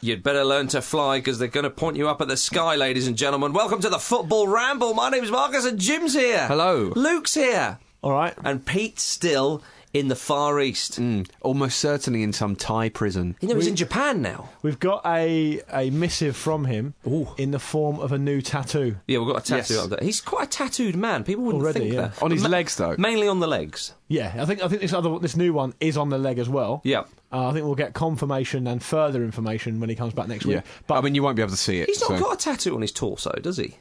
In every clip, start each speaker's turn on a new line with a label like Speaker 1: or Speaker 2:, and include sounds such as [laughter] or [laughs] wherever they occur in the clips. Speaker 1: You'd better learn to fly because they're going to point you up at the sky, ladies and gentlemen. Welcome to the Football Ramble. My name's Marcus and Jim's here.
Speaker 2: Hello.
Speaker 1: Luke's here.
Speaker 2: All right.
Speaker 1: And Pete's still in the Far East.
Speaker 2: Almost certainly in some Thai prison.
Speaker 1: You know, he's in Japan now.
Speaker 3: We've got a a missive from him in the form of a new tattoo.
Speaker 1: Yeah, we've got a tattoo
Speaker 2: Yes.
Speaker 1: up there. He's quite a tattooed man. People wouldn't
Speaker 3: Already,
Speaker 1: think
Speaker 3: yeah.
Speaker 1: that.
Speaker 2: On his legs, though.
Speaker 1: Mainly on the legs.
Speaker 3: Yeah, I think I think this other this new one is on the leg as well.
Speaker 1: Yeah.
Speaker 3: Uh, I think we'll get confirmation and further information when he comes back next
Speaker 2: yeah.
Speaker 3: week. But
Speaker 2: I mean, you won't be able to see it.
Speaker 1: He's not
Speaker 2: so-
Speaker 1: got a tattoo on his torso, does he?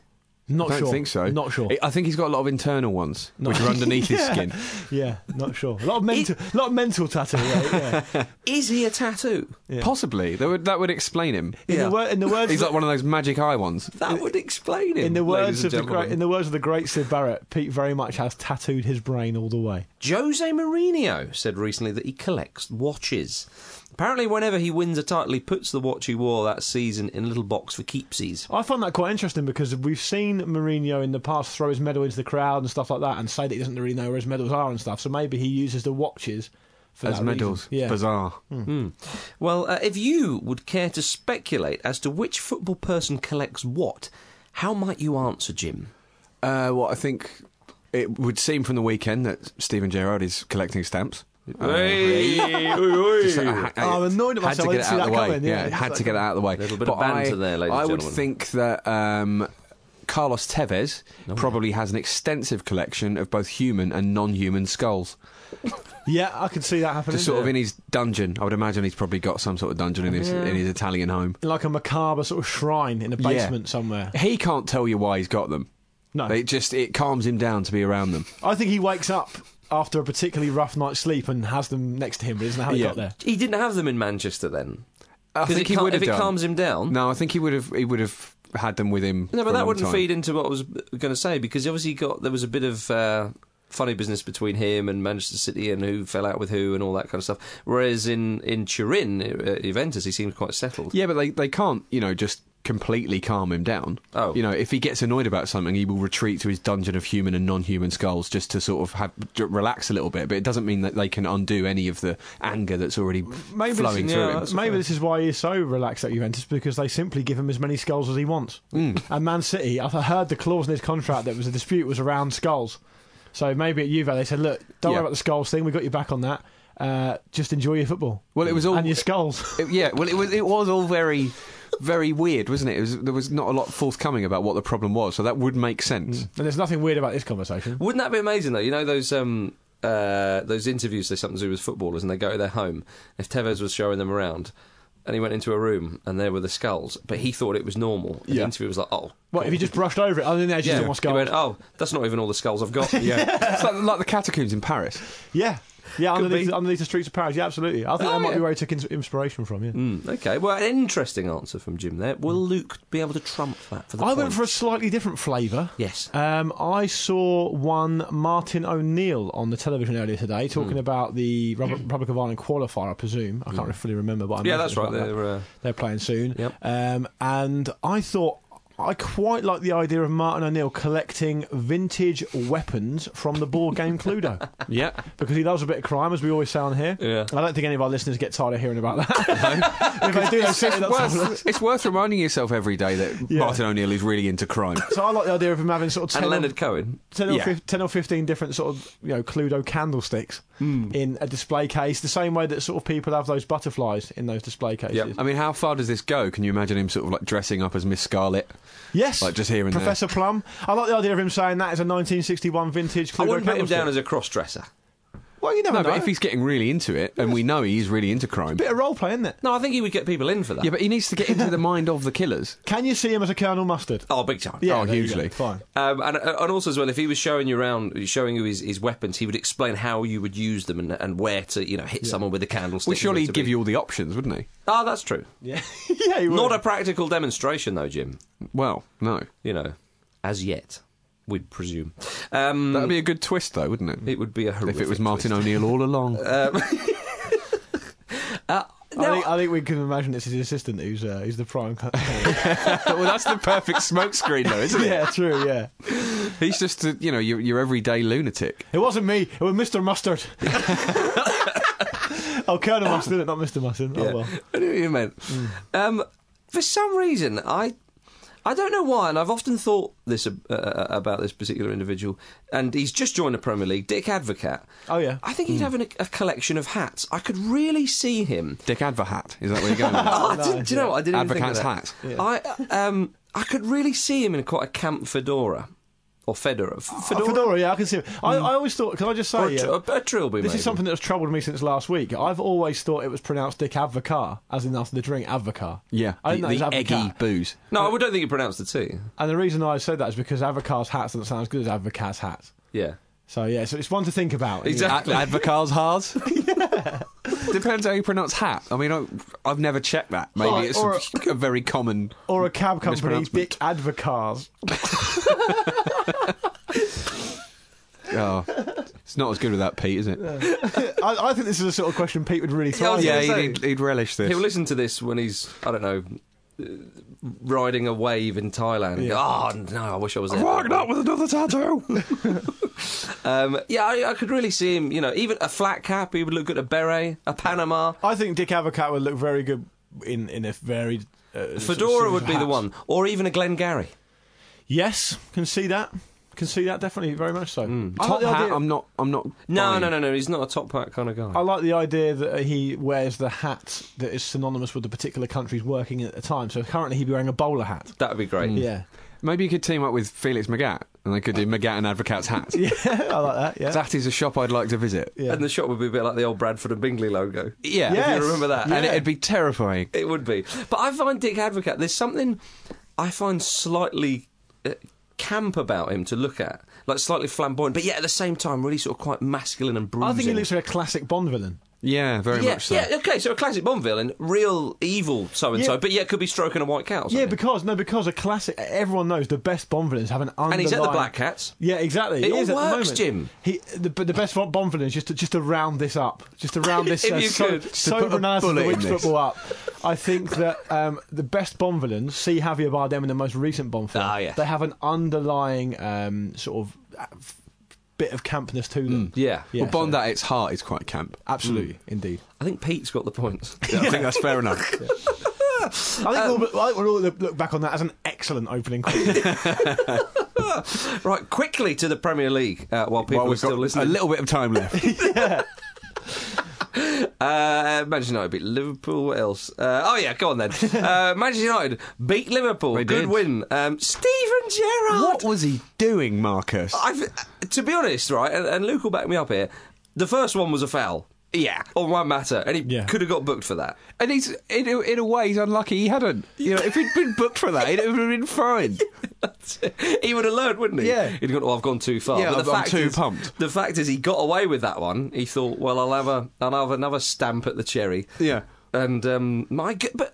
Speaker 3: not
Speaker 2: I don't
Speaker 3: sure.
Speaker 2: think so.
Speaker 3: Not sure.
Speaker 2: I- I think he's got a lot of internal ones, which are underneath his skin.
Speaker 3: [laughs] yeah, not sure. A lot of mental, a lot of mental
Speaker 2: [laughs]
Speaker 3: tattoo. Yeah, yeah.
Speaker 1: Is he a tattoo?
Speaker 2: Possibly. That would, that would explain him.
Speaker 3: In,
Speaker 1: Yeah.
Speaker 3: the wor- in the words,
Speaker 2: He's like one of those magic eye ones.
Speaker 1: That would explain him.
Speaker 3: in the
Speaker 1: ladies
Speaker 3: words
Speaker 1: and
Speaker 3: of the great,
Speaker 1: gentlemen.
Speaker 3: in the words of the great Sid Barrett, Pete very much has tattooed his brain all the way.
Speaker 1: Jose Mourinho said recently that he collects watches. Apparently, whenever he wins a title, he puts the watch he wore that season in a little box for keepsies.
Speaker 3: I find that quite interesting because we've seen Mourinho in the past throw his medal into the crowd and stuff like that, and say that he doesn't really know where his medals are and stuff. So maybe he uses the watches for
Speaker 2: As
Speaker 3: that reason.
Speaker 2: medals.
Speaker 3: Yeah. Hmm.
Speaker 2: Bizarre.
Speaker 1: Well, uh, if you would care to speculate as to which football person collects what, how might you answer, Jim?
Speaker 2: Uh, well, I think it would seem from the weekend that Stephen Gerrard is collecting stamps. Just, uh, ha-
Speaker 3: I'm annoyed at
Speaker 2: had to
Speaker 3: myself,
Speaker 2: get it
Speaker 3: I didn't
Speaker 2: out
Speaker 3: see
Speaker 2: of
Speaker 3: that
Speaker 2: the way.
Speaker 3: coming, yeah.
Speaker 2: yeah, had to get it out of the way.
Speaker 1: Little bit
Speaker 2: but
Speaker 1: of banter
Speaker 2: I,
Speaker 1: there, ladies
Speaker 2: I
Speaker 1: and
Speaker 2: would
Speaker 1: gentlemen.
Speaker 2: think that um, Carlos Tevez probably has an extensive collection of both human and non-human skulls.
Speaker 3: Yeah, I could see that happening.
Speaker 2: Just sort of in his dungeon. I would imagine he's probably got some sort of dungeon in his in his Italian home.
Speaker 3: like a macabre sort of shrine in a
Speaker 2: Yeah.
Speaker 3: basement somewhere.
Speaker 2: He can't tell you why he's got them.
Speaker 3: No.
Speaker 2: It just it calms him down to be around them.
Speaker 3: I think he wakes up after a particularly rough night's sleep and has them next to him, but isn't how he
Speaker 2: Yeah.
Speaker 3: got there.
Speaker 1: He didn't have them in Manchester then.
Speaker 2: I
Speaker 1: 'Cause
Speaker 2: think
Speaker 1: it
Speaker 2: he
Speaker 1: cal-
Speaker 2: would have
Speaker 1: if it
Speaker 2: done.
Speaker 1: calms him down.
Speaker 2: No, I think he would have he would have had them with him.
Speaker 1: Mm-hmm. No,
Speaker 2: for
Speaker 1: but
Speaker 2: a
Speaker 1: that
Speaker 2: long
Speaker 1: wouldn't
Speaker 2: time.
Speaker 1: feed into what I was going to say because obviously you got there was a bit of uh, funny business between him and Manchester City and who fell out with who and all that kind of stuff. Whereas in in Turin, uh, Juventus, he seemed quite settled.
Speaker 2: Yeah, but they, they can't, you know, just completely calm him down.
Speaker 1: Oh.
Speaker 2: You know, if he gets annoyed about something, he will retreat to his dungeon of human and non human skulls just to sort of have, j- relax a little bit. But it doesn't mean that they can undo any of the anger that's already
Speaker 3: Maybe
Speaker 2: flowing
Speaker 3: this,
Speaker 2: through
Speaker 1: yeah,
Speaker 2: him.
Speaker 1: that's-
Speaker 3: maybe this is why he's so relaxed at Juventus because they simply give him as many skulls as he wants.
Speaker 2: Mm.
Speaker 3: And Man City, I heard the clause in his contract that was a dispute was around skulls. So maybe at Juve they said, "Look, don't
Speaker 2: Yeah.
Speaker 3: worry about the skulls thing. We got your back on that. Uh, just enjoy your football."
Speaker 2: Well, it was all-
Speaker 3: and your skulls. [laughs]
Speaker 2: It- yeah, well, it was, it was all very, very weird, wasn't it? it was, there was not a lot forthcoming about what the problem was, so that would make
Speaker 1: Mm.
Speaker 2: sense.
Speaker 3: and there's nothing weird about this conversation.
Speaker 1: Wouldn't that be amazing though? You know those um, uh, those interviews they sometimes do with footballers, and they go to their home. If Tevez was showing them around, and he went into a room, and there were the skulls, but he thought it was normal. And The
Speaker 2: Yeah.
Speaker 1: interview was like, oh.
Speaker 3: What if you just brushed over it? Other than that, just
Speaker 1: Yeah,
Speaker 3: yeah. more
Speaker 1: he
Speaker 3: skulls.
Speaker 1: went, oh, that's not even all the skulls I've got.
Speaker 2: [laughs] Yeah. it's like, like the catacombs in Paris.
Speaker 3: Yeah. Yeah,
Speaker 1: Could
Speaker 3: underneath,
Speaker 1: be.
Speaker 3: underneath the streets of Paris. Yeah, absolutely. I think
Speaker 1: Oh,
Speaker 3: that might
Speaker 1: yeah.
Speaker 3: be where he took ins- inspiration from. Yeah.
Speaker 1: Mm, okay, well, an interesting answer from Jim there. Will
Speaker 2: Hmm.
Speaker 1: Luke be able to trump that for the
Speaker 3: I
Speaker 1: point?
Speaker 3: went for a slightly different flavour.
Speaker 1: Yes.
Speaker 3: Um, I saw one Martin O'Neill on the television earlier today
Speaker 1: Hmm.
Speaker 3: talking about the
Speaker 1: [clears throat]
Speaker 3: Rub- Republic of Ireland qualifier, I presume. I can't really fully remember, but I
Speaker 1: Yeah,
Speaker 3: imagine
Speaker 1: that's uh,
Speaker 3: it's
Speaker 1: right.
Speaker 3: like that.
Speaker 1: They're, uh,
Speaker 3: They're playing soon.
Speaker 1: Yep.
Speaker 3: Um, and Um, I thought I quite like the idea of Martin O'Neill collecting vintage weapons from the board game
Speaker 1: [laughs]
Speaker 3: Cluedo
Speaker 2: Yeah.
Speaker 3: because he loves a bit of crime, as we always say on here.
Speaker 1: Yeah.
Speaker 3: I don't think any of our listeners get tired of hearing about
Speaker 1: [laughs]
Speaker 3: that. [laughs] if they do, they say that's
Speaker 2: Worth, it's worth reminding yourself every day that
Speaker 3: Yeah.
Speaker 2: Martin O'Neill is really into
Speaker 3: [laughs]
Speaker 2: crime.
Speaker 3: So I like the idea of him having sort of
Speaker 1: And
Speaker 3: 10
Speaker 1: Leonard Cohen.
Speaker 3: 10 or,
Speaker 2: Yeah.
Speaker 3: fif- 10 or 15 different sort of you know cluedo candlesticks
Speaker 2: Hmm.
Speaker 3: in a display case the same way that sort of people have those butterflies in those display cases
Speaker 1: Yep.
Speaker 2: I mean, how far does this go? Can you imagine him sort of like dressing up as Miss Scarlet?
Speaker 3: yes
Speaker 2: Like, just here and there.
Speaker 3: professor plum i like the idea of him saying that is a 1961 vintage cluedo
Speaker 1: I wouldn't put him
Speaker 3: candlestick.
Speaker 1: down as a cross dresser.
Speaker 3: well you never
Speaker 2: No,
Speaker 3: know
Speaker 2: but if he's getting really into it, and we know he's really into crime.
Speaker 3: bit of role play isn't it
Speaker 1: No, I think he would get people in for that.
Speaker 2: Yeah, but he needs to get into the mind of the
Speaker 3: [laughs]
Speaker 2: killers.
Speaker 3: can you see him as a colonel mustard
Speaker 1: Oh, big time.
Speaker 3: yeah
Speaker 2: Oh,
Speaker 3: there you
Speaker 2: hugely. [laughs]
Speaker 3: go. fine
Speaker 1: Um, and, and also as well, if he was showing you around, showing you his, his weapons, he would explain how you would use them and, and where to, you know, hit someone with a candlestick.
Speaker 2: Well, surely
Speaker 1: where
Speaker 2: he'd
Speaker 1: to
Speaker 2: give
Speaker 1: be-
Speaker 2: you all the options, wouldn't he?
Speaker 1: Ah, that's true.
Speaker 3: yeah [laughs] yeah he would.
Speaker 1: Not a practical demonstration, though, Jim.
Speaker 2: Well, no.
Speaker 1: You know, as yet, we presume. Um,
Speaker 2: That'd be a good twist, though, wouldn't it?
Speaker 1: it would be a horrific
Speaker 2: if it was Martin O'Neill all
Speaker 3: [laughs]
Speaker 2: along. [laughs]
Speaker 3: I, think, I think we can imagine it's his assistant who's uh, who's the
Speaker 2: [laughs]
Speaker 3: prime co- [laughs]
Speaker 2: well, that's the perfect smokescreen, though, isn't it?
Speaker 3: yeah true yeah
Speaker 2: He's just, a, you know, your, your everyday lunatic.
Speaker 3: it wasn't me it was mr mustard
Speaker 2: [laughs]
Speaker 3: [laughs] oh colonel mustard not mr mustard oh well Mm.
Speaker 1: I knew [laughs] what you meant. Um, for some reason, I I don't know why, and I've often thought this ab- uh, uh, about this particular individual, and he's just joined the Premier League, Dick Advocat.
Speaker 3: Oh, yeah.
Speaker 1: I think he'd have an, a collection of hats. I could really see him.
Speaker 2: Dick Advohat. Is that where you're going? with
Speaker 1: Oh,
Speaker 3: [laughs]
Speaker 2: that?
Speaker 1: I didn't- do you know what? I didn't even think of
Speaker 2: Advocat's
Speaker 1: that. I um I could really see him in quite a camp fedora, or fedora, F-
Speaker 3: Oh, Uh, Fedora.
Speaker 1: fedora,
Speaker 3: yeah, I can see it. I,
Speaker 2: Hmm.
Speaker 3: I always thought, can I just
Speaker 1: or
Speaker 3: say,
Speaker 1: a, tr-
Speaker 3: yeah,
Speaker 1: a, a trilby.
Speaker 3: this
Speaker 1: maybe.
Speaker 3: is something that has troubled me since last week. I've always thought it was pronounced Dick Advocar, as in after the drink Advocar.
Speaker 2: yeah, the,
Speaker 3: I didn't know
Speaker 2: the
Speaker 3: it was
Speaker 2: eggy
Speaker 3: Advocat.
Speaker 2: booze.
Speaker 1: No, I don't think you pronounce the T.
Speaker 3: And the reason I said that is because Advocar's hats doesn't sound as good as Advocar's hats.
Speaker 1: Yeah.
Speaker 3: So yeah, so it's one to think about.
Speaker 1: Exactly.
Speaker 2: Ad- Advocat's [laughs] Haas? Depends how you pronounce hat. I mean, I, I've never checked that. Maybe
Speaker 3: Or-
Speaker 2: it's
Speaker 3: or-
Speaker 2: a, a very common.
Speaker 3: Or a cab company,
Speaker 2: Mispronouncement.
Speaker 3: Dick Advocars.
Speaker 2: Oh, it's not as good without Pete, is it?
Speaker 3: [laughs] I, I think this is a sort of question Pete would really
Speaker 1: I
Speaker 3: thrive.
Speaker 1: was
Speaker 2: yeah,
Speaker 1: gonna say-
Speaker 2: he'd, he'd relish this.
Speaker 1: He'll listen to this when he's, I don't know, uh, riding a wave in Thailand. and go, Oh, no, I wish I was there.
Speaker 2: Rocking up with another tattoo.
Speaker 1: [laughs] Um, yeah, I, I could really see him, you know, even a flat cap, he would look good, a beret, a Panama.
Speaker 3: I think Dick Advocat would look very good in in a very uh, sort of
Speaker 1: Fedora
Speaker 3: series
Speaker 1: would
Speaker 3: of
Speaker 1: be the
Speaker 3: hats.
Speaker 1: one, or even a Glengarry.
Speaker 3: Yes, can see that. Can see that definitely very much so. I like
Speaker 2: Hmm. Top
Speaker 3: the
Speaker 2: hat.
Speaker 3: idea-
Speaker 2: I'm not. I'm not.
Speaker 1: No,
Speaker 2: buying.
Speaker 1: no, no, no, he's not a top hat kind of guy.
Speaker 3: I like the idea that uh, he wears the hat that is synonymous with the particular country he's working in at the time. So currently he'd be wearing a bowler hat.
Speaker 1: That would be great.
Speaker 3: Mm. Yeah.
Speaker 2: Maybe you could team up with Felix Magat, and they could do Magat and Advocat's hat.
Speaker 3: [laughs] Yeah, I like that. Yeah.
Speaker 2: That is a shop I'd like to visit.
Speaker 3: yeah.
Speaker 1: And the shop would be a bit like the old Bradford and Bingley logo.
Speaker 2: Yeah,
Speaker 1: If
Speaker 3: Yes.
Speaker 1: you remember that.
Speaker 2: and
Speaker 1: And
Speaker 2: it'd be terrifying.
Speaker 1: It would be. But I find Dick Advocat, there's something I find slightly uh, camp about him to look at. Like slightly flamboyant, but yet at the same time, really sort of quite masculine and bruising.
Speaker 3: I think he looks like a classic Bond villain.
Speaker 2: Yeah, very
Speaker 1: yeah,
Speaker 2: much so.
Speaker 1: yeah, okay, so a classic Bond villain, real evil so and so,
Speaker 3: Yeah.
Speaker 1: but yet could be stroking a white cow. Or
Speaker 3: Yeah,
Speaker 1: something.
Speaker 3: because no, because a classic. Everyone knows the best Bond villains have an underlying.
Speaker 1: and he's at the Black Cats.
Speaker 3: Yeah, exactly.
Speaker 1: It
Speaker 3: he
Speaker 1: all
Speaker 3: is at the
Speaker 1: works,
Speaker 3: moment.
Speaker 1: Jim.
Speaker 3: He, the, but the best Bond villain is just to, just to round this up, just
Speaker 1: [laughs]
Speaker 3: to round this
Speaker 1: If
Speaker 3: uh,
Speaker 1: you
Speaker 3: so,
Speaker 1: could, just
Speaker 2: to put
Speaker 3: sober
Speaker 2: a
Speaker 3: analysis of
Speaker 2: bullet
Speaker 3: the
Speaker 2: in
Speaker 3: Witch
Speaker 2: this.
Speaker 3: football up. I think that um, the best Bond villains, see Javier Bardem in the most recent Bond film,
Speaker 1: Ah, yes.
Speaker 3: they have an underlying um, sort of uh, f- bit of campness to them.
Speaker 1: Mm, Yeah.
Speaker 3: Yeah.
Speaker 2: well, Bond at its heart is quite camp.
Speaker 3: Absolutely,
Speaker 1: Mm.
Speaker 3: indeed.
Speaker 1: I think Pete's got the points. [laughs]
Speaker 2: Yeah, I think that's fair enough.
Speaker 3: I think,
Speaker 1: Uh,
Speaker 3: we'll, I think we'll all look look back on that as an excellent
Speaker 1: [laughs]
Speaker 3: opening question.
Speaker 1: right, quickly to the Premier League uh, while people
Speaker 2: While
Speaker 1: are
Speaker 2: we've
Speaker 1: still
Speaker 2: got a
Speaker 1: listening.
Speaker 2: little bit of time left.
Speaker 1: Uh, Manchester United beat Liverpool. What else? Uh, oh yeah, go on
Speaker 2: [laughs]
Speaker 1: then. Uh, Manchester United beat Liverpool.
Speaker 2: They
Speaker 1: Good
Speaker 2: did.
Speaker 1: win. Um, Steven Gerrard.
Speaker 2: what was he doing, Marcus?
Speaker 1: I've, to be honest, right, and, and Luke will back me up here. The first one was a foul. Yeah, on one matter, and he
Speaker 3: Yeah.
Speaker 1: could have got booked for that. [laughs]
Speaker 2: And he's in a, in a way he's unlucky. He hadn't. You know, if he'd been booked for that, it would have been fine.
Speaker 1: he would have learned, wouldn't he?
Speaker 2: Yeah.
Speaker 1: He'd gone, oh, I've gone too far.
Speaker 2: Yeah,
Speaker 1: But
Speaker 2: I'm-
Speaker 1: the
Speaker 2: I'm
Speaker 1: fact
Speaker 2: too
Speaker 1: is-
Speaker 2: pumped.
Speaker 1: The fact is, he got away with that one. He thought, well, I'll have, a, I'll have another stamp at the cherry.
Speaker 2: Yeah.
Speaker 1: And, um, my g but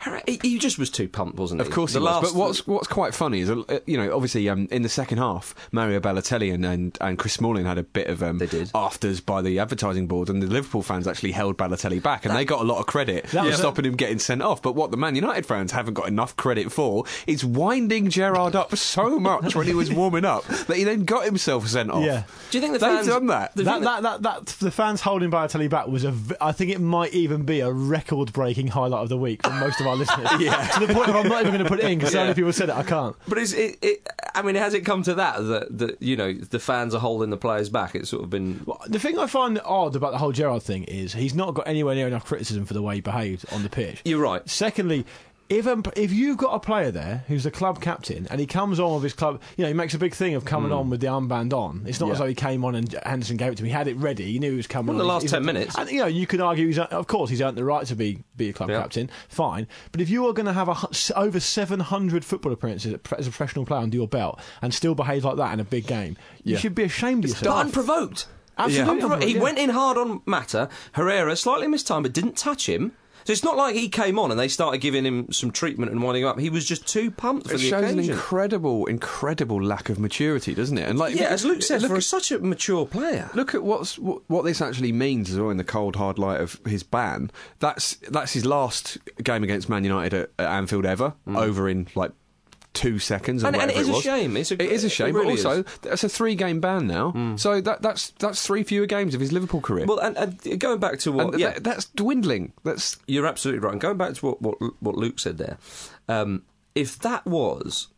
Speaker 1: Hooray. He- He just was too pumped, wasn't he?
Speaker 2: [laughs] Of course,
Speaker 1: the
Speaker 2: he
Speaker 1: last.
Speaker 2: was. But what's what's quite funny is, uh, you know, obviously um, in the second half, Mario Balotelli and, and, and Chris Smalling had a bit of um,
Speaker 1: They did.
Speaker 2: afters by the advertising board, and the Liverpool fans actually held Balotelli back, and they got a lot of credit for
Speaker 3: That was-
Speaker 2: stopping him getting sent off. But what the Man United fans haven't got enough credit for is winding Gerard up so much when he was warming up that he then got himself sent off.
Speaker 3: Yeah.
Speaker 1: Do you think the
Speaker 2: They've
Speaker 1: fans
Speaker 2: done that.
Speaker 1: the
Speaker 3: That,
Speaker 1: thing
Speaker 3: that, that, that, the fans holding Balotelli back was a. v- I think it might even be a record breaking highlight of the week for most of our listeners. yeah. To the point of I'm not even going to put it in because so
Speaker 1: Yeah.
Speaker 3: many people said it, I can't.
Speaker 1: But is it, it? I mean, has it come to that that that you know the fans are holding the players back? It's sort of been.
Speaker 3: Well, the thing I find odd about the whole Gerard thing is he's not got anywhere near enough criticism for the way he behaved on the pitch.
Speaker 1: You're right.
Speaker 3: Secondly, if um, if you've got a player there who's the club captain and he comes on with his club, you know, he makes a big thing of
Speaker 1: Hmm.
Speaker 3: coming on with the armband on. It's not as though he came on and Henderson gave it to him. He had it ready. He knew he was coming.
Speaker 1: Well,
Speaker 3: on
Speaker 1: the last
Speaker 3: He's-
Speaker 1: 10 minutes.
Speaker 3: And you know, you could argue he's of course he's earned the right to be be a club
Speaker 1: Yeah.
Speaker 3: captain. Fine, but if you are going to have a, hu- s- over 700 football appearances as a professional player under your belt and still behave like that in a big game, you
Speaker 2: Yeah.
Speaker 3: should be
Speaker 1: [laughs]
Speaker 3: ashamed of
Speaker 1: But
Speaker 3: yourself.
Speaker 1: unprovoked.
Speaker 3: Absolutely
Speaker 1: Unprovoked.
Speaker 3: unprovoked,
Speaker 1: He
Speaker 3: yeah.
Speaker 1: went in hard on Mata. Herrera slightly missed time, but didn't touch him. So it's not like he came on and they started giving him some treatment and winding him up. He was just too pumped for
Speaker 2: It
Speaker 1: the
Speaker 2: shows an
Speaker 1: occasion.
Speaker 2: incredible, incredible lack of maturity, doesn't it? And like,
Speaker 1: yeah, as Luke said,
Speaker 2: look
Speaker 1: for a- such a mature player.
Speaker 2: Look at what's what, what this actually means as well in the cold hard light of his ban. That's that's his last game against Man United at, at Anfield ever. Over in like two seconds, or
Speaker 1: Hmm. And- and
Speaker 2: whatever
Speaker 1: it is a
Speaker 2: was.
Speaker 1: shame. It's a-
Speaker 2: it is a
Speaker 1: it
Speaker 2: shame.
Speaker 1: really
Speaker 2: but also,
Speaker 1: is. Hmm.
Speaker 2: that's a three game ban now. So that that's that's three fewer games of his Liverpool career.
Speaker 1: Well, and, and going back to what,
Speaker 2: and
Speaker 1: yeah,
Speaker 2: that- that's dwindling. That's
Speaker 1: you're absolutely right. And going back to what what, what Luke said there, um, if that was,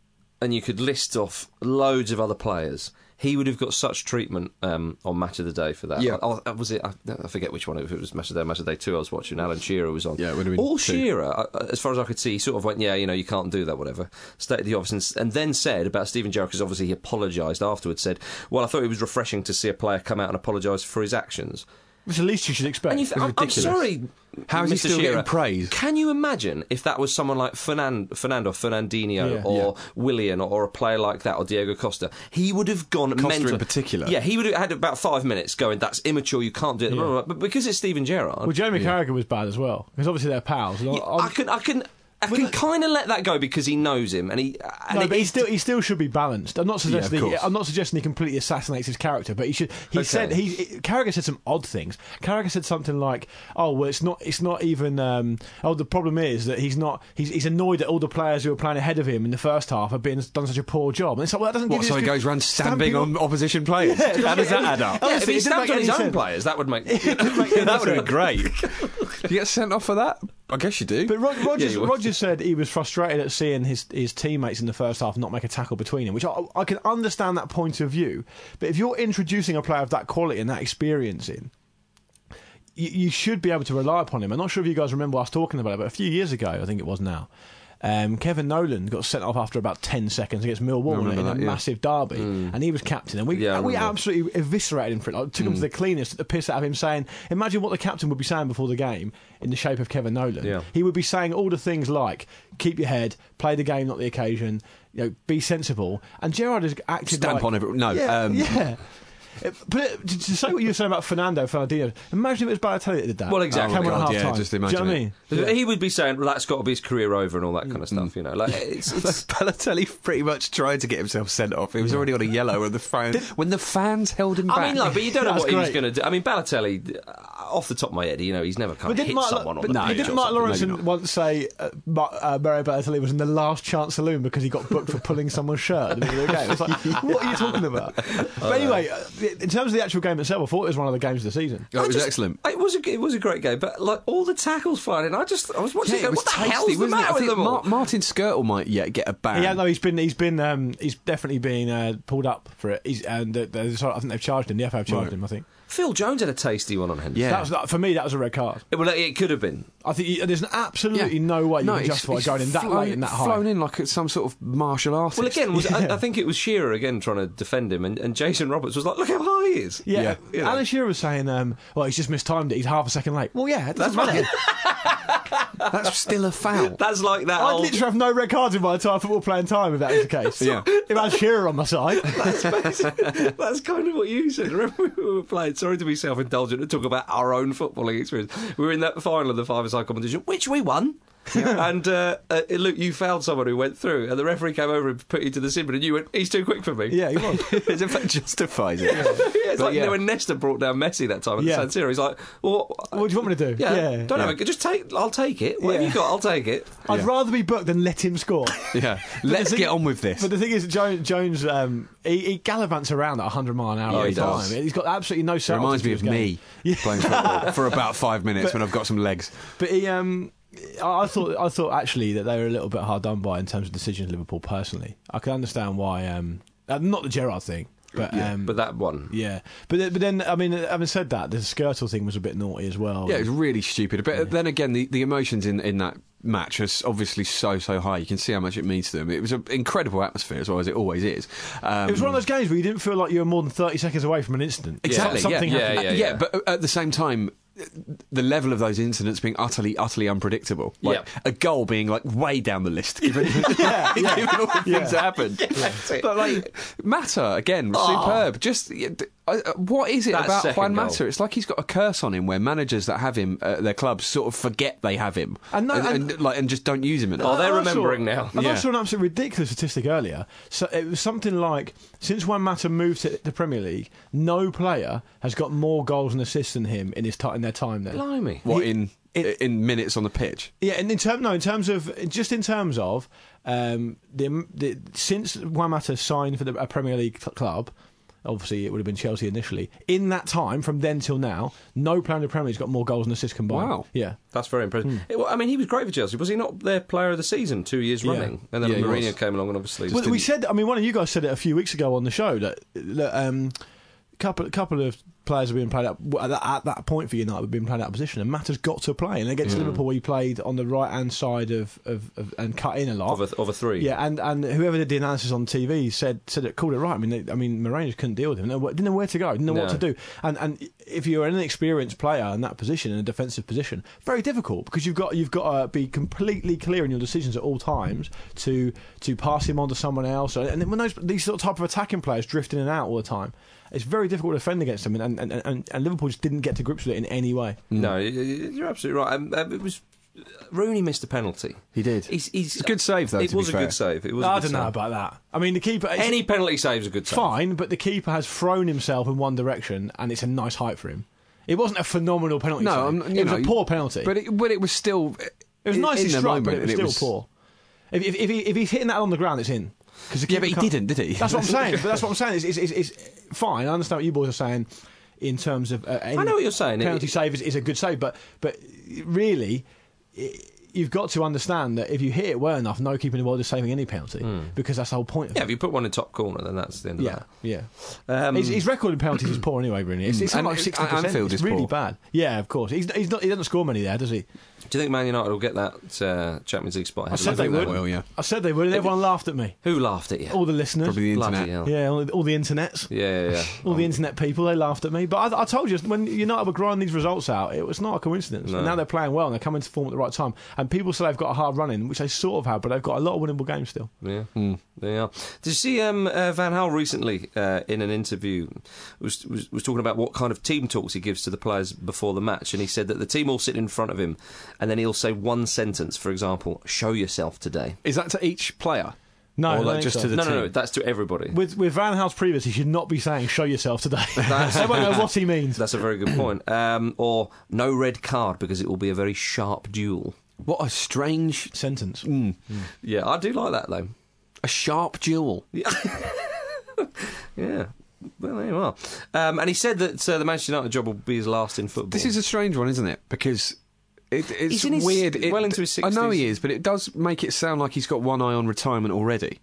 Speaker 1: and you could list off loads of other players, he would have got such treatment um, on Match of the Day for that.
Speaker 2: Yeah.
Speaker 1: I, I- was it? I, I forget which one. If it was Match of the Day, Match of the Day Two, I was watching. Alan Shearer was on.
Speaker 2: Yeah, it would have been
Speaker 1: all
Speaker 2: two.
Speaker 1: Shearer, uh, as far as I could see, sort of went, yeah, you know, you can't do that, whatever. Stated the obvious, and, s- and then said about Stephen Gerrard because obviously he apologised afterwards. Said, well, I thought it was refreshing to see a player come out and apologise for his actions.
Speaker 3: Which at least you should expect.
Speaker 1: And you th- I'm, I'm sorry.
Speaker 2: How
Speaker 1: Mr.
Speaker 2: is he still
Speaker 1: Shearer,
Speaker 2: getting praise?
Speaker 1: Can you imagine if that was someone like Fernand, Fernando, Fernandinho,
Speaker 3: Yeah.
Speaker 1: or Willian, or, or a player like that, or Diego Costa? He would have gone mental.
Speaker 2: in particular.
Speaker 1: Yeah, he would have had about five minutes going, "That's immature. You can't do it." Blah, blah, blah. But because it's Steven Gerrard,
Speaker 3: Well, Jamie Carragher was bad as well because obviously they're pals. And I-
Speaker 1: I can, I can, I can kind of let that go because he knows him, and he. And
Speaker 3: no,
Speaker 1: he-
Speaker 3: but he still he still should be balanced. I'm not suggesting
Speaker 2: of
Speaker 3: he-
Speaker 2: course.
Speaker 3: I'm not suggesting he completely assassinates his character, but he should. He
Speaker 1: Okay.
Speaker 3: said he Carragher said some odd things. Carragher said something like, "Oh, well, it's not it's not even. Um, oh, the problem is that he's not he's, he's annoyed that all the players who were playing ahead of him in the first half have been done such a poor job." And it's like, well, that doesn't.
Speaker 2: what?
Speaker 3: give
Speaker 2: So
Speaker 3: you
Speaker 2: he
Speaker 3: this good-
Speaker 2: goes around stamping
Speaker 3: stamping
Speaker 2: on
Speaker 3: [laughs]
Speaker 1: [laughs]
Speaker 2: opposition players.
Speaker 3: Yeah.
Speaker 2: How does that add up?
Speaker 3: Yeah,
Speaker 1: yeah, if
Speaker 3: honestly,
Speaker 1: he
Speaker 3: it didn't
Speaker 1: stamped
Speaker 3: make
Speaker 1: on
Speaker 3: any
Speaker 1: his own
Speaker 3: sense.
Speaker 1: players, that would make. [laughs]
Speaker 2: [laughs] that would
Speaker 3: [laughs]
Speaker 2: be great. Do you get sent off for that? I guess you do. [laughs]
Speaker 3: But Rod- Rogers,
Speaker 1: you would.
Speaker 3: Rogers said he was frustrated at seeing his, his teammates in the first half not make a tackle between them, which I, I can understand that point of view. But if you're introducing a player of that quality and that experience in, you, you should be able to rely upon him. I'm not sure if you guys remember us talking about it, but a few years ago, I think it was now, um, Kevin Nolan got sent off after about 10 seconds against Millwall in a
Speaker 2: that, yeah. Mm.
Speaker 3: massive derby, and he was captain. And we,
Speaker 1: Yeah, I
Speaker 3: we
Speaker 1: remember.
Speaker 3: absolutely eviscerated him for it. Like,
Speaker 2: Hmm.
Speaker 3: took him to the cleanest, took the piss out of him, saying, Imagine what the captain would be saying before the game in the shape of Kevin Nolan.
Speaker 1: Yeah.
Speaker 3: He would be saying all the things like, Keep your head, play the game, not the occasion, you know, be sensible. And Gerard has acted
Speaker 2: Stamp
Speaker 3: like-
Speaker 2: on every- no,
Speaker 3: Yeah.
Speaker 2: um,
Speaker 3: yeah. But it, to, to say what you were saying about Fernando Fernandinho, imagine if it was Balotelli that did that.
Speaker 1: Well, exactly.
Speaker 3: Come on,
Speaker 2: Oh,
Speaker 3: half
Speaker 2: God, yeah,
Speaker 3: time.
Speaker 2: just
Speaker 3: Do you know what I
Speaker 2: imagine
Speaker 3: mean?
Speaker 1: He would be saying, well, "That's got to be his career over," and all that kind of stuff. You know, like it's,
Speaker 2: [laughs]
Speaker 1: it's
Speaker 2: Balotelli pretty much tried to get himself sent off. He was already on a yellow when the fan, when the fans held him back.
Speaker 1: I mean, like, but you don't know
Speaker 3: That's
Speaker 1: what he was
Speaker 3: great.
Speaker 1: going to do. I mean, Balotelli, uh, off the top of my head, you know, he's never
Speaker 3: But
Speaker 1: kind of
Speaker 3: didn't
Speaker 1: hit
Speaker 3: Mark,
Speaker 1: someone
Speaker 3: but
Speaker 1: on the
Speaker 3: no,
Speaker 1: pitch.
Speaker 3: didn't
Speaker 1: or
Speaker 3: Mark
Speaker 1: something.
Speaker 3: Lawrence once say uh, Ma- uh, Mario Balotelli was in the last chance saloon because he got booked for pulling someone's shirt at the beginning of the game? It's
Speaker 2: [laughs]
Speaker 3: like, what are you talking about? But anyway, uh, in terms of the actual game itself, I thought it was one of the games of the season.
Speaker 2: Oh, it
Speaker 1: I
Speaker 2: was
Speaker 1: just-
Speaker 2: excellent.
Speaker 1: It was a it was a great game, but like all the tackles flying in, I just I was watching.
Speaker 2: Yeah,
Speaker 1: it
Speaker 2: it
Speaker 1: going,
Speaker 2: was
Speaker 1: what the
Speaker 2: tasty,
Speaker 1: hell's the
Speaker 2: wasn't it? I
Speaker 1: matter with
Speaker 2: think
Speaker 1: them all?
Speaker 2: Mar- Martin Skirtle might yet get a ban.
Speaker 3: Yeah, no, he's been, he's been, um, he's definitely been uh, pulled up for it. He's, and uh, there's- I think they've charged him. The FA have charged him. I think
Speaker 1: Phil Jones had a tasty one on him.
Speaker 2: Yeah.
Speaker 3: that was that, for me. That was a red card.
Speaker 1: well, it could have been.
Speaker 3: I think you, there's
Speaker 2: Yeah.
Speaker 3: absolutely no way you can
Speaker 2: it's-
Speaker 3: justify
Speaker 2: it's
Speaker 3: going in that
Speaker 2: flown,
Speaker 3: late and that high.
Speaker 2: Flown in like it's some sort of martial artist.
Speaker 1: Well, again, was, I, I think it was Shearer again trying to defend him, and, and Jason Roberts was like, "Look how high he is."
Speaker 3: Yeah,
Speaker 2: Yeah.
Speaker 1: You know.
Speaker 3: Alan Shearer was saying, um, "Well, he's just mistimed it. He's half a second late." Well, yeah, that's right.
Speaker 2: that's still a
Speaker 1: [laughs]
Speaker 2: foul. [laughs]
Speaker 1: that's like [laughs] that.
Speaker 3: I'd
Speaker 1: old-
Speaker 3: literally have no red cards in my entire football playing time if that was the case.
Speaker 2: Yeah.
Speaker 3: [laughs] if I had Shearer on my side,
Speaker 2: [laughs]
Speaker 1: That's basically- That's kind of what you said. Remember when we were playing? Sorry to be self-indulgent and talk about our own footballing experience. We were in that final of the five-a-side competition, which we won. and uh, uh, look, you fouled someone who went through, and the referee came over and put you to the sin bin, and you went, "He's too quick for me."
Speaker 3: Yeah, he was.
Speaker 2: It's in fact justifies it.
Speaker 1: Yeah, [laughs] it's
Speaker 2: But
Speaker 1: like
Speaker 2: yeah.
Speaker 1: when Nesta brought down Messi that time at
Speaker 3: Yeah.
Speaker 1: the San Siro. He's like, well,
Speaker 3: What do you want me to do?
Speaker 1: Yeah,
Speaker 3: Yeah.
Speaker 1: don't have it. Just take. I'll take it. What
Speaker 3: Yeah.
Speaker 1: have you got? I'll take it.
Speaker 3: I'd
Speaker 2: Yeah.
Speaker 3: rather be booked than let
Speaker 2: [laughs]
Speaker 3: him score.
Speaker 2: Yeah.
Speaker 3: But the
Speaker 2: Let's
Speaker 3: thing-
Speaker 2: get on with this.
Speaker 3: But the thing is, Jones, Jones um, he, he gallivants around at 100 mile an hour
Speaker 2: Yeah,
Speaker 3: at a
Speaker 2: he
Speaker 3: time.
Speaker 2: does.
Speaker 3: He's got absolutely no
Speaker 2: It
Speaker 3: sense.
Speaker 2: reminds me of me playing football for about five minutes when I've got some legs.
Speaker 3: But he, um, I I thought, I thought actually that they were a little bit hard done by in terms of decisions. Liverpool, personally, I can understand why. Um, uh, not the Gerrard thing, but um,
Speaker 1: But that one.
Speaker 3: yeah, but then- but then I mean, having said that, the Skirtle thing was a bit naughty as well.
Speaker 2: Yeah, it was really stupid. But uh, then again, the, the emotions in, in that match are s- obviously so, so high. You can see how much it means to them. It was an incredible atmosphere, as well as it always is. Um,
Speaker 3: It was one of those games where you didn't feel like you were more than thirty seconds away from an incident.
Speaker 2: Exactly.
Speaker 3: Some- something
Speaker 2: yeah.
Speaker 3: happened.
Speaker 1: yeah,
Speaker 2: Uh,
Speaker 1: yeah.
Speaker 2: but at the same time, the level of those incidents being utterly, utterly unpredictable. Like
Speaker 1: Yeah.
Speaker 2: a goal being like way down the
Speaker 3: [laughs]
Speaker 2: list, [laughs] given, given all the things that happened.
Speaker 1: that's it.
Speaker 2: But [laughs] like Ah. Mata again, was
Speaker 1: Oh.
Speaker 2: superb. Just yeah, d- uh, uh, what is it
Speaker 1: That
Speaker 2: about
Speaker 1: second
Speaker 2: Juan
Speaker 1: goal.
Speaker 2: Mata? It's like he's got a curse on him, where managers that have him at their clubs sort of forget they have him,
Speaker 3: And no-
Speaker 2: and, and, like and just don't use him
Speaker 1: Oh,
Speaker 2: enough.
Speaker 1: they're
Speaker 3: I- I
Speaker 1: remembering
Speaker 3: saw-
Speaker 1: now.
Speaker 3: And I
Speaker 2: Yeah.
Speaker 3: saw an absolutely ridiculous statistic earlier. So it was something like since Juan Mata moved to the Premier League, no player has got more goals and assists than him in his ti in their time there.
Speaker 1: Blimey.
Speaker 2: what in in minutes on the pitch?
Speaker 3: Yeah, and in term no, in terms of just in terms of um, the, the since Juan Mata signed for the, a Premier League cl- club. Obviously, it would have been Chelsea initially. In that time, from then till now, no player in the Premier League's got more goals and assists combined.
Speaker 2: Wow.
Speaker 3: Yeah.
Speaker 1: That's very impressive.
Speaker 2: Hmm.
Speaker 1: It- well, I mean, he was great for Chelsea. Was he not their player of the season two years
Speaker 3: Yeah.
Speaker 1: running? And then
Speaker 2: Yeah, he
Speaker 1: Mourinho
Speaker 2: was.
Speaker 1: came along and obviously.
Speaker 3: Well, we said. I mean, one of you guys said it a few weeks ago on the show that, that um, couple couple of players were being played up at that, at that point for United were being played out of position, and Matter's got to play. And against Liverpool, he played on the right hand side of, of, of and cut in a lot.
Speaker 1: of a, of a three.
Speaker 3: yeah, and, and whoever did the analysis on TV said said it called it right. I mean, they, I mean, Moreno couldn't deal with him. They Didn't know where to go. Didn't know what
Speaker 1: No.
Speaker 3: to do. And and if you're an inexperienced player in that position, in a defensive position, very difficult because you've got you've got to be completely clear in your decisions at all times to to pass him on to someone else. And then when those these sort of type of attacking players drift in and out all the time, it's very difficult to defend against them. And and, and, and Liverpool just didn't get to grips with it in any way.
Speaker 1: No, y-
Speaker 2: Hmm.
Speaker 1: y- you're absolutely right. Um, um, it was Rooney missed a penalty.
Speaker 2: He did.
Speaker 1: He's, he's
Speaker 2: It's a good save, though,
Speaker 1: It
Speaker 2: to
Speaker 1: was
Speaker 2: be
Speaker 1: a
Speaker 2: fair.
Speaker 1: good save. It was. a
Speaker 3: I
Speaker 1: good
Speaker 3: don't know
Speaker 1: save.
Speaker 3: about that. I mean, the keeper. it's-
Speaker 1: any penalty save's a good save.
Speaker 3: fine, but the keeper has thrown himself in one direction, and it's a nice height for him. It wasn't a phenomenal penalty.
Speaker 2: No,
Speaker 3: save.
Speaker 2: I'm, you
Speaker 3: it was
Speaker 2: know,
Speaker 3: a poor penalty.
Speaker 2: but it, but it was still.
Speaker 3: it was
Speaker 2: in-
Speaker 3: nicely
Speaker 2: in the
Speaker 3: struck, but
Speaker 2: moment,
Speaker 3: it was
Speaker 2: and
Speaker 3: still poor. If, if, if, he, if he's hitting that on the ground, it's in. Cause the
Speaker 2: Yeah, but he
Speaker 3: keeper
Speaker 2: didn't,
Speaker 3: can't-
Speaker 2: did he? [laughs]
Speaker 3: That's what I'm saying. But that's what I'm saying. It's, it's, it's, it's fine. I understand what you boys are saying in terms of. Uh, any
Speaker 1: I know what you're saying. It-
Speaker 3: Penalty
Speaker 1: it-
Speaker 3: save is, is a good save, but but really. i You've got to understand that if you hit it well enough, no keeper in the world is saving any penalty
Speaker 2: Hmm.
Speaker 3: because that's the whole point. Of
Speaker 1: Yeah,
Speaker 3: it.
Speaker 1: if you put one in top corner, then that's the end of
Speaker 3: Yeah, yeah.
Speaker 1: that. Um,
Speaker 3: his, his record in penalties is poor anyway, Rooney. It's, it's
Speaker 2: And-
Speaker 3: like sixty
Speaker 2: and
Speaker 3: percent.
Speaker 2: Anfield
Speaker 3: it's
Speaker 2: is
Speaker 3: really
Speaker 2: poor.
Speaker 3: bad. Yeah, of course. He's, he's not. He doesn't score many there, does he?
Speaker 1: do you think Man United will get that uh, Champions League spot? ahead of
Speaker 3: said
Speaker 1: Liverpool?
Speaker 3: they
Speaker 2: That
Speaker 3: would.
Speaker 2: will, yeah.
Speaker 3: I said they would, and everyone laughed at me.
Speaker 1: Who laughed at you?
Speaker 3: All the listeners,
Speaker 2: Uh, Probably the
Speaker 1: Bloody
Speaker 2: internet.
Speaker 1: hell.
Speaker 3: yeah, all the, all the internets,
Speaker 1: Yeah, yeah,
Speaker 2: [laughs]
Speaker 1: yeah.
Speaker 3: all the internet people, they laughed at me. But I, I told you when United were grinding these results out, it was not a coincidence. And now they're playing well, and they're coming to form at the right time. And people say they've got a hard run in, which they sort of have, but they've got a lot of winnable games still.
Speaker 1: Yeah, hmm, they are. Did you see um, uh, Van Hal recently uh, in an interview was, was was talking about what kind of team talks he gives to the players before the match, and he said that the team all sit in front of him, and then he'll say one sentence, for example, "Show yourself today."
Speaker 2: Is that to each player?
Speaker 3: No, I
Speaker 2: or
Speaker 3: don't
Speaker 2: like
Speaker 3: think
Speaker 2: just
Speaker 3: so.
Speaker 2: to the
Speaker 1: no,
Speaker 2: team?
Speaker 1: no, no, that's to everybody.
Speaker 3: With with Van Hals previous, he should not be saying "show yourself" today. [laughs] they won't know what he means.
Speaker 1: that's a very good point. Um, or no red card because it will be a very sharp duel.
Speaker 2: What a strange,
Speaker 3: Sentence.
Speaker 2: Mm.
Speaker 1: Yeah, I do like that though.
Speaker 2: a sharp duel.
Speaker 1: Yeah. Well, there you are. Um, and he said that uh, the Manchester United job will be his last in football.
Speaker 2: This is a strange one, isn't it? Because it, it's
Speaker 1: He's in his-
Speaker 2: weird. It-
Speaker 1: well into his
Speaker 2: I know
Speaker 1: 60s.
Speaker 2: he is, but it does make it sound like he's got one eye on retirement already.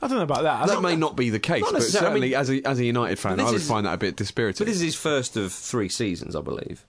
Speaker 3: I don't know about that. I
Speaker 2: That
Speaker 3: don't-
Speaker 2: may not be the case,
Speaker 1: not
Speaker 2: but
Speaker 1: necessarily- I
Speaker 2: certainly as a as a United fan,
Speaker 1: this
Speaker 2: I would
Speaker 1: is-
Speaker 2: find that a bit dispiriting.
Speaker 1: But this is his first of three seasons, I believe.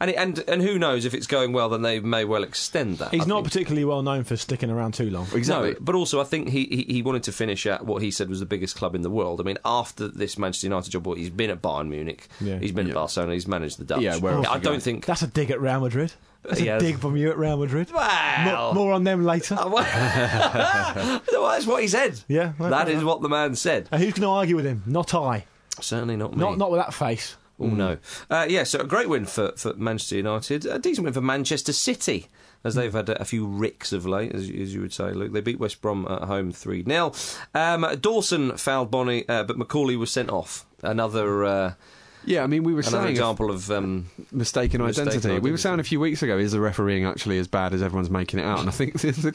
Speaker 1: And it, and and who knows if it's going well, then they may well extend that.
Speaker 3: He's
Speaker 1: I
Speaker 3: not
Speaker 1: think.
Speaker 3: particularly well known for sticking around too long.
Speaker 2: exactly.
Speaker 1: No, but also I think he, he he wanted to finish at what he said was the biggest club in the world. I mean, after this Manchester United job, well, he's been at Bayern Munich,
Speaker 3: Yeah.
Speaker 1: he's been at Barcelona, he's managed the Dutch.
Speaker 2: Yeah, where else
Speaker 1: I
Speaker 2: you going?
Speaker 1: don't think.
Speaker 3: That's a dig at Real Madrid. That's
Speaker 1: Yeah.
Speaker 3: a dig from you at Real Madrid.
Speaker 1: Well. [laughs]
Speaker 3: Mo- more on them later.
Speaker 2: Oh.
Speaker 1: Well, that's what he said.
Speaker 3: Yeah, well,
Speaker 1: that
Speaker 3: fair
Speaker 1: is
Speaker 3: enough.
Speaker 1: what the man said.
Speaker 3: And who's going to argue with him? Not I.
Speaker 1: Certainly not me.
Speaker 3: Not not with that face.
Speaker 1: Oh no! Uh, yeah, so a great win for, for Manchester United, a decent win for Manchester City. as they've had a a few ricks of late, as, as you would say. Luke, they beat West Brom at home 3 0. Um, Dawson fouled Bonnie, uh, but Macaulay was sent off. Another uh,
Speaker 2: Yeah, I mean, we were
Speaker 1: another
Speaker 2: saying
Speaker 1: example of. Um, Mistaken
Speaker 2: mistaken identity. We
Speaker 1: identity.
Speaker 2: were saying a few weeks ago, is the refereeing actually as bad as everyone's making it out? And I think [laughs] the, the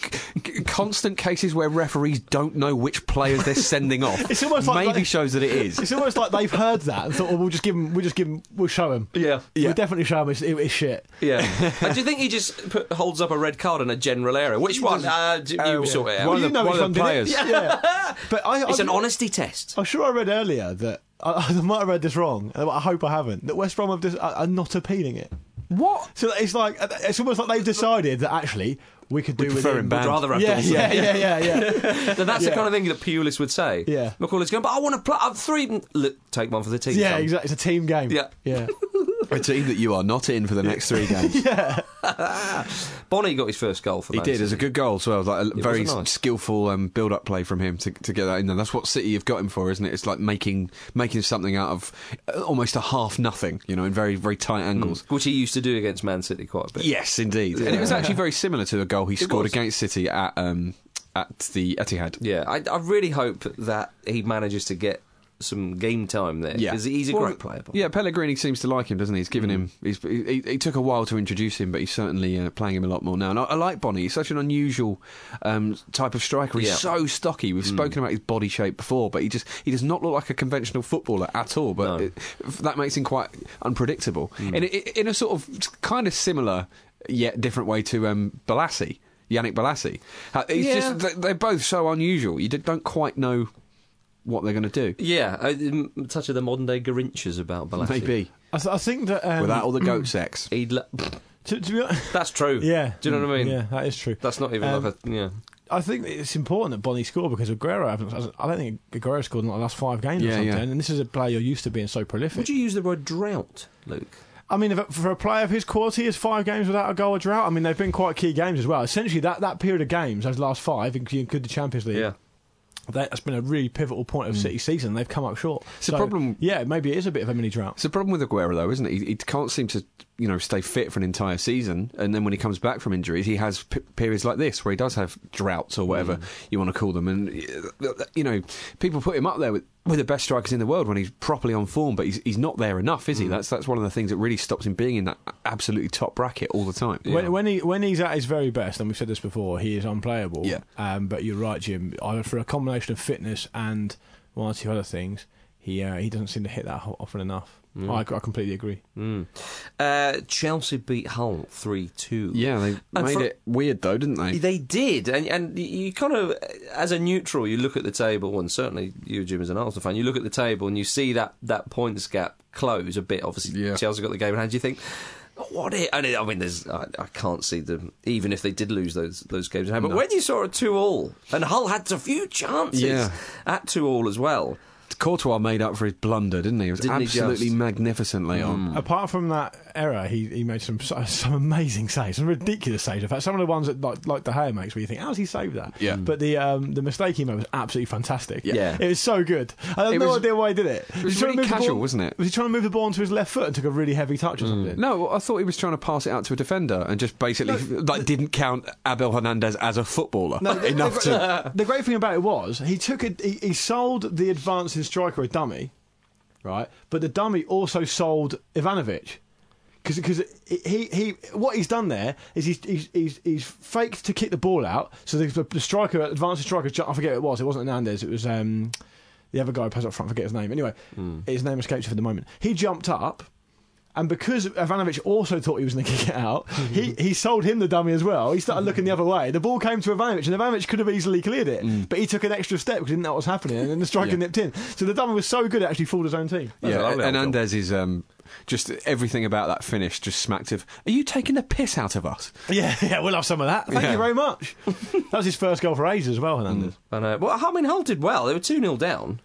Speaker 2: c- constant cases where referees don't know which players they're
Speaker 1: [laughs]
Speaker 2: sending off
Speaker 3: It's almost like-
Speaker 2: maybe shows that it is.
Speaker 3: It's almost like they've heard that and thought, well, we'll just give him, we'll just give him, we'll show him.
Speaker 1: yeah.
Speaker 3: We'll definitely show him it's, it- it's shit.
Speaker 1: Yeah. [laughs] and do you think he just put, holds up a red card in a general area? Which one? Uh, d- you sort it out.
Speaker 2: One
Speaker 3: Well,
Speaker 2: of
Speaker 3: you
Speaker 2: the-
Speaker 3: know
Speaker 2: one
Speaker 3: which
Speaker 2: of the
Speaker 3: one did
Speaker 2: players.
Speaker 3: it. Yeah. But I,
Speaker 1: It's
Speaker 3: I,
Speaker 1: an honesty test.
Speaker 3: I'm sure I read earlier that I, I might have read this wrong. and I hope I haven't. That West Brom have just, are, are not appealing it.
Speaker 2: What?
Speaker 3: So it's like it's almost like they've decided that actually we could do with
Speaker 2: prefer
Speaker 3: him.
Speaker 2: him back.
Speaker 1: I'd rather have
Speaker 3: Yeah,
Speaker 1: Dawson.
Speaker 3: yeah, yeah,
Speaker 1: [laughs]
Speaker 3: yeah, yeah.
Speaker 1: Now, that's the
Speaker 3: Yeah.
Speaker 1: kind of thing that Pulis would say.
Speaker 3: Yeah.
Speaker 1: Macaulay's going, but I want to play. I've three. Look, take one for the team.
Speaker 3: yeah,
Speaker 1: son.
Speaker 3: exactly. It's a team game.
Speaker 1: Yeah.
Speaker 3: yeah.
Speaker 2: A team that you are not in for the next three games.
Speaker 1: Bonnie got his first goal for
Speaker 2: He
Speaker 1: Man
Speaker 2: did. It was a
Speaker 1: City.
Speaker 2: good goal as well. Like a very
Speaker 1: was nice.
Speaker 2: skillful um, build-up play from him to, to get that in there. That's what City have got him for, isn't it? It's like making making something out of uh, almost a half nothing, you know, in very very tight angles.
Speaker 1: Which he used to do against Man City quite a bit.
Speaker 2: Yes, indeed. Hmm. And it was actually very similar to a goal he scored
Speaker 1: was.
Speaker 2: against City at um, at the Etihad.
Speaker 1: Yeah, I, I really hope that he manages to get some game time there.
Speaker 2: Yeah.
Speaker 1: Because he's a
Speaker 2: Well,
Speaker 1: great player. Hmm. Bonnie.
Speaker 2: Yeah, Pellegrini seems to like him, doesn't he? He's given him. He's, he, he took a while to introduce him, but he's certainly uh, playing him a lot more now. And I, I like Bonnie. He's such an unusual um, type of striker. He's
Speaker 1: Yeah. Hmm.
Speaker 2: so stocky. We've spoken about his body shape before, but he just he does not look like a conventional footballer at all. But
Speaker 1: No. Hmm.
Speaker 2: it, that makes him quite unpredictable. And i- i- in a sort of kind of similar yet different way to um, Balassi. Yannick Balassi. Uh, It's
Speaker 1: Yeah.
Speaker 2: just they- they're both so unusual. You d- don't quite know what they're going to do.
Speaker 1: Yeah, a a touch of the modern day Grinches about Balassi.
Speaker 2: Maybe
Speaker 3: I, th- I think that um,
Speaker 2: without all the goat sex.
Speaker 1: He'd lo- [laughs]
Speaker 3: to, to be honest,
Speaker 1: That's true.
Speaker 3: [laughs] yeah.
Speaker 1: Do you know what I mean?
Speaker 3: Yeah, that is true.
Speaker 1: That's not even
Speaker 3: Um,
Speaker 1: like a. Yeah.
Speaker 3: I think that it's important that Bonnie scored because Aguero hasn't. hasn't- I don't think Aguero scored in like the last five games or
Speaker 2: Yeah,
Speaker 3: something.
Speaker 2: yeah.
Speaker 3: And this is a player you're used to being so prolific.
Speaker 1: Would you use the word drought, Luke?
Speaker 3: I mean, if, for a player of his quality, is five games without a goal a drought? I mean, they've been quite key games as well. Essentially, that, that period of games, those last five, including include the Champions League,
Speaker 1: Yeah. Hmm.
Speaker 3: that, has been a really pivotal point of City's season. They've come up short.
Speaker 2: It's a problem-
Speaker 3: Yeah, maybe it is a bit of a mini drought.
Speaker 2: It's the problem with Aguero, though, isn't it? He, he can't seem to, you know, stay fit for an entire season, and then when he comes back from injuries, he has p- periods like this where he does have droughts or whatever you want to call them, and uh, you know, people put him up there with, with the best strikers in the world when he's properly on form, but he's, he's not there enough, is he? That's that's one of the things that really stops him being in that absolutely top bracket all the time.
Speaker 3: When, when he when he's at his very best, and we've said this before, he is unplayable.
Speaker 2: Yeah.
Speaker 3: Um, but you're right, Jim. Either for a combination of fitness and one or two other things, he uh, he doesn't seem to hit that ho- often enough. I, I completely agree.
Speaker 1: Mm. Uh, Chelsea beat Hull 3 2.
Speaker 2: Yeah, they
Speaker 1: And
Speaker 2: made
Speaker 1: for-
Speaker 2: it weird though, didn't they?
Speaker 1: They did, and and you kind of, as a neutral, you look at the table, and certainly you, Jim, as an Arsenal fan, you look at the table and you see that that points gap close a bit. Obviously,
Speaker 2: Yeah.
Speaker 1: Chelsea got the game, in hand. you think, "Oh, what? It? And it, I mean, there's, I, I can't see them, even if they did lose those those games. in hand. But when you saw a two all, and Hull had a few chances
Speaker 2: Yeah.
Speaker 1: at two all as well.
Speaker 2: Courtois made up for his blunder, didn't he? It was
Speaker 1: Didn't he
Speaker 2: absolutely
Speaker 1: just?
Speaker 2: magnificent later on.
Speaker 3: Apart from that error, he, he made some so- some amazing saves, some ridiculous saves. In fact, some of the ones that like like De Gea makes, where you think, how's he saved that?
Speaker 2: Yeah.
Speaker 3: But the um, the mistake he made was absolutely fantastic.
Speaker 1: Yeah. Yeah.
Speaker 3: It was so good. I have
Speaker 2: It
Speaker 3: no
Speaker 2: was-
Speaker 3: idea why he did it. It
Speaker 2: was really casual, wasn't it? Mm.
Speaker 3: Was he trying to move the ball onto his left foot and took a really heavy touch or something?
Speaker 2: No, I thought he was trying to pass it out to a defender and just basically like didn't count Abel Hernandez as a
Speaker 3: [laughs]
Speaker 2: footballer [laughs] enough to.
Speaker 3: the great thing about it was he took a he, he sold the advancing striker a dummy, right? But the dummy also sold Ivanovic. Because he, he what he's done there is he's, he's, he's, he's faked to kick the ball out. So the, the striker, advancing striker, ju- I forget who it was. It wasn't Hernandez. It was um, the other guy who plays up front. I forget his name. Anyway,
Speaker 2: Hmm.
Speaker 3: his name escapes me for the moment. He jumped up, and because Ivanovic also thought he was going to [laughs] kick it out, he, he sold him the dummy as well. He started looking the other way. The ball came to Ivanovic, and Ivanovic could have easily cleared it, but he took an extra step because he didn't know what was happening, and then the striker nipped in. So the dummy was so good it actually fooled his own team.
Speaker 1: That's a
Speaker 2: Yeah,
Speaker 1: lovely old
Speaker 2: Hernandez is um, just everything about that finish just smacked of. Are you taking the piss out of us?
Speaker 3: Yeah, [laughs] yeah, we'll have some of that. Thank
Speaker 2: Yeah.
Speaker 3: you very much. [laughs] Mm. that was his first goal for ages as well, Hernandez.
Speaker 1: And uh, well, I mean, Hull did well. They were two 0 down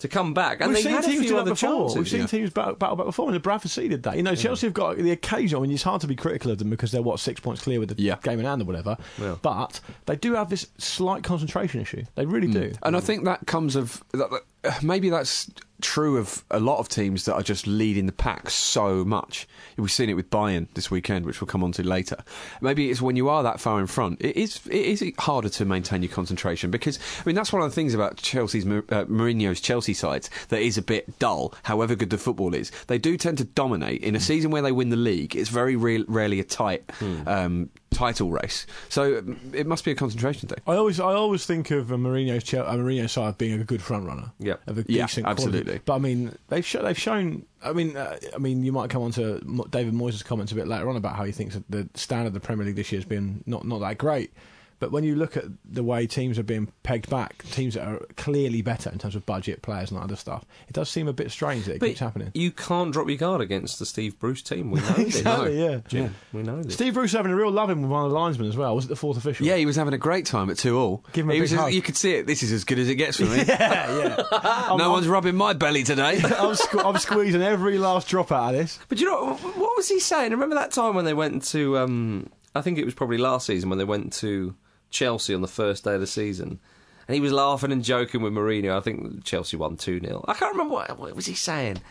Speaker 1: to come back, and
Speaker 3: We've
Speaker 1: they
Speaker 3: seen
Speaker 1: had a
Speaker 3: teams
Speaker 1: few
Speaker 3: do that
Speaker 1: other
Speaker 3: before.
Speaker 1: chances.
Speaker 3: We've seen
Speaker 1: yeah.
Speaker 3: teams battle, battle back before, and Bradford did that. You know, Chelsea have got the occasion. I mean, it's hard to be critical of them because they're what six points clear with the
Speaker 2: Yeah.
Speaker 3: game in hand or whatever.
Speaker 1: Yeah.
Speaker 3: But they do have Mm. this slight concentration issue. They really do.
Speaker 2: And I think that comes of that, that- maybe that's true of a lot of teams that are just leading the pack so much. We've seen it with Bayern this weekend, which we'll come on to later. Maybe it's when you are that far in front, it is it is harder to maintain your concentration because I mean that's one of the things about Chelsea's uh, Mourinho's Chelsea sides that is a bit dull. However good the football is, they do tend to dominate in a season where they win the league. It's very re- rarely a tight. Um, title race. So um, it must be a concentration thing.
Speaker 3: I always, I always think of a Mourinho's Chel- a Mourinho side being a good front runner.
Speaker 1: Yep.
Speaker 3: of a
Speaker 2: Yeah,
Speaker 3: decent
Speaker 2: absolutely.
Speaker 3: quality. But I mean, they've sho- they've shown. I mean, uh, I mean, you might come on to Mo- David Moyes' comments a bit later on about how he thinks that the standard of the Premier League this year has been not not that great. But when you look at the way teams are being pegged back, teams that are clearly better in terms of budget, players, and other stuff, it does seem a bit strange that it keeps happening.
Speaker 1: You can't drop your guard against the Steve Bruce team. [laughs] We know this.
Speaker 3: Exactly, yeah.
Speaker 1: Jim, we know this.
Speaker 3: Steve Bruce having a real loving with one of the linesmen as well. Was it the fourth official?
Speaker 2: Yeah, he was having a great time at two all.
Speaker 3: Give him a
Speaker 2: He
Speaker 3: big
Speaker 2: was
Speaker 3: hug.
Speaker 2: You could see it. This is as good as it gets for me.
Speaker 3: [laughs] [laughs] yeah.
Speaker 2: [laughs]
Speaker 3: yeah.
Speaker 2: no one's rubbing my belly
Speaker 3: [laughs]
Speaker 2: today.
Speaker 3: I'm, sque- I'm squeezing every last drop out of this.
Speaker 1: But you know wh- what was he saying? Remember that time when they went to? Um, I think it was probably last season when they went to Chelsea on the first day of the season, and he was laughing and joking with Mourinho. I think Chelsea won two 0 I can't remember what, what was he saying.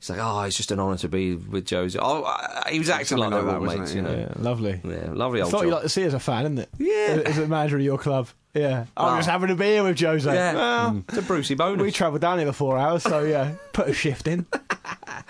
Speaker 1: He's like, oh, it's just an honour to be with Jose. Oh, I- he was acting
Speaker 2: Something
Speaker 1: like,
Speaker 2: like
Speaker 1: that,
Speaker 2: that,
Speaker 1: wasn't
Speaker 2: wasn't
Speaker 1: mates,
Speaker 2: it?
Speaker 1: you know.
Speaker 3: Yeah, lovely.
Speaker 1: Yeah, lovely
Speaker 3: I
Speaker 1: old.
Speaker 3: thought
Speaker 1: job.
Speaker 3: you like to see as a fan, isn't it?
Speaker 1: Yeah.
Speaker 3: As a manager of your club. Yeah. I'm
Speaker 1: Oh.
Speaker 3: just having a beer with Jose.
Speaker 1: yeah,
Speaker 3: Well,
Speaker 1: it's a Brucey bonus.
Speaker 3: we travelled down here for four hours, so yeah, put a shift in.
Speaker 1: um,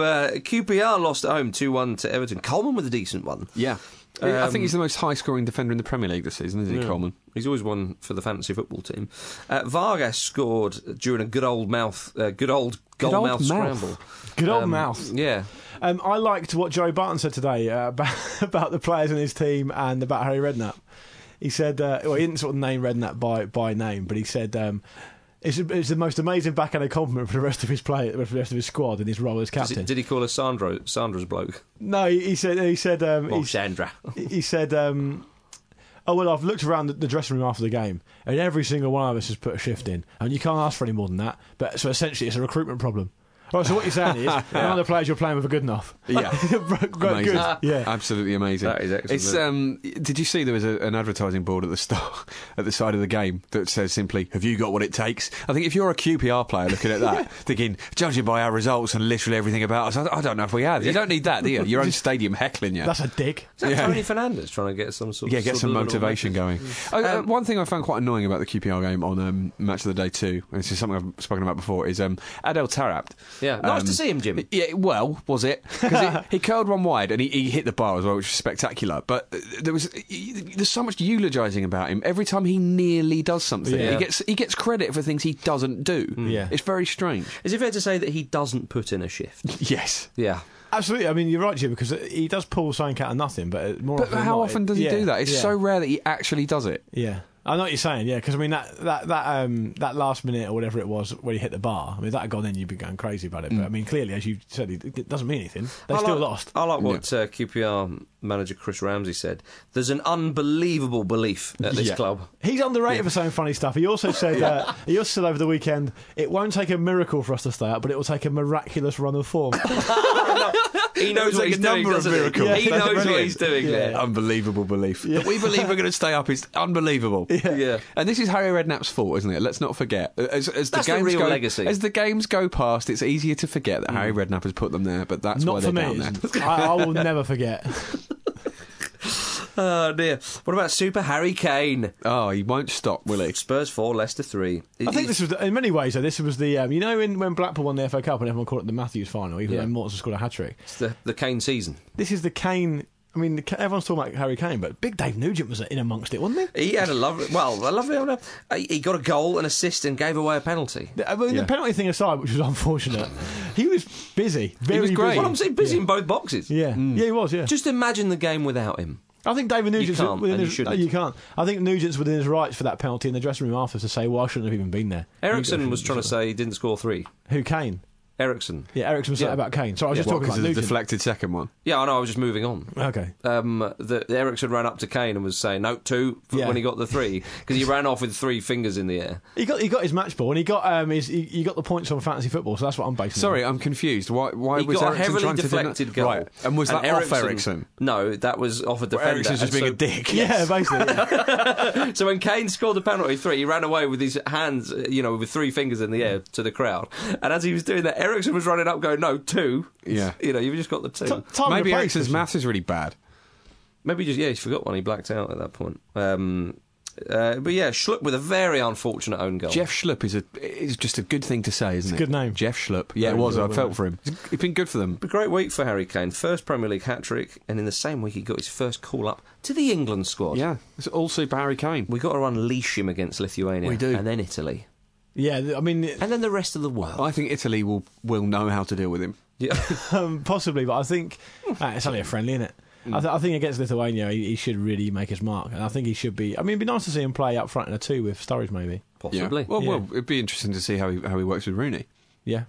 Speaker 1: uh, QPR lost at home two one to Everton. Coleman with a decent one.
Speaker 2: yeah. I
Speaker 3: Um,
Speaker 2: think he's the most high scoring defender in the Premier League this season, isn't he, Coleman?
Speaker 1: He's always one for the fantasy football team. Uh, Vargas scored during a good old mouth, uh, good old goal
Speaker 2: old
Speaker 1: mouth,
Speaker 2: mouth.
Speaker 1: scramble.
Speaker 3: Good old
Speaker 1: Um,
Speaker 3: mouth.
Speaker 1: Yeah,
Speaker 3: Um, I liked what Joe Barton said today uh, [laughs] about, about the players in his team and about Harry Redknapp. He said, uh, well, he didn't sort of name Redknapp by, by name, but he said um, it's, it's the most amazing backhanded compliment for the rest of his play, for the rest of his squad and his role
Speaker 1: Is
Speaker 3: as
Speaker 1: it-
Speaker 3: captain.
Speaker 1: did he call us Sandro, Sandra's bloke?
Speaker 3: no, he, he said he said um,
Speaker 1: Well,
Speaker 2: [laughs]
Speaker 3: he,
Speaker 1: Sandra.
Speaker 3: he said, um, "Oh well, I've looked around the, the dressing room after the game, and every single one of us has put a shift in, and you can't ask for any more than that. But so essentially, it's a recruitment problem." Right, so what you're saying is, none of the players you're playing with are good enough. [laughs]
Speaker 2: Yeah.
Speaker 3: Right, good.
Speaker 2: Amazing.
Speaker 3: Ah. Yeah.
Speaker 2: Absolutely amazing.
Speaker 1: That is excellent.
Speaker 2: It's, um, did you see there was a, an advertising board at the start, [laughs] at the side of the game that says simply, "Have you got what it takes?" I think if you're a QPR player looking at
Speaker 3: [laughs]
Speaker 2: that, thinking, judging by our results and literally everything about us, I, I don't know if we have. You don't need that, do you?
Speaker 3: [laughs]
Speaker 2: Your own stadium heckling you.
Speaker 3: That's a dig.
Speaker 1: Is that
Speaker 2: Yeah.
Speaker 1: Tony Fernandez trying to get some sort?
Speaker 2: Yeah,
Speaker 1: of Mm.
Speaker 2: get some
Speaker 1: subliminal
Speaker 2: motivation
Speaker 1: message?
Speaker 2: going. Oh,
Speaker 1: Um,
Speaker 2: uh, one thing I found quite annoying about the QPR game on um, Match of the Day too, and this is something I've spoken about before, is um, Adel Tarabt.
Speaker 1: Yeah, nice
Speaker 2: Um,
Speaker 1: to see him, Jim.
Speaker 2: Yeah, well, was it? Because
Speaker 1: [laughs]
Speaker 2: he, he curled one wide and he, he hit the bar as well, which was spectacular. But uh, there was y- y- there's so much eulogising about him every time he nearly does something.
Speaker 1: Yeah. Mm.
Speaker 2: He gets he gets credit for things he doesn't do.
Speaker 3: Yeah.
Speaker 2: it's very strange.
Speaker 1: Is it fair to say that he doesn't put in a
Speaker 2: [laughs]
Speaker 1: shift?
Speaker 2: Yes.
Speaker 1: Yeah,
Speaker 3: Absolutely. I mean, you're right, Jim, because he does pull something out of nothing, but uh, more
Speaker 2: But
Speaker 3: often than
Speaker 2: how
Speaker 3: not,
Speaker 2: often
Speaker 3: it-
Speaker 2: does he
Speaker 3: yeah,
Speaker 2: do that? It's
Speaker 3: yeah.
Speaker 2: so rare that he actually does it.
Speaker 3: Yeah. I know what you're saying, yeah, because I mean that that that um that last minute or whatever it was when he hit the bar. I mean, if that had gone in, you'd be going crazy about it. But I mean, clearly, as you said, it it doesn't mean anything. They
Speaker 1: I
Speaker 3: still
Speaker 1: like-
Speaker 3: lost.
Speaker 1: I like what uh, QPR manager Chris Ramsey said. There's an unbelievable belief at this
Speaker 2: Yeah.
Speaker 1: club.
Speaker 3: He's underrated for saying funny stuff. He also said uh, he also said over the weekend, it won't take a miracle for us to stay up, but it will take a miraculous run of form.
Speaker 1: He knows
Speaker 2: It's
Speaker 1: what
Speaker 2: like
Speaker 1: he's
Speaker 2: a
Speaker 1: doing.
Speaker 2: number of
Speaker 1: doesn't he?
Speaker 2: miracles.
Speaker 1: He
Speaker 3: Yeah,
Speaker 1: knows what
Speaker 3: brilliant.
Speaker 1: he's doing there.
Speaker 2: Unbelievable belief. That we believe we're going to stay up is unbelievable.
Speaker 1: Yeah.
Speaker 2: And this is Harry Redknapp's fault, isn't it? Let's not forget. As, as the
Speaker 1: That's the
Speaker 2: games
Speaker 1: real
Speaker 2: go,
Speaker 1: legacy.
Speaker 2: As the games go past, it's easier to forget that Harry Redknapp has put them there, but that's why
Speaker 3: Mm. Not
Speaker 2: they're
Speaker 3: for me.
Speaker 2: down there.
Speaker 3: it isn't. I, I will never forget.
Speaker 1: Oh dear. What about Super Harry Kane?
Speaker 2: Oh, he won't stop, will he?
Speaker 1: Spurs four, Leicester three.
Speaker 3: I think this was the, in many ways. Though, this was the um, you know in, when Blackpool won the FA Cup and everyone called it the Matthews final, even
Speaker 1: Yeah.
Speaker 3: though Morton scored a hat trick.
Speaker 1: It's the, the Kane season.
Speaker 3: This is the Kane. I mean, the, everyone's talking about Harry Kane, but Big Dave Nugent was in amongst it, wasn't he?
Speaker 1: He had a lovely, well, a lovely. uh, He got a goal, an assist, and gave away a penalty.
Speaker 3: The, I mean, the penalty thing aside, which was [laughs] unfortunate, he was busy. Very
Speaker 2: was great.
Speaker 3: busy.
Speaker 1: Well, I'm saying busy in both boxes.
Speaker 3: Yeah, yeah, he was. Yeah,
Speaker 1: Just imagine the game without him.
Speaker 3: I think David Nugent's
Speaker 1: can't,
Speaker 3: within
Speaker 1: and you
Speaker 3: his,
Speaker 1: shouldn't.
Speaker 3: no, you can't. I think Nugent's within his rights for that penalty in the dressing room after to say, "Well, I shouldn't have even been there."
Speaker 1: Ericsson
Speaker 3: Nugent
Speaker 1: was
Speaker 3: shouldn't
Speaker 1: trying to say he didn't score three.
Speaker 3: have- Who Kane?
Speaker 1: Ericsson.
Speaker 3: Yeah, Ericsson said
Speaker 1: Yeah.
Speaker 3: about Kane. So I was just
Speaker 2: What,
Speaker 3: talking
Speaker 2: 'cause
Speaker 3: about
Speaker 2: of the
Speaker 3: Luton.
Speaker 2: deflected second one.
Speaker 1: Yeah, I know. I was just moving on.
Speaker 3: okay.
Speaker 1: um, that Ericsson ran up to Kane and was saying note two for
Speaker 3: Yeah.
Speaker 1: when he got the three because he ran off with three fingers in the air.
Speaker 3: He got he got his match ball and he got um his he, he got the points on fantasy football. So that's what I'm basing. it on.
Speaker 2: Sorry, I'm confused. Why? Why
Speaker 1: He
Speaker 2: was
Speaker 1: got a
Speaker 2: Ericsson
Speaker 1: heavily
Speaker 2: trying to do that?
Speaker 1: deflected goal.
Speaker 2: Right, and was that off Ericsson?
Speaker 1: No, that was off a defender.
Speaker 2: Ericsson's just
Speaker 1: And
Speaker 2: being a
Speaker 1: so-
Speaker 2: dick.
Speaker 3: Yeah,
Speaker 1: [laughs]
Speaker 3: basically. yeah.
Speaker 1: So when Kane scored the penalty three, he ran away with his hands, uh, you know, with three fingers in the air to the crowd. And as he was doing that, Ericsson was running up, going, "No, two.
Speaker 2: Yeah.
Speaker 1: you know, you've just got the two.
Speaker 3: T- time
Speaker 2: Maybe
Speaker 3: replaced
Speaker 2: Ericsson's
Speaker 3: us.
Speaker 2: math is really bad.
Speaker 1: Maybe just yeah, he forgot one. He blacked out at that point. Um, uh, but yeah, Schlupp with a very unfortunate own goal.
Speaker 2: Jeff Schlupp is a is just a good thing to say, isn't
Speaker 3: a
Speaker 2: it?
Speaker 3: good name.
Speaker 2: Jeff Schlupp. Yeah, it
Speaker 3: Very
Speaker 2: was.
Speaker 3: good
Speaker 2: I
Speaker 3: name.
Speaker 2: felt for him. It's been good for them.
Speaker 1: A great week for Harry Kane. First Premier League hat trick, and in the same week he got his first call up to the England squad.
Speaker 2: Yeah, it's all super Harry Kane.
Speaker 1: we got to unleash him against Lithuania.
Speaker 2: We do.
Speaker 1: and then Italy,
Speaker 3: Yeah, th- I mean, [laughs] it-
Speaker 1: and then the rest of the world.
Speaker 2: I think Italy will will know how to deal with him.
Speaker 1: [laughs] Yeah.
Speaker 3: um, possibly, but I think uh, it's only a friendly, isn't it? I,
Speaker 1: Mm.
Speaker 3: th- I think against Lithuania, he, he should really make his mark, and I think he should be. I mean, it'd be nice to see him play up front in a two with Sturridge, maybe.
Speaker 1: Possibly.
Speaker 2: Yeah. Well,
Speaker 3: Yeah.
Speaker 2: well, it'd be interesting to see how he how he works with Rooney.
Speaker 3: Yeah,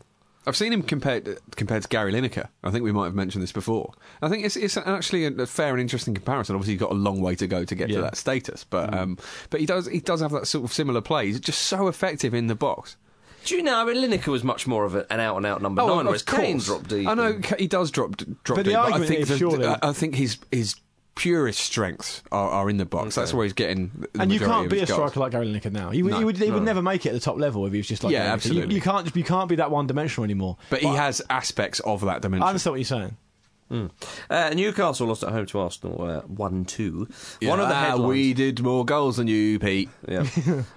Speaker 2: I've seen him compared compared to Gary Lineker. I think we might have mentioned this before. I think it's it's actually a, a fair and interesting comparison. Obviously, he's got a long way to go to get
Speaker 3: Yeah. Mm.
Speaker 2: to that status, but um, but he does he does have that sort of similar play. He's just so effective in the box.
Speaker 1: Do you know? I mean, Lineker was much more Oh, of a- an out and out number nine, whereas Kane dropped deep.
Speaker 2: Oh, I know Ka- he does drop d- drop
Speaker 3: But the
Speaker 2: deep. I
Speaker 3: argument
Speaker 2: think
Speaker 3: is surely-
Speaker 2: I- I think his his purest strengths are, are in the box. That's where he's getting. The
Speaker 3: and
Speaker 2: majority
Speaker 3: you can't
Speaker 2: of
Speaker 3: be a
Speaker 2: his goals.
Speaker 3: striker like Gary Lineker now. He, would
Speaker 2: No,
Speaker 3: he would, he would never make it at the top level if he was just like
Speaker 2: Yeah,
Speaker 3: Gary Lineker. You-
Speaker 2: absolutely.
Speaker 3: You, can't you can't be that one dimensional anymore.
Speaker 2: But he has aspects of that dimension.
Speaker 3: I understand what you're saying.
Speaker 1: Uh, Newcastle lost at home to Arsenal uh, one two. One of the
Speaker 2: Yeah, ah,
Speaker 1: headlines.
Speaker 2: we did more goals than you, Pete.
Speaker 1: Yeah.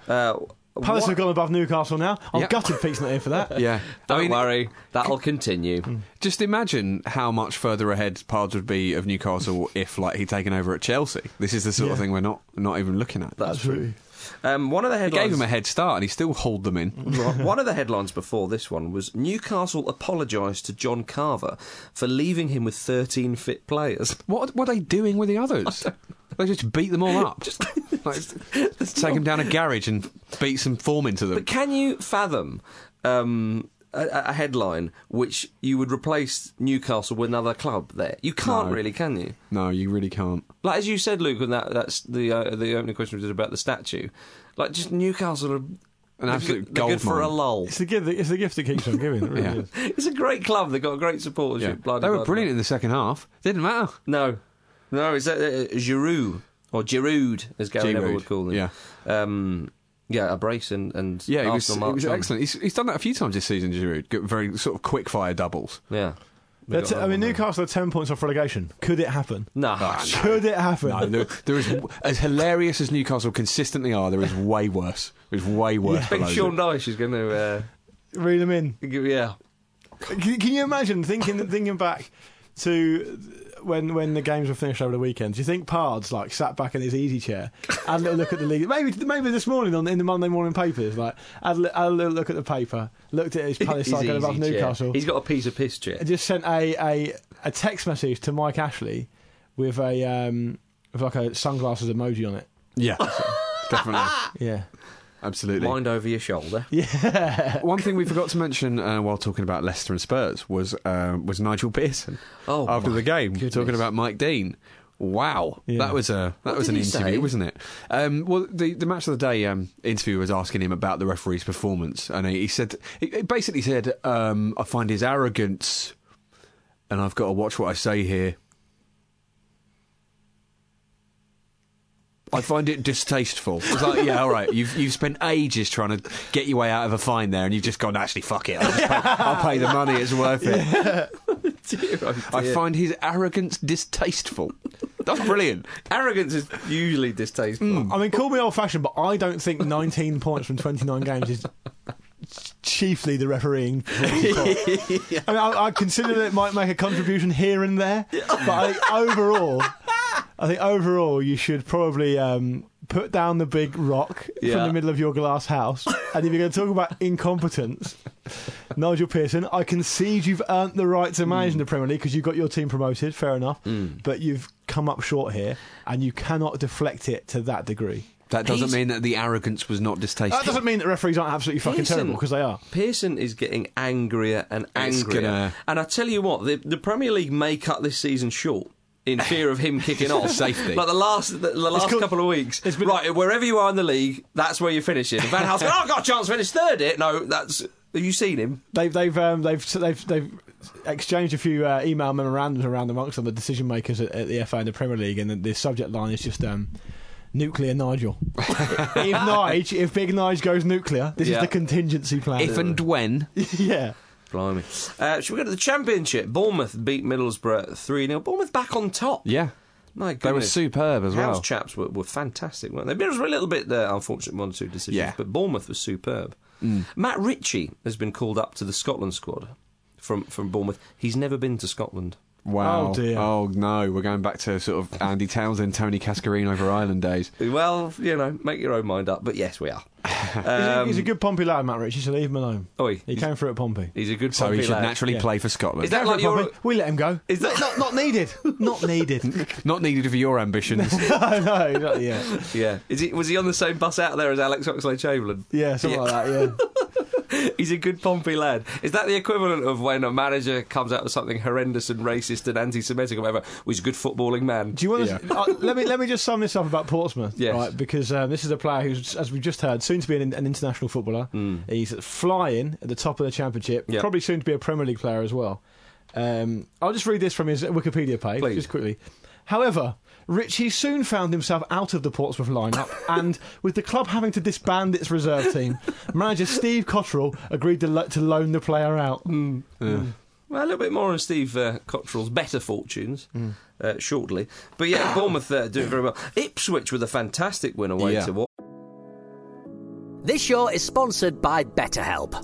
Speaker 1: uh,
Speaker 3: Palace
Speaker 1: what-
Speaker 3: have gone above Newcastle now. I'm
Speaker 2: Yeah.
Speaker 3: gutted Pete's not here for
Speaker 2: [laughs] [laughs]
Speaker 3: that.
Speaker 2: Yeah,
Speaker 1: Don't
Speaker 2: I mean, Mm,
Speaker 1: worry, that'll continue.
Speaker 2: Just imagine how much further ahead Pards would be of Newcastle if, like, he'd taken over at Chelsea. This is the sort of
Speaker 3: Yeah.
Speaker 2: thing we're not not even looking at.
Speaker 1: That's
Speaker 3: Absolutely.
Speaker 1: Um, one of the
Speaker 2: He
Speaker 1: headlines
Speaker 2: gave him a head start, and he still hauled them in.
Speaker 1: Right, [laughs] one of
Speaker 2: [laughs]
Speaker 1: the headlines before this one was Newcastle apologised to John Carver for leaving him with 13 fit players.
Speaker 2: What what are they doing with the others? They just beat them all
Speaker 1: [laughs]
Speaker 2: up. [laughs] like, take them down a garage and beat some form into them.
Speaker 1: But can you fathom um, a, a headline which you would replace Newcastle with another club there? You can't
Speaker 2: No.
Speaker 1: really, can you?
Speaker 2: no, you really can't.
Speaker 1: Like as you said, Luke, and that, that's the uh, the opening question we did about the statue. Like just Newcastle are they're
Speaker 2: absolute
Speaker 1: good, they're good for a
Speaker 2: goldmine.
Speaker 1: lull.
Speaker 3: It's the gift. It's the gift that keeps on giving. It really
Speaker 2: Yeah.
Speaker 3: is.
Speaker 1: [laughs] It's a great club. They've got a great supportership.
Speaker 2: Yeah.
Speaker 1: blah,
Speaker 2: They
Speaker 1: blah,
Speaker 2: were
Speaker 1: blah.
Speaker 2: brilliant in the second half. Didn't matter.
Speaker 1: No, no, is that uh, Giroud or Giroud, as Gary Neville
Speaker 2: Giroud,
Speaker 1: would call him?
Speaker 2: yeah.
Speaker 1: um, yeah, a brace and and
Speaker 2: Yeah, he was, he
Speaker 1: Arsenal march
Speaker 2: was
Speaker 1: on.
Speaker 2: excellent. He's, he's done that a few times this season, Giroud. Got Very sort of quick fire doubles.
Speaker 1: Yeah,
Speaker 3: They're t- I mean, Newcastle are ten points off relegation. Could it happen?
Speaker 1: no,
Speaker 2: Ah,
Speaker 3: Could it happen?
Speaker 1: [laughs]
Speaker 2: No, there, there is as hilarious as Newcastle consistently are. There is way worse. There's way worse.
Speaker 1: I think
Speaker 2: below
Speaker 1: Sean
Speaker 2: them.
Speaker 1: Dyche is going to. Uh,
Speaker 3: Reel them in.
Speaker 1: give- yeah,
Speaker 3: Can, can you imagine thinking thinking back to when when the games were finished over the weekend? Do you think Pards like sat back in his easy chair, had a little look at the league? Maybe maybe this morning on in the Monday morning papers, like had a, li- had a little look at the paper, looked at his Palace
Speaker 1: His
Speaker 3: side going above
Speaker 1: [laughs] easy chair.
Speaker 3: Newcastle,
Speaker 1: He's got a piece of piss chair.
Speaker 3: and just sent a, a a text message to Mike Ashley with a um with like a sunglasses emoji on it.
Speaker 2: Yeah,
Speaker 1: [laughs]
Speaker 2: definitely,
Speaker 3: Yeah,
Speaker 2: absolutely.
Speaker 1: Mind over your shoulder.
Speaker 3: [laughs]
Speaker 2: [laughs]
Speaker 3: yeah.
Speaker 2: One thing we forgot to mention uh, while talking about Leicester and Spurs was uh, was Nigel Pearson
Speaker 1: Oh,
Speaker 2: after
Speaker 1: my
Speaker 2: the game
Speaker 1: goodness.
Speaker 2: talking about Mike Dean. Wow,
Speaker 3: Yeah.
Speaker 2: that was a that was
Speaker 1: did
Speaker 2: an
Speaker 1: he
Speaker 2: interview,
Speaker 1: say?
Speaker 2: wasn't it? Um, well, the the match of the day um, interviewer was asking him about the referee's performance, and he, he said he he basically said, um, "I find his arrogance, and I've got to watch what I say here." I find it distasteful. It's like, yeah, all right. You've you've spent ages trying to get your way out of a fine there, and you've just gone. Actually, fuck it. I'll, just pay, I'll pay the money. It's worth it.
Speaker 1: Dear, oh
Speaker 2: I
Speaker 1: dear.
Speaker 2: find his arrogance distasteful. That's brilliant.
Speaker 1: arrogance is usually distasteful.
Speaker 3: I mean, call me old fashioned, but I don't think 19 points from 29 games is chiefly the refereeing. I mean, I, I consider that it might make a contribution here and there, but I think overall, I think overall you should probably um, put down the big rock
Speaker 1: Yeah.
Speaker 3: from the middle of your glass house, and if you're going to talk about incompetence, Nigel Pearson, I concede you've earned the right to manage
Speaker 1: Mm.
Speaker 3: in the Premier League because you got your team promoted, fair enough, but you've come up short here, and you cannot deflect it to that degree.
Speaker 2: That doesn't
Speaker 1: He's-
Speaker 2: mean that the arrogance was not distasteful.
Speaker 3: That doesn't mean that referees aren't absolutely fucking
Speaker 1: Pearson-
Speaker 3: terrible because they are.
Speaker 1: Pearson is getting angrier and
Speaker 2: It's
Speaker 1: angrier.
Speaker 2: gonna-
Speaker 1: And I tell you what, the, the Premier League may cut this season short.
Speaker 3: [laughs]
Speaker 1: In fear of him kicking off,
Speaker 2: Safety.
Speaker 1: Like the last, the, the last
Speaker 3: called-
Speaker 1: couple of weeks,
Speaker 3: it's been-
Speaker 1: right? Wherever you are in the league, that's where you're finishing. Van Hal's going, "Oh, I've got a chance to finish third. It no, that's have you seen him?
Speaker 3: They've they've um, they've they've they've exchanged a few uh, email memorandums around amongst them, the decision makers at, at the FA and the Premier League, and the, the subject line is just um,
Speaker 1: [laughs]
Speaker 3: nuclear Nigel. if Nige, if Big Nige goes nuclear, this
Speaker 1: Yeah.
Speaker 3: is the contingency plan.
Speaker 2: If and when.
Speaker 3: [laughs] yeah,
Speaker 1: Blimey. Uh, should we go to the championship? Bournemouth beat Middlesbrough 3 0. Bournemouth back on top.
Speaker 2: Yeah.
Speaker 1: My goodness.
Speaker 2: They were superb as
Speaker 1: Howe's
Speaker 2: well.
Speaker 1: chaps were, were fantastic, weren't they? Middlesbrough were a little bit uh, unfortunate one or two decisions,
Speaker 2: Yeah. Mm.
Speaker 1: but Bournemouth was superb. Matt Ritchie has been called up to the Scotland squad from, from Bournemouth. He's never been to Scotland.
Speaker 2: Wow.
Speaker 3: Oh, dear.
Speaker 2: Oh, no. We're going back to sort of Andy Townsend, Tony Cascarino over Ireland days.
Speaker 1: Well, you know, make your own mind up, but yes, we are.
Speaker 3: he's, a,
Speaker 1: Um,
Speaker 3: he's a good Pompey lad, Matt Rich. You should leave him alone.
Speaker 1: Oi,
Speaker 3: he
Speaker 1: he's-
Speaker 3: came through at Pompey.
Speaker 1: He's a good
Speaker 2: So he
Speaker 1: Pompey
Speaker 2: should
Speaker 1: lad.
Speaker 2: naturally
Speaker 3: Yeah.
Speaker 2: play for Scotland.
Speaker 1: Is that
Speaker 3: Came
Speaker 1: like
Speaker 3: through at
Speaker 1: your.
Speaker 3: Pompey. We let him go.
Speaker 1: Is that
Speaker 3: [laughs] not not needed?
Speaker 1: [laughs]
Speaker 3: not needed.
Speaker 2: Not needed for your ambitions.
Speaker 3: no, no, not yet.
Speaker 1: Yeah. Is he, was he on the same bus out there as Alex Oxley Chamberlain?
Speaker 3: Yeah, something like that. Yeah.
Speaker 1: He's a good Pompey lad. Is that the equivalent of when a manager comes out with something horrendous and racist and anti-Semitic or whatever? Well, he's a good footballing man.
Speaker 3: Do you want to uh, let me let me just sum this up about Portsmouth,
Speaker 1: Yes.
Speaker 3: right? Because um, this is a player who's, as we've just heard, soon to be an, an international footballer.
Speaker 1: Mm.
Speaker 3: He's flying at the top of the championship.
Speaker 1: Yep.
Speaker 3: Probably soon to be a Premier League player as well. Um, I'll just read this from his Wikipedia page,
Speaker 1: Please.
Speaker 3: just quickly. However, Richie soon found himself out of the
Speaker 1: [laughs]
Speaker 3: Portsmouth lineup, and with the club having to disband its reserve team, manager Steve Cotterill agreed to, lo- to loan the player out.
Speaker 1: Mm.
Speaker 2: uh,
Speaker 1: Well, a little bit more on Steve uh, Cottrell's better fortunes
Speaker 2: Hmm.
Speaker 1: uh, shortly. But yeah, Bournemouth uh, doing very well. Ipswich with a fantastic win away
Speaker 2: Yeah.
Speaker 1: to what?
Speaker 4: This show is sponsored by BetterHelp.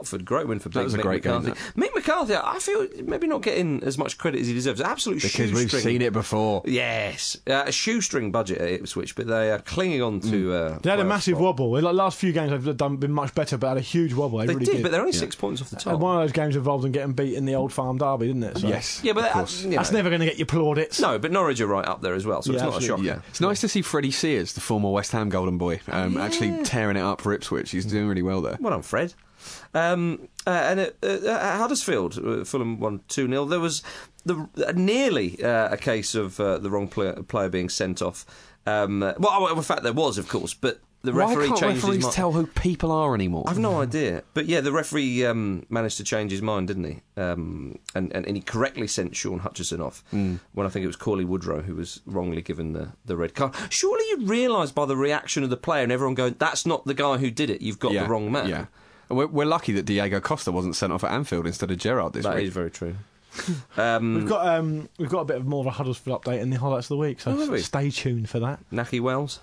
Speaker 1: Watford. Great win for
Speaker 2: That
Speaker 1: Big
Speaker 2: was a
Speaker 1: Mick
Speaker 2: great game,
Speaker 1: McCarthy. Mick McCarthy, I feel maybe not getting as much credit as he deserves. Absolute
Speaker 2: Because we've
Speaker 1: shoestring-
Speaker 2: seen it before.
Speaker 1: Yes, uh, a shoestring budget at Ipswich, but they are clinging on
Speaker 2: Hmm.
Speaker 1: to. Uh,
Speaker 3: They had a
Speaker 1: playoff
Speaker 3: massive
Speaker 1: spot.
Speaker 3: wobble. Like last few games, they've done been much better, but had a huge wobble. They,
Speaker 1: They
Speaker 3: really
Speaker 1: did, but they're only six points off the top.
Speaker 3: And one of those games involved in getting beat in the old farm derby, didn't it? So
Speaker 2: Yes.
Speaker 1: yeah, but
Speaker 2: of
Speaker 1: that-
Speaker 2: course.
Speaker 1: you
Speaker 3: That's
Speaker 1: know.
Speaker 3: never going to get you plaudits.
Speaker 1: No, but Norwich are right up there as well, so
Speaker 3: Yeah,
Speaker 1: it's not
Speaker 3: absolutely.
Speaker 1: a
Speaker 2: Yeah,
Speaker 1: shock.
Speaker 2: it's nice to see Freddie Sears, the former West Ham golden boy, um, actually tearing it up for Ipswich. He's doing really well there.
Speaker 1: Well done, Fred. Um, uh, and uh, uh, Huddersfield, uh, Fulham won 2 0. There was the, uh, nearly uh, a case of uh, the wrong player, player being sent off. Um, uh, well, well, in fact, there was, of course, but the
Speaker 2: Why
Speaker 1: referee
Speaker 2: can't
Speaker 1: changed
Speaker 2: referees
Speaker 1: his mind.
Speaker 2: tell who people are anymore?
Speaker 1: I've no idea. But yeah, the referee um, managed to change his mind, didn't he? Um, and, and, and he correctly sent Sean Hutchison off when I think it was Corley Woodrow who was wrongly given the, the red card. Surely you realise by the reaction of the player and everyone going, that's not the guy who did it, you've got
Speaker 2: yeah.
Speaker 1: the wrong man.
Speaker 2: Yeah, And we're, we're lucky that Diego Costa wasn't sent off at Anfield instead of Gerrard this
Speaker 1: That
Speaker 2: week.
Speaker 1: is very true.
Speaker 3: We've got um, we've got a bit of more of a Huddersfield update in the highlights of the week, so
Speaker 1: Oh, have we?
Speaker 3: stay tuned for that.
Speaker 1: Naki Wells?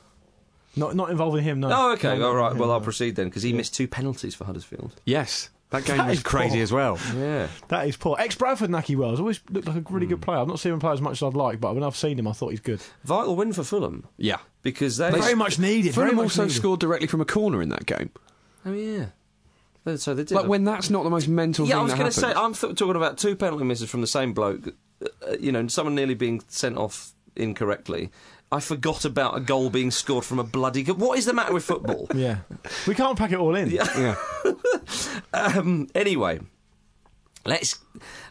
Speaker 3: Not not involving him, no. Um,
Speaker 1: Oh, okay.
Speaker 3: No,
Speaker 1: All right.
Speaker 3: no,
Speaker 1: Well,
Speaker 3: no.
Speaker 1: I'll proceed then because he missed two penalties for Huddersfield.
Speaker 2: Yes,
Speaker 1: [laughs]
Speaker 2: that game
Speaker 3: That
Speaker 2: was
Speaker 3: is
Speaker 2: crazy
Speaker 3: poor.
Speaker 2: as well.
Speaker 1: Yeah.
Speaker 3: That is poor. Ex Bradford Naki Wells always looked like a really
Speaker 1: Hmm.
Speaker 3: good player. I've not seen him play as much as I'd like, but when I've seen him, I thought he's good.
Speaker 1: Vital win for Fulham
Speaker 2: Yeah,
Speaker 1: because they.
Speaker 3: Very much needed. very
Speaker 2: Fulham
Speaker 3: much
Speaker 2: also
Speaker 3: needed.
Speaker 2: scored directly from a corner in that game.
Speaker 1: Oh yeah. They- So they did.
Speaker 2: Like when that's not the most mental
Speaker 1: yeah,
Speaker 2: thing
Speaker 1: I was
Speaker 2: that
Speaker 1: going to say
Speaker 2: happens.
Speaker 1: I'm th- talking about two penalty misses from the same bloke. uh, uh, You know, someone nearly being sent off incorrectly. I forgot about a goal being scored from a bloody. Go- what is the matter with
Speaker 2: [laughs]
Speaker 1: football?
Speaker 3: Yeah, we can't pack it all
Speaker 1: [laughs]
Speaker 3: in.
Speaker 2: Yeah.
Speaker 1: um, anyway, let's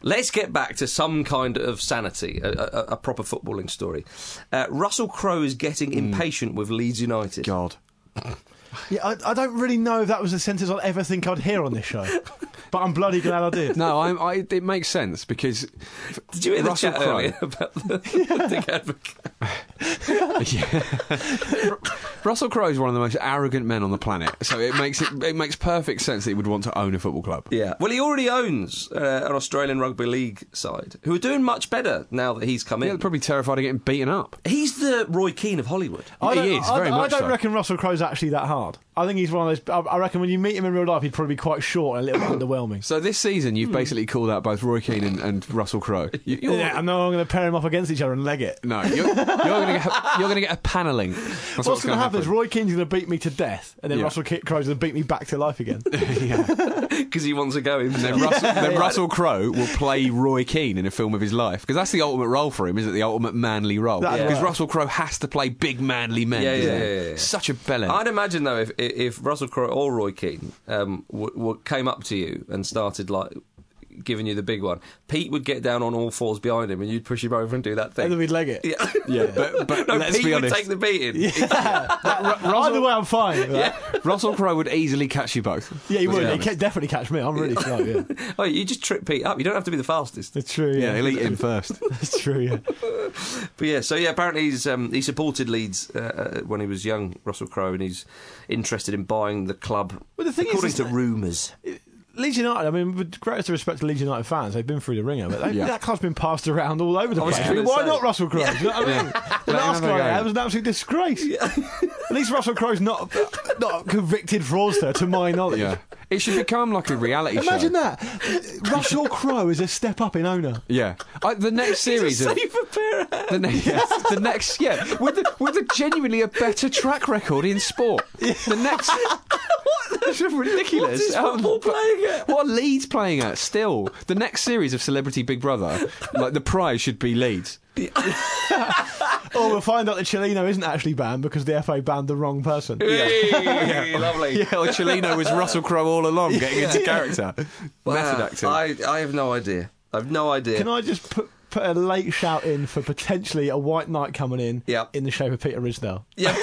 Speaker 1: let's get back to some kind of sanity, a, a, a proper
Speaker 2: Hmm.
Speaker 1: footballing story. Uh, Russell Crowe is getting impatient with Leeds United.
Speaker 2: God.
Speaker 3: Yeah, I, I don't really know if that was a sentence I'd ever think I'd hear on this show, but I'm bloody glad I did.
Speaker 2: No, I'm, I, it makes sense because
Speaker 1: Did you hear the
Speaker 2: Russell
Speaker 1: chat
Speaker 2: Crowe.
Speaker 1: earlier [laughs] about the, the dick advocate?
Speaker 2: [laughs] Russell Crowe is one of the most arrogant men on the planet. So it makes it, it makes perfect sense that he would want to own a football club.
Speaker 1: Yeah. Well, he already owns uh, an Australian rugby league side who are doing much better now that he's come
Speaker 2: Yeah,
Speaker 1: in.
Speaker 2: they're probably terrified of getting beaten up.
Speaker 1: he's the Roy Keane of [laughs] Hollywood.
Speaker 3: I
Speaker 2: He
Speaker 3: don't,
Speaker 2: is,
Speaker 3: I,
Speaker 2: very
Speaker 3: I
Speaker 2: much
Speaker 3: don't
Speaker 2: so.
Speaker 3: reckon Russell Crowe's actually that hard. I think he's one of those. I, I reckon when you meet him in real life, he'd probably be quite short and a little bit [coughs] underwhelming.
Speaker 2: So this season,
Speaker 1: Hmm.
Speaker 2: you've basically called out both Roy Keane and, and
Speaker 1: [laughs]
Speaker 2: Russell Crowe. You, you're,
Speaker 3: Yeah, and now I'm going to pair him up against each other and leg it.
Speaker 2: No, you're, you're going to get a panelling.
Speaker 3: What's, going to happen is Roy Keane's going to beat me to death, and then
Speaker 2: Yeah.
Speaker 3: Russell Ki- Crowe's going to beat me back to life [laughs] again.
Speaker 1: because he wants to go
Speaker 2: Then, [laughs]
Speaker 1: himself.
Speaker 2: Russell,
Speaker 3: [laughs]
Speaker 2: then Russell Crowe will play Roy Keane in a film of his life because that's the ultimate role for him, isn't it? The ultimate manly role.
Speaker 3: That's
Speaker 2: Because
Speaker 3: right.
Speaker 2: Russell Crowe has to play big manly men.
Speaker 1: Yeah,
Speaker 2: doesn't
Speaker 1: yeah,
Speaker 2: he?
Speaker 1: yeah, yeah.
Speaker 2: Such a bellend.
Speaker 1: I'd imagine though, if if Russell Crowe or Roy Keane um, w- w- came up to you and started like giving you the big one, Pete would get down on all fours behind him and you'd push him over and do that thing.
Speaker 3: and then we'd leg it.
Speaker 1: [laughs] yeah.
Speaker 2: Yeah, but, but
Speaker 1: no,
Speaker 2: let's
Speaker 1: Pete
Speaker 2: be
Speaker 1: would
Speaker 2: honest.
Speaker 1: take the beating.
Speaker 3: [laughs] Either way, I'm fine. with that.
Speaker 2: Russell Crowe would easily catch you both.
Speaker 3: Yeah, he
Speaker 2: Let's
Speaker 3: would.
Speaker 2: be
Speaker 3: He
Speaker 2: honest.
Speaker 3: ca- definitely catch me. I'm really slow. [laughs] Yeah,
Speaker 1: Oh, you just trip Pete up. You don't have to be the
Speaker 3: [laughs]
Speaker 1: fastest.
Speaker 3: it's true.
Speaker 2: Yeah,
Speaker 3: Yeah,
Speaker 2: he'll eat him first.
Speaker 3: [laughs] it's true. Yeah,
Speaker 1: But yeah, so yeah, apparently he's um, he supported Leeds uh, uh, when he was young, Russell Crowe, and he's interested in buying the club.
Speaker 3: Well, the thing is,
Speaker 1: according
Speaker 3: is
Speaker 1: to
Speaker 3: that-
Speaker 1: rumours,
Speaker 3: Leeds United. I mean, with greatest respect to Leeds United fans, they've been through the ringer, but they,
Speaker 2: Yeah.
Speaker 3: that club's been passed around all over the
Speaker 1: I was
Speaker 3: place. I mean,
Speaker 1: gonna
Speaker 3: why
Speaker 1: say.
Speaker 3: not Russell Crowe? Do you know what I mean? The
Speaker 2: Let him
Speaker 3: last
Speaker 2: have a
Speaker 3: guy
Speaker 2: go.
Speaker 3: there was an absolute disgrace. [laughs] At least Russell Crowe's not not a convicted fraudster, to my knowledge.
Speaker 2: Yeah, it should become like a reality show.
Speaker 3: Imagine that. Russell Crowe is a step up in owner.
Speaker 2: Yeah,
Speaker 1: [laughs]
Speaker 2: I, the next series of
Speaker 1: safer pair of hands.
Speaker 2: the, ne- the next yeah with the, with a genuinely a better track record in sport. The
Speaker 1: [laughs]
Speaker 2: next. That's ridiculous.
Speaker 1: What is
Speaker 2: How-
Speaker 1: football playing at?
Speaker 2: What are Leeds playing at still? The next series of Celebrity Big Brother, like the prize should be Leeds.
Speaker 3: Or we'll find out that Chilino isn't actually banned because the FA banned the wrong person.
Speaker 1: Hey, lovely.
Speaker 2: [laughs] Yeah, or Chelino was Russell Crowe all along, getting into character, method
Speaker 1: Wow.
Speaker 2: acting.
Speaker 1: I, I have no idea. I've no idea.
Speaker 3: Can I just put, put a late shout in for potentially a white knight coming in
Speaker 1: Yeah.
Speaker 3: in the shape of Peter Risdale?
Speaker 1: Yeah.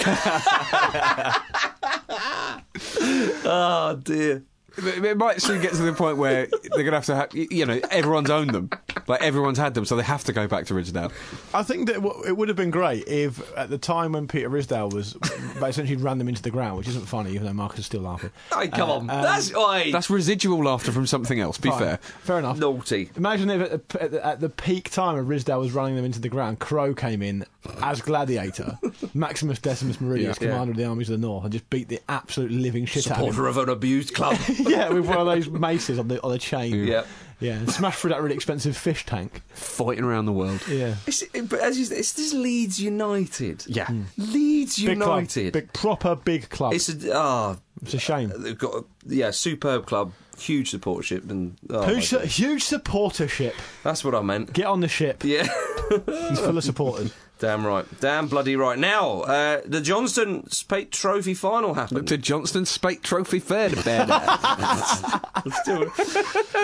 Speaker 1: oh dear.
Speaker 2: It it might soon get to the point where they're going to have to, ha- y- you know, everyone's owned them. Like, everyone's had them, so they have to go back to Ridgedale.
Speaker 3: I think that w- it would have been great if, at the time when Peter Risdale was [laughs] they essentially ran them into the ground, which isn't funny, even though Marcus is still laughing.
Speaker 1: Hey, come
Speaker 3: Uh,
Speaker 1: on.
Speaker 3: um,
Speaker 1: that's oi,
Speaker 2: That's residual laughter from something else, be
Speaker 3: Fine.
Speaker 2: fair.
Speaker 3: fair enough.
Speaker 1: naughty.
Speaker 3: Imagine if at the, at, the, at the peak time when Risdale was running them into the ground, Crow came in as gladiator, [laughs] Maximus Decimus Meridius,
Speaker 1: Yeah.
Speaker 3: commander of the armies of the North, and just beat the absolute living shit out of him.
Speaker 1: Supporter of an abused
Speaker 3: [laughs]
Speaker 1: club.
Speaker 3: yeah, with one of those maces on the on the chain.
Speaker 1: Yeah.
Speaker 3: yeah, and smashed through that really expensive fish tank.
Speaker 2: Fighting around the world.
Speaker 3: Yeah,
Speaker 1: It's, but as you say, it's this Leeds United.
Speaker 2: Yeah.
Speaker 1: Leeds
Speaker 3: Hmm. big club,
Speaker 1: United.
Speaker 3: big proper big club.
Speaker 1: It's
Speaker 3: It's,
Speaker 1: a ah,
Speaker 3: a shame.
Speaker 1: they've got a, yeah, superb club, huge supportership, and oh, my
Speaker 3: Huge, su-
Speaker 1: God.
Speaker 3: huge supportership.
Speaker 1: that's what I meant.
Speaker 3: Get on the ship.
Speaker 1: Yeah, [laughs]
Speaker 3: It's full of [laughs] supporters.
Speaker 1: damn right, damn bloody right. Now uh, the Johnston Spate Trophy final happened.
Speaker 2: To Johnston Spate Trophy Fair to bear
Speaker 3: [laughs]
Speaker 2: that.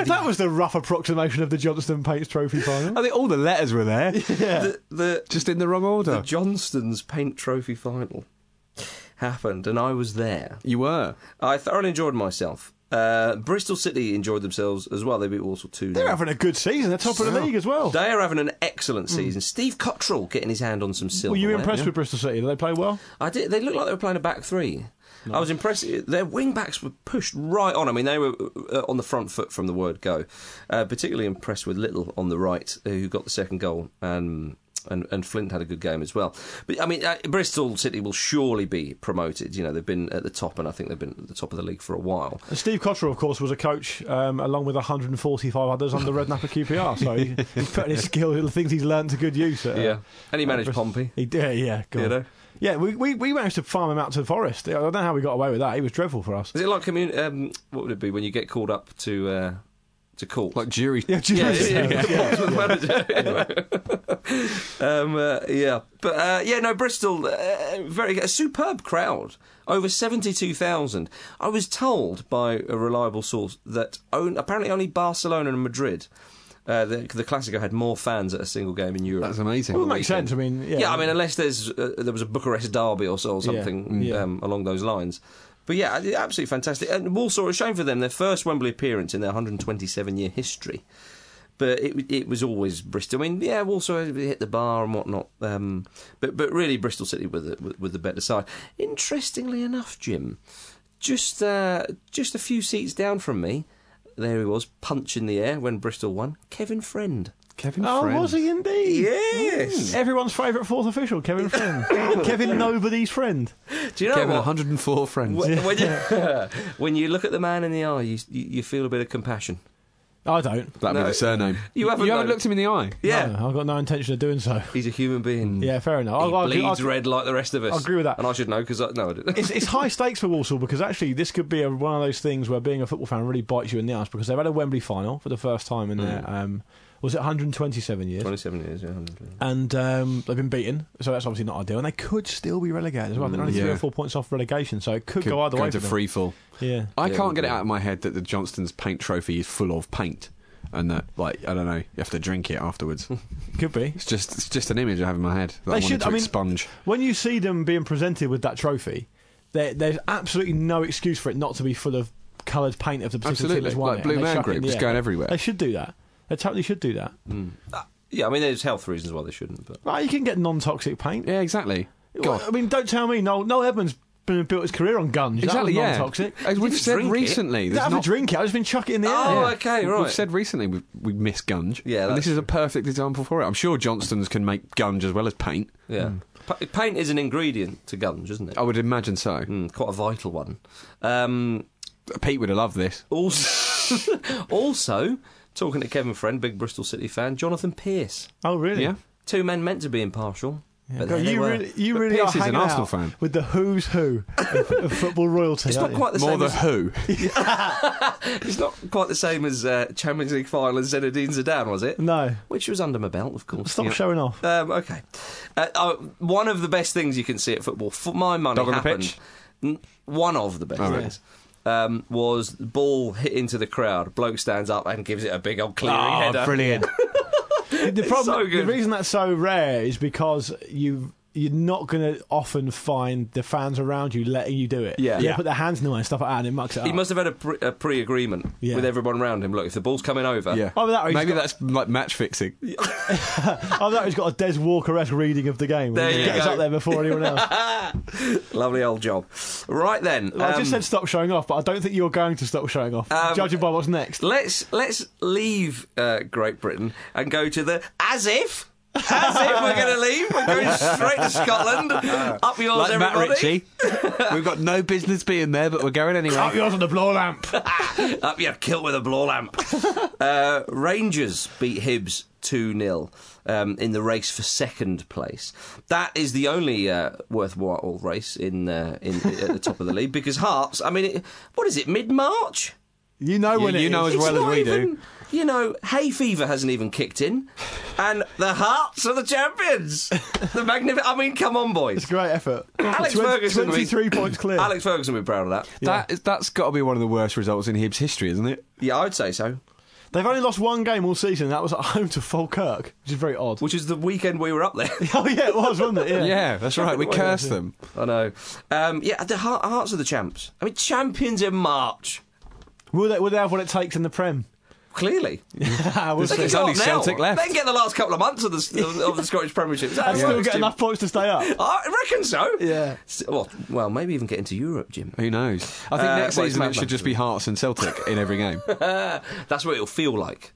Speaker 3: that was the rough approximation of the Johnston Pates Trophy final.
Speaker 2: I think all the letters were
Speaker 1: [laughs]
Speaker 2: there,
Speaker 1: the,
Speaker 3: [laughs]
Speaker 1: the
Speaker 2: just in the wrong order.
Speaker 1: Johnston's Paint Trophy final happened, and I was there.
Speaker 2: you were.
Speaker 1: I thoroughly enjoyed myself. Uh, Bristol City enjoyed themselves as well. They beat Walsall 2
Speaker 3: They're having a good season. They're top of the league as well.
Speaker 1: They are having an excellent season. Steve Cottrell getting his hand on some silver.
Speaker 3: Were you impressed with Bristol City? Did they play well?
Speaker 1: I did. They looked like they were playing a back three. I was impressed. Their wing backs were pushed right on. I mean, they were uh, on the front foot from the word go. Uh, particularly impressed with Little on the right, uh, who got the second goal, and and, and Flint had a good game as well. But I mean, uh, Bristol City will surely be promoted. You know, they've been at the top, and I think they've been at the top of the league for a while.
Speaker 3: And Steve Cottrell, of course, was a coach um, along with 145 others under Red Napa QPR. So [laughs] he, he's putting his skills, the things he's learned to good use. At, uh,
Speaker 1: and he managed
Speaker 3: Bristol-
Speaker 1: Pompey.
Speaker 3: He did, yeah. God.
Speaker 1: You know?
Speaker 3: Yeah, we, we, we managed to farm him out to the forest. I don't know how we got away with that. He was dreadful for us.
Speaker 1: Is it like commun- um, What would it be when you get called up to uh, to court?
Speaker 2: Like jury.
Speaker 3: Yeah,
Speaker 1: yeah,
Speaker 3: Jesus.
Speaker 1: yeah, [laughs] yeah. [laughs] um, uh, yeah, but uh, yeah, no, Bristol, uh, very good. a superb crowd, over seventy-two thousand. I was told by a reliable source that on, apparently only Barcelona and Madrid, uh, the, the Classico, had more fans at a single game in Europe.
Speaker 2: That's amazing.
Speaker 3: Well, it makes sense. I mean, yeah.
Speaker 1: Yeah, I mean, unless there's uh, there was a Bucharest derby or, so, or
Speaker 3: Yeah, Mm.
Speaker 1: something
Speaker 3: yeah.
Speaker 1: Um, along those lines. But yeah, I- absolutely fantastic. And Walsall, a shame for them, their first Wembley appearance in their 127 year history. But it it was always Bristol. I mean, yeah, Walsall hit the bar and whatnot. Um, but but really, Bristol City were the, were the better side. Interestingly enough, Jim, just uh, just a few seats down from me, there he was, punch in the air when Bristol won. Kevin Friend.
Speaker 2: Kevin
Speaker 3: Oh,
Speaker 2: Friend.
Speaker 3: was he indeed? Mm.
Speaker 1: Yes.
Speaker 3: Everyone's favourite fourth official, Kevin Friend. [laughs] Kevin Nobody's friend.
Speaker 1: Do you know
Speaker 2: Kevin,
Speaker 1: what?
Speaker 2: 104 friends.
Speaker 3: [laughs]
Speaker 1: When, when you, [laughs] when you look at the man in the eye, you, you you feel a bit of compassion.
Speaker 3: I don't.
Speaker 2: That'd
Speaker 1: No.
Speaker 2: be the surname.
Speaker 1: You haven't
Speaker 2: you haven't
Speaker 1: known.
Speaker 2: looked him in the eye.
Speaker 1: Yeah,
Speaker 3: No, I've got no intention of doing so.
Speaker 1: he's a human being.
Speaker 3: Yeah, fair enough.
Speaker 1: He
Speaker 3: I, I,
Speaker 1: bleeds
Speaker 3: I,
Speaker 1: red like the rest of us.
Speaker 3: I agree with that.
Speaker 1: And I should know because I no, I didn't.
Speaker 3: It's, it's high stakes for Walsall because actually this could be a, one of those things where being a football fan really bites you in the ass because they've had a Wembley final for the first time in their um, was it 127 years,
Speaker 1: [laughs] Twenty-seven years. Yeah,
Speaker 3: and um, they've been beaten, so that's obviously not ideal. And they could still be relegated as well. They're only three
Speaker 2: yeah.
Speaker 3: or four points off relegation, so it could,
Speaker 2: Could
Speaker 3: go either
Speaker 2: go
Speaker 3: way.
Speaker 2: to
Speaker 3: for them.
Speaker 2: free fall.
Speaker 3: Yeah,
Speaker 2: I
Speaker 1: Yeah,
Speaker 2: can't
Speaker 1: we
Speaker 2: get it
Speaker 1: do.
Speaker 2: out of my head that the Johnston's paint trophy is full of paint, and that like I don't know, you have to drink it
Speaker 3: [laughs]
Speaker 2: afterwards.
Speaker 3: could be.
Speaker 2: it's just it's just an image I have in my head that I
Speaker 3: They
Speaker 2: wanted
Speaker 3: should-
Speaker 2: to
Speaker 3: I mean-
Speaker 2: expunge.
Speaker 3: When you see them being presented with that trophy, there, there's absolutely no excuse for it not to be full of coloured paint of the particular team
Speaker 2: Absolutely,
Speaker 3: that's won
Speaker 2: like
Speaker 3: it,
Speaker 2: Blue
Speaker 3: and they
Speaker 2: Man
Speaker 3: chuck it in
Speaker 2: Group,
Speaker 3: the
Speaker 2: just
Speaker 3: air.
Speaker 2: going everywhere. Mm.
Speaker 3: They should do that. They totally should do that.
Speaker 1: yeah. I mean, there's health reasons why they shouldn't. But
Speaker 3: Like you can get non-toxic paint.
Speaker 2: Yeah, exactly.
Speaker 3: Well, I mean, don't tell me Noel, Noel Edmonds been- built his career on guns.
Speaker 2: Exactly.
Speaker 3: that was
Speaker 2: yeah.
Speaker 3: non-toxic.
Speaker 2: As we've
Speaker 1: Didn't
Speaker 2: said
Speaker 1: drink it.
Speaker 2: recently,
Speaker 3: You
Speaker 2: there's
Speaker 3: don't have
Speaker 2: not
Speaker 3: to drink it. I've just been chucking it in the air.
Speaker 1: oh, okay, right.
Speaker 2: We've said recently we we miss gunge.
Speaker 1: Yeah,
Speaker 2: and
Speaker 1: that's
Speaker 2: this is a perfect example for it. I'm sure Johnston's can make gunge as well as paint.
Speaker 1: yeah,
Speaker 3: Hmm.
Speaker 1: Pa- paint is an ingredient to gunge, isn't
Speaker 3: Oh.
Speaker 1: it?
Speaker 2: I would imagine so.
Speaker 1: Mm, quite a vital one. Um,
Speaker 2: Pete would have loved this.
Speaker 1: also, [laughs] also talking to Kevin Friend, big Bristol City fan, Jonathan Pearce.
Speaker 3: Oh, really?
Speaker 2: Yeah,
Speaker 1: Two men meant to be impartial. But
Speaker 3: God,
Speaker 1: there they
Speaker 3: you
Speaker 1: were.
Speaker 3: really, you
Speaker 2: But
Speaker 3: really
Speaker 2: Pierce
Speaker 3: are
Speaker 2: is an
Speaker 3: hanging
Speaker 2: Arsenal
Speaker 3: out
Speaker 2: fan.
Speaker 3: with the who's who of, of football royalty.
Speaker 1: It's not
Speaker 3: aren't you?
Speaker 1: quite the
Speaker 2: more
Speaker 1: same.
Speaker 2: the
Speaker 1: as-
Speaker 2: who.
Speaker 1: It's not quite the same as uh, Champions League final and Zinedine Zidane, was it?
Speaker 3: No.
Speaker 1: Which was under my belt, of course.
Speaker 3: Stop
Speaker 1: Yeah.
Speaker 3: showing off.
Speaker 1: Um, okay. Uh, uh, one of the best things you can see at football, for my money,
Speaker 2: Dog on the
Speaker 1: happened.
Speaker 2: pitch? Oh,
Speaker 1: N- One of the best
Speaker 2: All right.
Speaker 1: things. Um, was the ball hit into the crowd? Bloke stands up and gives it a big old clearing header.
Speaker 2: Ah, brilliant.
Speaker 3: [laughs] the problem,
Speaker 1: so good.
Speaker 3: the reason that's so rare is because you you're not going to often find the fans around you letting you do it.
Speaker 1: Yeah.
Speaker 3: They
Speaker 1: Yeah.
Speaker 3: put their hands in the way and stuff like that, and it mucks it
Speaker 1: He
Speaker 3: up.
Speaker 1: must have had a, pre- a pre-agreement
Speaker 3: Yeah.
Speaker 1: with everyone around him. Look, if the ball's coming over,
Speaker 2: Yeah.
Speaker 3: Oh, that- he's
Speaker 2: Maybe
Speaker 3: got-
Speaker 2: that's like match fixing.
Speaker 3: [laughs] I thought he's got a Des Walker-esque reading of the game.
Speaker 1: There
Speaker 3: he
Speaker 1: you
Speaker 3: gets
Speaker 1: go.
Speaker 3: up there before
Speaker 1: [laughs]
Speaker 3: anyone else.
Speaker 1: lovely old job. Right then,
Speaker 3: Well, I just
Speaker 1: um,
Speaker 3: said stop showing off, but I don't think you're going to stop showing off,
Speaker 1: Um,
Speaker 3: judging by what's next.
Speaker 1: let's let's leave uh, Great Britain and go to the as if. As if we're going to leave, we're going straight to Scotland. Up yours,
Speaker 2: Ah. Like Matt
Speaker 1: everybody. [laughs]
Speaker 2: Ritchie. We've got no business being there, but we're going anyway.
Speaker 3: yours on the
Speaker 1: [laughs]
Speaker 3: blow lamp.
Speaker 1: Up your kilt with a blow
Speaker 2: [laughs]
Speaker 1: lamp. uh, Rangers beat Hibs 2 0 um, in the race for second place. That is the only uh, worthwhile race in, uh, in at the top of the league because Hearts, I mean, it, what is it, mid March?
Speaker 3: You know when
Speaker 2: You-
Speaker 3: it
Speaker 2: you know
Speaker 3: is.
Speaker 2: as well.
Speaker 1: not
Speaker 2: we do.
Speaker 1: even, You know, hay fever hasn't even kicked in, and the Hearts are the champions. the magnificent. I mean, come on, boys.
Speaker 3: It's a great effort.
Speaker 1: [laughs] Alex
Speaker 3: Twen-
Speaker 1: Ferguson, we-
Speaker 3: twenty-three points clear.
Speaker 1: Alex Ferguson would be proud of that.
Speaker 2: That is, that's got to be one of the worst results in Hibs history, isn't it?
Speaker 1: Yeah, I would say so.
Speaker 3: They've only lost one game all season. and That was at home to Falkirk, which is very odd.
Speaker 1: Which is the weekend we were up there. [laughs]
Speaker 3: [laughs] oh yeah, it was, wasn't it? Yeah.
Speaker 2: Yeah, that's right. We cursed them.
Speaker 1: I know. Um, yeah, the Heart- Hearts are the champs. I mean, champions in March.
Speaker 3: Will they? Will they have what it takes in the [laughs] Prem?
Speaker 1: Clearly, they
Speaker 3: we'll
Speaker 1: can
Speaker 3: see.
Speaker 2: There's
Speaker 1: go
Speaker 2: only
Speaker 1: up now.
Speaker 2: Celtic left.
Speaker 1: They can get the last couple of months of the,
Speaker 2: [laughs]
Speaker 1: of the Scottish Premiership. Is that
Speaker 3: And
Speaker 1: how it
Speaker 3: still
Speaker 1: works,
Speaker 3: get
Speaker 1: Jim?
Speaker 3: enough points to stay up.
Speaker 1: I reckon so.
Speaker 3: Yeah.
Speaker 1: S- Well, well, maybe even get into Europe, Jim.
Speaker 2: Who knows? I think
Speaker 1: Uh,
Speaker 2: next
Speaker 1: well, it's
Speaker 2: season
Speaker 1: Matt
Speaker 2: it should just be Hearts and Celtic in every game.
Speaker 1: That's what it'll feel like.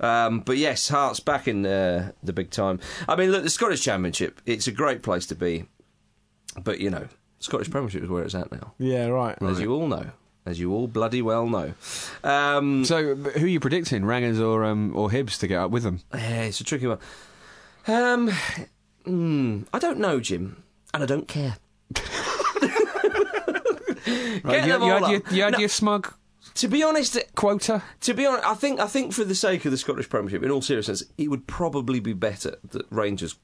Speaker 1: Um, but yes, Hearts back in uh, the big time. I mean, look, the Scottish Championship, it's a great place to be. But, you know, Scottish Premiership is where it's at now,
Speaker 3: Yeah, right.
Speaker 1: as you all know. As you all bloody well know. Um,
Speaker 2: So, but who are you predicting, Rangers or um, or Hibs to get up with them?
Speaker 1: yeah, it's a tricky one. Um, hmm, I don't know, Jim, and I don't
Speaker 2: [laughs]
Speaker 1: care. Get
Speaker 2: you,
Speaker 1: them
Speaker 2: you
Speaker 1: all
Speaker 2: had, your,
Speaker 1: up.
Speaker 2: you had
Speaker 1: No,
Speaker 2: your smug
Speaker 1: To be honest,
Speaker 2: quota.
Speaker 1: To be honest, I think I think for the sake of the Scottish Premiership, in all seriousness, it would probably be better that Rangers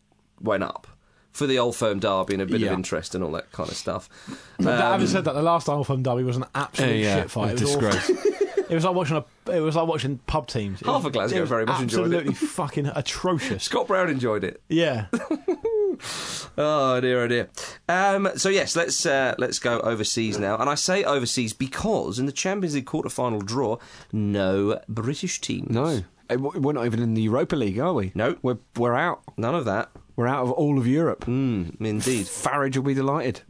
Speaker 1: went up for the old firm derby and a bit
Speaker 2: Yeah. um,
Speaker 1: of interest and all that kind of
Speaker 2: [laughs]
Speaker 1: stuff. Um,
Speaker 3: But having said that, the last Isle Firm derby was an absolute
Speaker 2: yeah,
Speaker 3: shit fight.
Speaker 2: a
Speaker 3: It was awful.
Speaker 2: disgrace.
Speaker 3: [laughs] It was like watching a. It was like watching pub teams. It
Speaker 1: Half
Speaker 3: was-
Speaker 1: of Glasgow
Speaker 3: it was
Speaker 1: very much enjoyed it.
Speaker 3: Absolutely fucking atrocious.
Speaker 1: Scott Brown enjoyed it.
Speaker 3: Yeah.
Speaker 1: Oh dear, oh dear. Um, so yes, let's uh, let's go overseas now, and I say overseas because in the Champions League quarter-final draw, no British teams.
Speaker 2: No. Eh, w- We're not even in the Europa League, are we?
Speaker 1: No.
Speaker 2: We're, we're out.
Speaker 1: none of that.
Speaker 2: We're out of all of Europe.
Speaker 1: Mm,
Speaker 2: [laughs]
Speaker 1: indeed. [laughs]
Speaker 2: Farage will be delighted.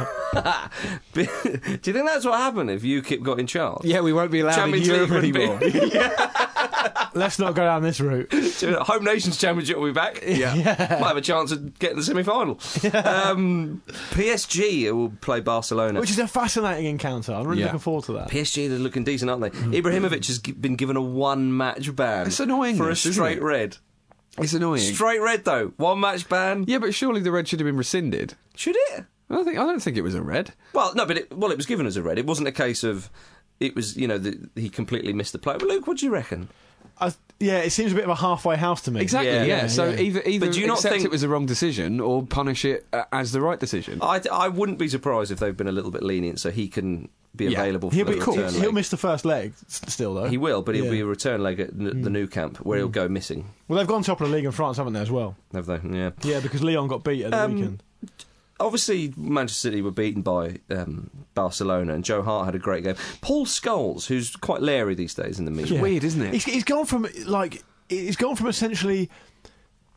Speaker 1: Do you think that's what happened if UKIP got in charge?
Speaker 2: Yeah, we won't be allowed in
Speaker 1: Champions
Speaker 2: Europe
Speaker 1: League
Speaker 2: anymore.
Speaker 1: would [laughs] be.
Speaker 3: Let's not go down this
Speaker 1: [laughs]
Speaker 3: route.
Speaker 1: Home Nations Championship will be back. [laughs] Yeah. Might have a chance of getting the semi final. Um, PSG will play Barcelona.
Speaker 3: Which is a fascinating encounter. I'm really
Speaker 2: Yeah.
Speaker 3: looking forward to that.
Speaker 1: PSG, they're looking decent, aren't they? Ibrahimovic has g- been given a one match ban.
Speaker 2: It's annoying,
Speaker 1: For a
Speaker 2: this, isn't
Speaker 1: straight
Speaker 2: it?
Speaker 1: red.
Speaker 2: [laughs] It's annoying.
Speaker 1: Straight red, though. One match ban.
Speaker 2: yeah, but surely the red should have been rescinded.
Speaker 1: Should it?
Speaker 2: I don't think. I don't think it was a red.
Speaker 1: Well, no, but it, well, it was given as a red. It wasn't a case of. It was, you know, the, he completely missed the play. But Luke, what do you reckon?
Speaker 3: I, yeah, it seems a bit of a halfway house to me.
Speaker 2: Exactly.
Speaker 1: Yeah.
Speaker 2: Yeah.
Speaker 1: Yeah,
Speaker 2: so
Speaker 3: yeah.
Speaker 2: either either
Speaker 1: But do you not
Speaker 2: accept
Speaker 1: think-
Speaker 2: it was the wrong decision or punish it uh, as the right decision.
Speaker 1: I, I wouldn't be surprised if they've been a little bit lenient, so he can be
Speaker 2: Yeah.
Speaker 1: available for
Speaker 3: He'll,
Speaker 1: the
Speaker 3: be,
Speaker 1: return.
Speaker 3: he'll
Speaker 1: leg.
Speaker 3: miss the first leg s- still, though.
Speaker 1: He will, but he'll
Speaker 3: Yeah. Mm.
Speaker 1: be a return leg at n- the new camp where he'll go missing.
Speaker 3: Well, they've gone top of the league in France, haven't they, as well?
Speaker 1: Have they? Yeah.
Speaker 3: Yeah, because Leon got beat at the weekend.
Speaker 1: Obviously, Manchester City were beaten by um, Barcelona, and Joe Hart had a great game. Paul Scholes, who's quite leery these days in the media.
Speaker 3: Yeah.
Speaker 2: weird, isn't it?
Speaker 3: He's, he's gone from like he's gone from essentially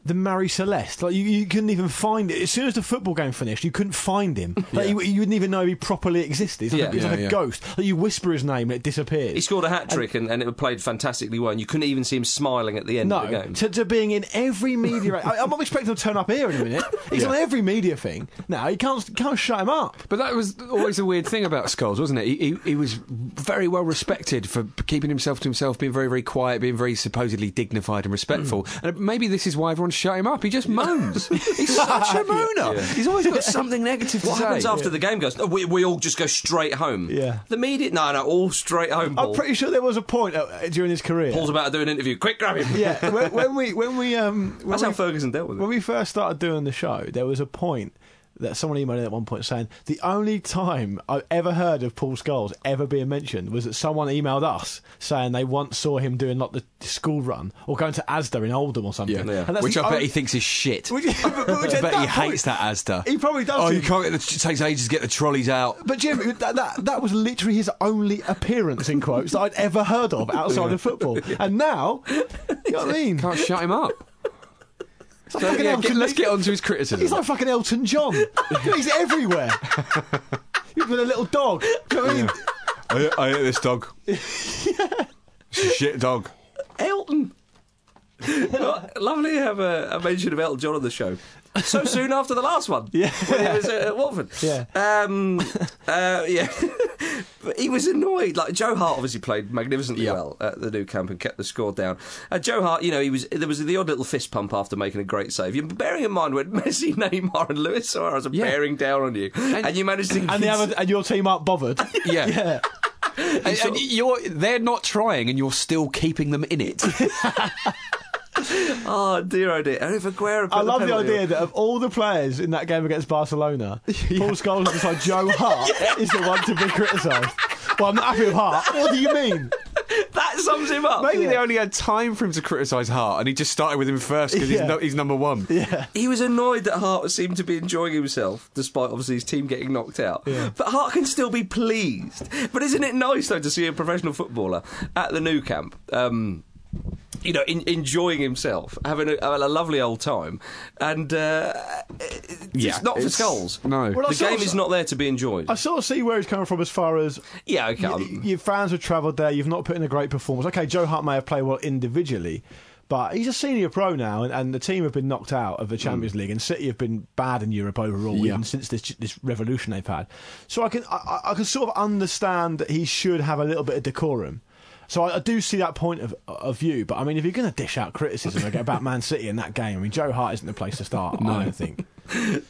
Speaker 3: the Marie Celeste. Like you, you couldn't even find it as soon as the football game finished. You couldn't find [laughs] him. Like you, you wouldn't even know he properly existed. It's like,
Speaker 1: Yeah.
Speaker 3: a, he's like
Speaker 2: Yeah,
Speaker 3: a
Speaker 2: yeah.
Speaker 3: ghost. Like you whisper his name and it disappears.
Speaker 1: He scored a hat trick and, and it played fantastically well, and you couldn't even see him smiling at the end of the
Speaker 3: no,
Speaker 1: game.
Speaker 3: to, to being in every [laughs] media. I, I'm not expecting him to turn up here in a minute. He's on every media thing now. You can't can't shut him up.
Speaker 2: But that was always a weird thing about Scholes, wasn't it? He, he, he was very well respected for keeping himself to himself, being very, very quiet, being very supposedly dignified and respectful.
Speaker 3: Mm.
Speaker 2: And maybe this is why everyone shut him up. He just
Speaker 3: [laughs]
Speaker 2: moans. He's such a moaner. He's always got something negative to
Speaker 1: what
Speaker 2: say.
Speaker 1: happens after the game goes? Oh, we, we all just go straight home.
Speaker 3: Yeah.
Speaker 1: The media, no, no, all straight home. Paul.
Speaker 3: I'm pretty sure there was a point uh, during his career.
Speaker 1: Paul's about to do an interview. Quick, grab him. [laughs]
Speaker 3: yeah, when, when we when we um when
Speaker 1: That's
Speaker 3: we
Speaker 1: how Ferguson dealt with it.
Speaker 3: When we first started doing the show, there was a point that someone emailed in at one point saying the only time I ever heard of Paul Scholes ever being mentioned was that someone emailed us saying they once saw him doing like the school run or going to Asda in Oldham or something.
Speaker 2: Yeah.
Speaker 1: Yeah.
Speaker 3: And that's
Speaker 2: Which
Speaker 3: the
Speaker 2: I bet
Speaker 3: only-
Speaker 2: he thinks is shit.
Speaker 3: [laughs] Which- but- but which
Speaker 2: I bet he
Speaker 3: at that point-
Speaker 2: hates that Asda.
Speaker 3: He probably does.
Speaker 2: Oh, you
Speaker 3: do.
Speaker 2: can't get the. It takes ages to get the trolleys out.
Speaker 3: But Jim, that, that that was literally his only appearance in quotes that I'd ever heard of outside of football. And now, you know what I mean?
Speaker 2: Can't shut him up.
Speaker 3: It's like
Speaker 2: So,
Speaker 3: fucking
Speaker 2: yeah,
Speaker 3: Elton-
Speaker 2: get- let's get on to his criticism.
Speaker 3: He's like fucking Elton
Speaker 2: [laughs]
Speaker 3: John. He's everywhere. He's been a little dog. Do you know what I mean?
Speaker 2: I, I hate this
Speaker 3: [laughs]
Speaker 2: dog. It's a shit dog.
Speaker 1: Elton. Lo- Lovely to have a, a mention of Elton John on the show. So soon after the last one, yeah, when he was at Watford,
Speaker 3: Yeah.
Speaker 1: um, uh, yeah. [laughs] but he was annoyed. Like Joe Hart obviously played magnificently
Speaker 2: Yeah.
Speaker 1: well at the new camp and kept the score down. Uh, Joe Hart, you know, he was there was the odd little fist pump after making a great save. You're bearing in mind when [laughs] Messi, Neymar, and Luis Suarez are
Speaker 2: Yeah.
Speaker 1: bearing down on you, and, you managed to
Speaker 3: And the other, and your team aren't bothered.
Speaker 2: Yeah.
Speaker 3: Yeah.
Speaker 2: And, and you're, they're not trying, and you're still keeping them in it.
Speaker 1: oh dear, oh dear. And if Aguero, put
Speaker 3: I love the
Speaker 1: penalty on-
Speaker 3: idea that of all the players in that game against Barcelona, Paul Scholes is like Joe Hart is the one to be criticised. Well, I'm not happy with Hart. What do you mean?
Speaker 1: that sums him up.
Speaker 2: [laughs] Maybe they only had time for him to criticise Hart, and he just started with him first because
Speaker 3: Yeah.
Speaker 2: he's, no, he's number one.
Speaker 1: He was annoyed that Hart seemed to be enjoying himself, despite obviously his team getting knocked out. But Hart can still be pleased. But isn't it nice though to see a professional footballer at the new camp? Um, you know, in, enjoying himself, having a, a lovely old time, and uh, it's not for
Speaker 2: it's-
Speaker 1: skulls.
Speaker 2: No.
Speaker 3: Well, I
Speaker 1: the
Speaker 3: saw-
Speaker 1: game is not there to be enjoyed.
Speaker 3: I sort of see where he's coming from as far as
Speaker 1: yeah, okay.
Speaker 3: y-
Speaker 1: I'm-
Speaker 3: your fans have travelled there. You've not put in a great performance. Okay, Joe Hart may have played well individually, but he's a senior pro now, and, and the team have been knocked out
Speaker 2: Hmm.
Speaker 3: of the Champions League, and City have been bad in Europe overall, even since this this revolution they've had. So I can I, I I can sort of understand that he should have a little bit of decorum. So I, I do see that point of of view, but I mean, if you're going to dish out criticism
Speaker 2: [laughs]
Speaker 3: about Man City in that game, I mean, Joe Hart isn't the place to start. I don't think.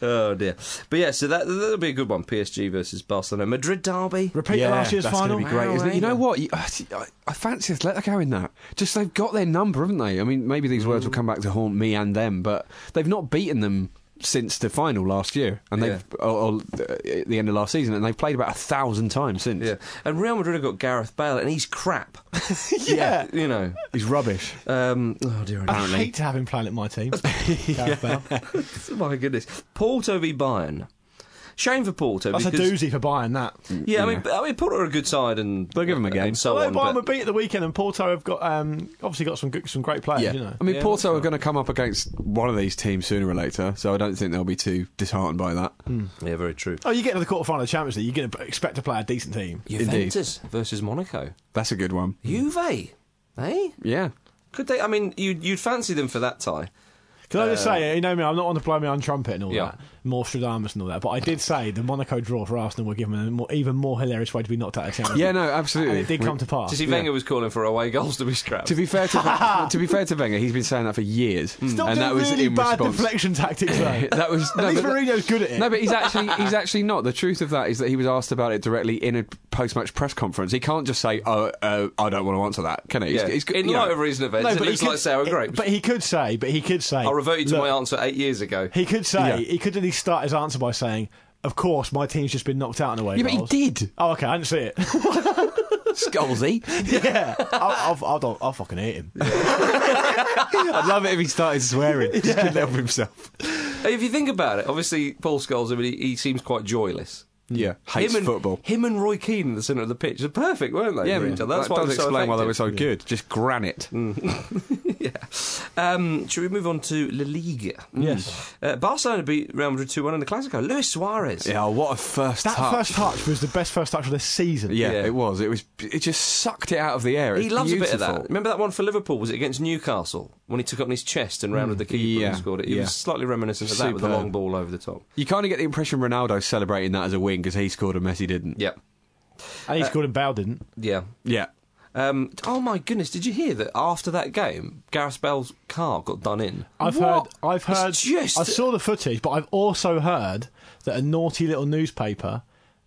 Speaker 1: oh dear. But yeah, so that that'll be a good one. PSG versus Barcelona, Madrid derby.
Speaker 3: Repeat
Speaker 2: Yeah,
Speaker 3: last year's
Speaker 2: that's
Speaker 3: final.
Speaker 2: going to be great, isn't it? You know what? You, [sighs] I, I- I fancy Atletico in that. Just Mm. they've got their number, haven't they? I mean, maybe these words will come back to haunt me and them, but they've not beaten them since the final last year, and they've or, or at the end of last season, and they've played about a thousand times since.
Speaker 1: Yeah, and Real Madrid have got Gareth Bale, and he's crap.
Speaker 3: yeah.
Speaker 1: you know.
Speaker 2: He's rubbish.
Speaker 1: Um, oh dear, I
Speaker 3: I hate to have him playing at
Speaker 1: [laughs]
Speaker 3: my team. Gareth Bale.
Speaker 1: don't- [laughs] my goodness. Porto v Bayern. Shame for Porto.
Speaker 3: That's a
Speaker 1: because-
Speaker 3: doozy for buying that.
Speaker 1: Yeah, I mean, I mean, Porto are a good side, and
Speaker 2: They'll give 'em a game.
Speaker 1: and so
Speaker 3: Although
Speaker 1: on.
Speaker 3: Bayern
Speaker 1: but-
Speaker 3: were beat at the weekend, and Porto have got um, obviously got some good, some great
Speaker 2: uh,
Speaker 3: players. You know,
Speaker 2: I mean,
Speaker 1: Yeah,
Speaker 2: Porto are going to come up against one of these teams sooner or later, so I don't think they'll be too disheartened by that.
Speaker 1: yeah, very true.
Speaker 3: oh, you get to the quarterfinal of the Champions League, you're going to expect to play a decent team.
Speaker 1: Juventus versus Monaco.
Speaker 2: That's a good one.
Speaker 1: Juve, eh?
Speaker 2: Yeah.
Speaker 1: Could they? I mean, you'd, you'd fancy them for that tie.
Speaker 3: Can I just say, you know me, I'm not on the blow my own trumpet and all
Speaker 1: Uh, Yeah.
Speaker 3: that, more Stradamus and all that, but I did say the Monaco draw for Arsenal would give them a more, even more hilarious way to be knocked out of the Champions
Speaker 2: Yeah,
Speaker 3: League.
Speaker 2: no, absolutely.
Speaker 3: And it did
Speaker 2: We-
Speaker 3: come to
Speaker 1: To
Speaker 3: pass.
Speaker 1: see, Wenger was calling for away goals to be scrapped.
Speaker 2: To be fair to, to be fair to Wenger, he's been saying that for years,
Speaker 3: Stop
Speaker 2: and
Speaker 3: doing
Speaker 2: that was
Speaker 3: really
Speaker 2: in
Speaker 3: bad
Speaker 2: response.
Speaker 3: deflection tactics,
Speaker 1: [laughs]
Speaker 3: though.
Speaker 2: that was
Speaker 3: At
Speaker 2: no,
Speaker 3: least
Speaker 2: but-
Speaker 3: Mourinho's good at it.
Speaker 2: No, but he's actually he's actually not. The truth of that is that he was asked about it directly in a post-match press conference. He can't just say, "Oh, uh, I don't want to answer that," can he?
Speaker 1: yeah.
Speaker 2: He's- he's-
Speaker 1: in
Speaker 2: you know.
Speaker 1: light of
Speaker 2: [laughs]
Speaker 1: recent events, it
Speaker 3: he
Speaker 1: looks
Speaker 3: could-
Speaker 1: like sour
Speaker 3: it-
Speaker 1: grapes.
Speaker 3: But he could say, but he could say.
Speaker 1: I'll revert you to
Speaker 3: look,
Speaker 1: my answer eight years ago.
Speaker 3: He could say,
Speaker 2: Yeah.
Speaker 3: he could at least start his answer by saying, of course, my team's just been knocked out in a way.
Speaker 2: yeah, but he did,
Speaker 3: Oh, okay, I didn't see it. [laughs]
Speaker 2: Scolzy.
Speaker 3: yeah, I'll, I'll, I'll, I'll fucking hate him.
Speaker 2: I'd love it if he started swearing. He just couldn't help himself.
Speaker 1: If you think about it, obviously Paul Scholes, I mean, he, he seems quite joyless.
Speaker 2: Yeah, [laughs] hates
Speaker 1: him and,
Speaker 2: football.
Speaker 1: Him and Roy Keane in the centre of the pitch are perfect, weren't they?
Speaker 2: Yeah,
Speaker 1: for
Speaker 2: but
Speaker 1: each other? That's
Speaker 2: that
Speaker 1: why
Speaker 2: does
Speaker 1: they're so
Speaker 2: explain why they were
Speaker 1: effective. Mm.
Speaker 2: so good. Just granite.
Speaker 1: [laughs] yeah. Um, should we move on to La Liga?
Speaker 2: Mm.
Speaker 3: Yes.
Speaker 1: Uh, Barcelona beat Real Madrid 2 1 in the Clasico. Luis Suarez.
Speaker 2: Yeah, what a first
Speaker 3: That
Speaker 2: touch.
Speaker 3: first touch was the best first touch of the season.
Speaker 2: yeah,
Speaker 1: Yeah.
Speaker 2: it was. It was. It just sucked it out of the air. It
Speaker 1: He
Speaker 2: was
Speaker 1: loves a bit of
Speaker 2: beautiful.
Speaker 1: that. Remember that one for Liverpool? Was it against Newcastle when he took it on his chest and rounded the keeper
Speaker 2: Mm, Yeah,
Speaker 1: and scored it? It
Speaker 2: yeah.
Speaker 1: was slightly reminiscent of that with the
Speaker 2: Superb.
Speaker 1: long ball over the top.
Speaker 2: You kind of get the impression Ronaldo's celebrating that as a win because he scored and Messi didn't.
Speaker 1: Yeah,
Speaker 3: And he's called him Bale didn't.
Speaker 1: yeah.
Speaker 2: Yeah.
Speaker 1: Um, oh my goodness! Did you hear that after that game, Gareth Bale's car got done in?
Speaker 3: I've heard. I've
Speaker 1: It's
Speaker 3: heard.
Speaker 1: just-
Speaker 3: I saw the footage, but I've also heard that a naughty little newspaper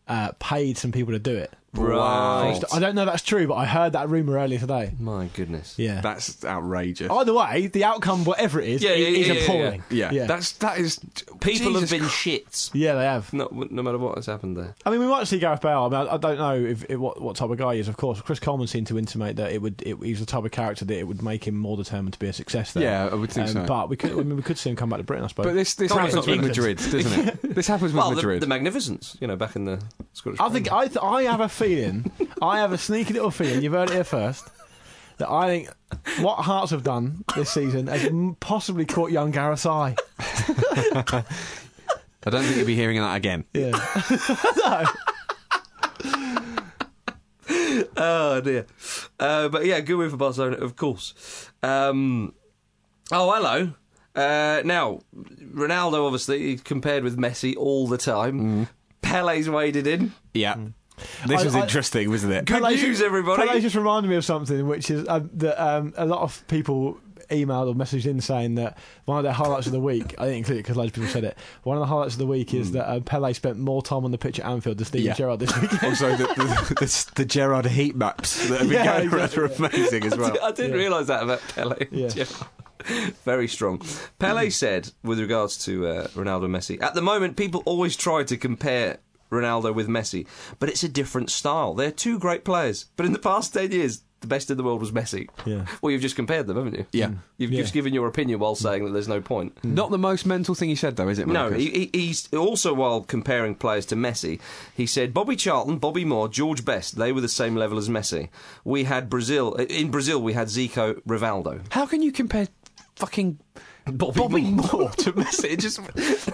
Speaker 3: uh, paid some people to do it.
Speaker 1: Right.
Speaker 3: I don't know if that's true, but I heard that rumor earlier today.
Speaker 1: My goodness.
Speaker 3: Yeah.
Speaker 2: That's outrageous.
Speaker 3: Either way, the outcome, whatever it is,
Speaker 1: Yeah,
Speaker 3: i-
Speaker 1: yeah,
Speaker 3: is
Speaker 1: yeah, yeah,
Speaker 3: appalling.
Speaker 2: yeah.
Speaker 3: yeah.
Speaker 2: That's that is
Speaker 1: People
Speaker 2: Jesus
Speaker 1: have been shits.
Speaker 3: Yeah, they have.
Speaker 1: No, no matter what has happened there.
Speaker 3: I mean, we might see Gareth Bale. I mean, I, I don't know if, if what what type of guy he is. Of course, Chris Coleman seemed to intimate that it would. It, he's the type of character that it would make him more determined to be a success. There.
Speaker 2: Yeah, I would think so.
Speaker 3: But we could. I mean, we could see him come back to Britain, I suppose.
Speaker 2: But this this
Speaker 1: Can't
Speaker 2: happens
Speaker 1: be
Speaker 2: with
Speaker 1: England.
Speaker 2: Madrid, doesn't
Speaker 1: [laughs]
Speaker 2: it? this happens with
Speaker 1: Well, the,
Speaker 2: Madrid.
Speaker 1: the magnificence, you know, back in the Scottish.
Speaker 3: I think I, th- I have a
Speaker 2: [laughs]
Speaker 3: feeling. I have a sneaky little feeling. You've heard it here first. That I think what Hearts have done this season has m- possibly caught young
Speaker 2: [laughs]
Speaker 3: Gareth's eye.
Speaker 2: I don't think you'll be hearing that again.
Speaker 3: Yeah.
Speaker 1: Oh dear. Uh, but yeah, good win for Barcelona, of course. Um, oh, hello. Uh, now, Ronaldo obviously compared with Messi all the time. Pele's waded in.
Speaker 2: Yeah. This
Speaker 3: I-
Speaker 2: was
Speaker 3: I-
Speaker 2: interesting, wasn't it?
Speaker 1: Good
Speaker 3: Pele's-
Speaker 1: news, everybody.
Speaker 3: Pele's just reminded me of something, which is um, that um, a lot of people emailed or messaged in saying that one of their highlights of the week, I didn't include it because loads of people said it, one of the highlights of the week
Speaker 1: Hmm.
Speaker 3: is that uh, Pele spent more time on the pitch at Anfield than Steven
Speaker 2: Yeah.
Speaker 3: Gerrard this
Speaker 2: [laughs]
Speaker 3: week.
Speaker 1: [laughs]
Speaker 2: also, the, the, [laughs] the, the Gerard heat maps that have been
Speaker 3: Yeah,
Speaker 2: going around
Speaker 3: exactly,
Speaker 2: are amazing as well.
Speaker 1: [laughs] I didn't realise that about Pele.
Speaker 3: Yeah. Mm.
Speaker 1: Very strong. Pele said, with regards to uh, Ronaldo and Messi, at the moment, people always try to compare Ronaldo with Messi, but it's a different style. They're two great players, but in the past 10 years, the best in the world was Messi.
Speaker 3: Yeah. Mm.
Speaker 1: Well, you've just compared them, haven't you?
Speaker 2: Yeah.
Speaker 1: You've
Speaker 3: Yeah.
Speaker 1: just given your opinion while saying that there's no point.
Speaker 2: Not the most mental thing he said, though, is it?
Speaker 1: No,
Speaker 2: Marcus?
Speaker 1: he, he, he's also while comparing players to Messi, he said Bobby Charlton, Bobby Moore, George Best, they were the same level as Messi. We had Brazil in Brazil, we had Zico, Rivaldo.
Speaker 2: How can you compare fucking Bobby, Moore. to Messi? It just,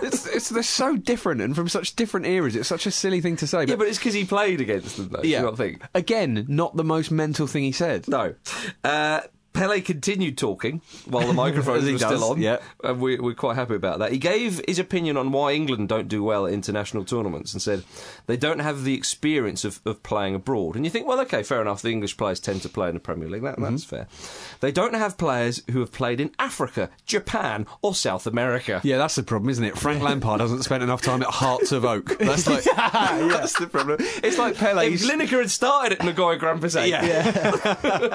Speaker 2: it's, it's, they're so different and from such different eras. It's such a silly thing to say.
Speaker 1: Yeah, but it's because he played against them, though. Yeah.
Speaker 2: Yeah.
Speaker 1: You not think?
Speaker 2: Again, not the most mental thing he said.
Speaker 1: No. Uh, Pele continued talking
Speaker 3: [laughs]
Speaker 1: while the microphones
Speaker 2: As he
Speaker 1: were
Speaker 2: does,
Speaker 1: still on.
Speaker 2: yeah.
Speaker 1: And we, we're quite happy about that. He gave his opinion on why England don't do well at international tournaments and said they don't have the experience of, of playing abroad. And you think, well, okay, fair enough. The English players tend to play in the Premier League. That, That's
Speaker 3: Mm-hmm.
Speaker 1: fair. They don't have players who have played in Africa, Japan, or South America.
Speaker 2: Yeah, that's the problem, isn't it? Frank Lampard hasn't spent enough time at Hearts of [laughs] Oak. That's like that's the problem.
Speaker 3: [laughs]
Speaker 2: It's like
Speaker 1: If
Speaker 2: Pele's.
Speaker 1: Lineker had started at Nagoya Grand Prix,
Speaker 2: yeah. [laughs]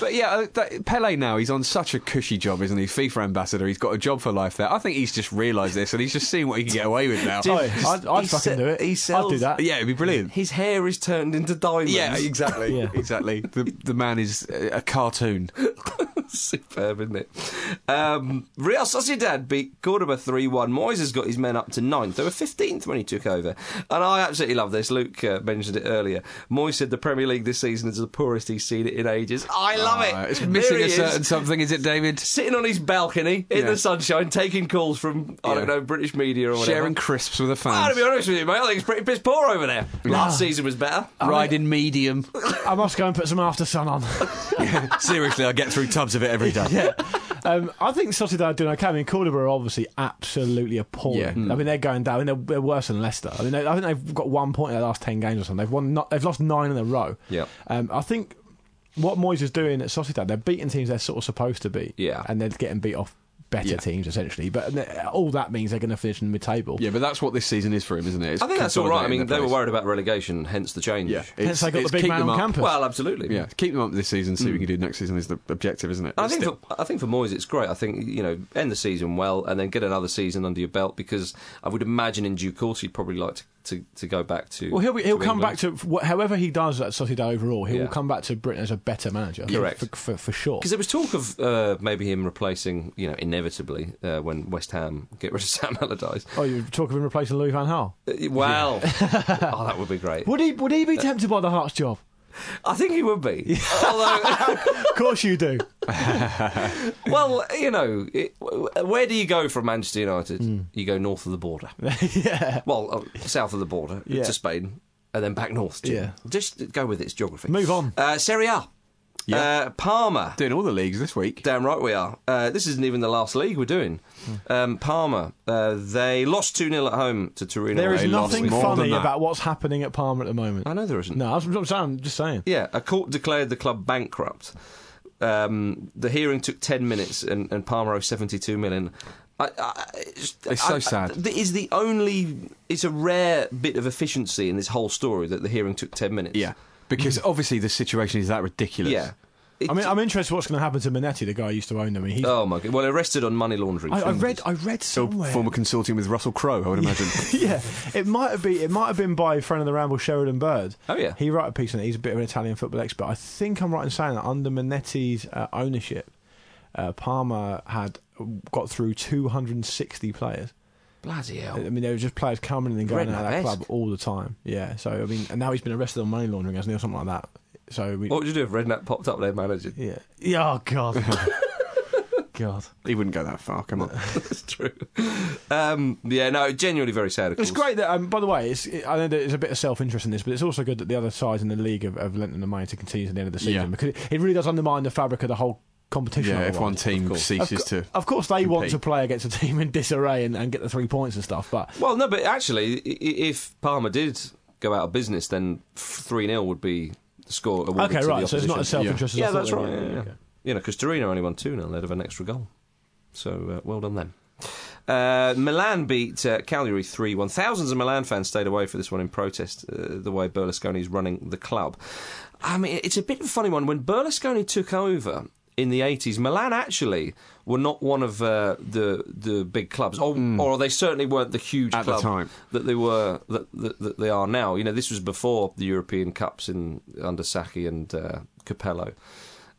Speaker 2: but yeah, tho- that, Pele now he's on such a cushy job, isn't he? FIFA ambassador, he's got a job for life there. I think he's just realised this and he's just seeing what he can get away with now.
Speaker 3: Oh, I'd, I'd
Speaker 1: he
Speaker 3: fucking
Speaker 1: se-
Speaker 3: do it.
Speaker 1: he
Speaker 3: I'd do
Speaker 1: sells-
Speaker 3: that.
Speaker 2: yeah, it'd be brilliant.
Speaker 1: His hair is turned into diamonds.
Speaker 2: Yeah, exactly.
Speaker 3: Yeah.
Speaker 2: Exactly. The the man is a, a cartoon.
Speaker 1: [laughs] Superb, isn't it? Um, Real Sociedad beat Cordoba 3 1. Moyes has got his men up to ninth. They were 15th when he took over. And I absolutely love this. Luke uh, mentioned it earlier. Moyes said the Premier League this season is the poorest he's seen it in ages. I love
Speaker 2: Uh,
Speaker 1: it.
Speaker 2: It's
Speaker 1: There
Speaker 2: missing
Speaker 1: he
Speaker 2: a
Speaker 1: is,
Speaker 2: certain something, is it, David?
Speaker 1: Sitting on his balcony in
Speaker 2: Yeah.
Speaker 1: the sunshine, taking calls from, I don't
Speaker 2: Yeah.
Speaker 1: know, British media or whatever.
Speaker 2: Sharing crisps with the fans.
Speaker 1: Well, to be honest with you, mate, I think it's pretty piss poor over there. Last season was better. [laughs]
Speaker 2: Riding medium.
Speaker 3: I must go and put some after sun on.
Speaker 2: Seriously, I get through tubs of it every day.
Speaker 3: yeah. Um, I think Sociedad are doing okay. I mean, Cordoba are obviously absolutely appalling.
Speaker 2: Yeah. Mm.
Speaker 3: I mean, they're going down. I mean, they're, they're worse than Leicester. I mean, they, I think they've got one point in their last ten games or something. They've won. Not, they've lost nine in a row.
Speaker 1: Yeah.
Speaker 3: Um, I think what Moyes is doing at Sociedad, they're beating teams they're sort of supposed to beat.
Speaker 1: Yeah.
Speaker 3: And they're getting beat off better
Speaker 2: Yeah.
Speaker 3: teams essentially. But uh, all that means they're going to finish in mid-table.
Speaker 2: Yeah, but that's what this season is for him, isn't it? It's
Speaker 1: I think that's all right. I
Speaker 2: consolidating
Speaker 1: mean,
Speaker 2: the
Speaker 1: they were
Speaker 2: place.
Speaker 1: worried about relegation, hence the change.
Speaker 2: Yeah,
Speaker 3: Hence
Speaker 2: it's-
Speaker 3: they got the
Speaker 2: it's
Speaker 3: big
Speaker 2: keep
Speaker 3: man
Speaker 2: them
Speaker 3: on
Speaker 2: up.
Speaker 3: campus.
Speaker 1: Well, absolutely.
Speaker 2: Yeah, keep them up this season. See what we can do next season is the objective, isn't it?
Speaker 1: Mm. I
Speaker 2: It's
Speaker 1: think,
Speaker 2: still-
Speaker 1: for, I think for Moyes, it's great. I think you know, end the season well, and then get another season under your belt because I would imagine in due course he'd probably like to, to, to go back to.
Speaker 3: Well, he'll be, he'll
Speaker 1: to
Speaker 3: come
Speaker 1: England.
Speaker 3: back to wh- however he does at Sociedad overall. He
Speaker 1: Yeah.
Speaker 3: will come back to Britain as a better manager.
Speaker 1: Correct.
Speaker 3: for, for, for sure.
Speaker 1: Because there was talk of uh, maybe him replacing, you know, inevitably uh, when West Ham get rid of [laughs] Sam Allardyce.
Speaker 3: Oh, you talk of him replacing Louis Van Gaal.
Speaker 1: Uh, Well, oh, that would be great.
Speaker 3: Would he? Would he be tempted by the Hearts job?
Speaker 1: I think he would be. Although,
Speaker 3: [laughs] Of course
Speaker 1: [laughs]
Speaker 3: you do.
Speaker 1: well, you know, it, where do you go from Manchester United?
Speaker 3: Hmm.
Speaker 1: You go north of the border.
Speaker 3: yeah.
Speaker 1: Well, uh, south of the border
Speaker 3: Yeah.
Speaker 1: to Spain, and then back north. Jim.
Speaker 3: Yeah.
Speaker 1: Just go with its geography.
Speaker 3: Move on.
Speaker 1: Uh, Serie A. Uh, Parma.
Speaker 2: doing all the leagues this week.
Speaker 1: Damn right we are. Uh, this isn't even the last league we're doing.
Speaker 3: Hmm.
Speaker 1: Um, Parma. Uh, they lost 2 0 at home to Torino.
Speaker 3: There is
Speaker 1: They lost
Speaker 3: nothing
Speaker 1: with-
Speaker 2: more than
Speaker 3: funny
Speaker 2: that.
Speaker 3: about what's happening at Parma at the moment.
Speaker 1: I know there isn't.
Speaker 3: No, I'm, I'm, saying- I'm just saying.
Speaker 1: Yeah, a court declared the club bankrupt. Um, the hearing took 10 minutes and, and Palmer owes 72 million. I, I, it's
Speaker 2: so sad.
Speaker 1: It is the only. It's a rare bit of efficiency in this whole story that the hearing took 10 minutes.
Speaker 2: Yeah, because obviously the situation is that ridiculous.
Speaker 1: Yeah. It-
Speaker 3: I mean, I'm interested what's going to happen to Minetti, the guy who used to own them. I mean, He's,
Speaker 1: oh my god. Well, arrested on money laundering.
Speaker 3: I, I read. I read
Speaker 2: So
Speaker 3: somewhere.
Speaker 2: former consortium with Russell Crowe, I would
Speaker 1: [laughs]
Speaker 2: imagine.
Speaker 3: [laughs] yeah, it might have been. It might have been by friend of the ramble, Sheridan Bird.
Speaker 1: Oh, yeah.
Speaker 3: he wrote a piece on it. He's a bit of an Italian football expert. I think I'm right in saying that under Minetti's uh, ownership, uh, Parma had uh, got through 260 players.
Speaker 1: Bloody hell.
Speaker 3: I mean, there were just players coming in and going out of that
Speaker 1: Redknapp-esque.
Speaker 3: club all the time. Yeah. So I mean, and now he's been arrested on money laundering, hasn't he, or something like that? So we,
Speaker 1: What would you do if Redknapp popped up their manager? [laughs]
Speaker 3: yeah. Yeah. Oh [laughs] God. God.
Speaker 2: he wouldn't go that far.
Speaker 1: [laughs]
Speaker 2: Come on.
Speaker 1: That's true. Um, yeah, no, genuinely very sad. Of
Speaker 3: It's
Speaker 1: course.
Speaker 3: great that, um, by the way, it's, it, I know there's a bit of self interest in this, but it's also good that the other sides in the league have, have lent them the money to continue to the end of the season
Speaker 2: Yeah.
Speaker 3: because it, it really does undermine the fabric of the whole competition.
Speaker 2: yeah, if
Speaker 3: otherwise.
Speaker 2: one team
Speaker 3: Of,
Speaker 2: ceases
Speaker 3: cou-
Speaker 2: to.
Speaker 3: of course, they want
Speaker 2: compete.
Speaker 3: to play against a team in disarray and, and get the three points and stuff, but
Speaker 1: Well, no, but actually, i- i- if Palmer did go out of business, then 3 0 would be the score. awarded
Speaker 3: okay,
Speaker 1: to
Speaker 3: right.
Speaker 1: the
Speaker 3: So it's not
Speaker 1: opposition.
Speaker 3: as self interest
Speaker 1: Yeah,
Speaker 3: as I
Speaker 1: that's
Speaker 3: thought.
Speaker 1: right. Yeah, yeah,
Speaker 3: okay.
Speaker 1: You know, because Torino only won 2 0, they'd have an extra goal. So uh, well done them. Uh, Milan beat uh, Cagliari 3 1. Thousands of Milan fans stayed away for this one in protest, uh, the way Berlusconi is running the club. I mean, it's a bit of a funny one. When Berlusconi took over in the 80s, Milan actually were not one of uh, the the big clubs, or, or they certainly weren't Mm. the huge
Speaker 2: At the
Speaker 1: club
Speaker 2: time.
Speaker 1: that they were that, that, that they are now. You know, this was before the European Cups in under Sacchi and uh, Capello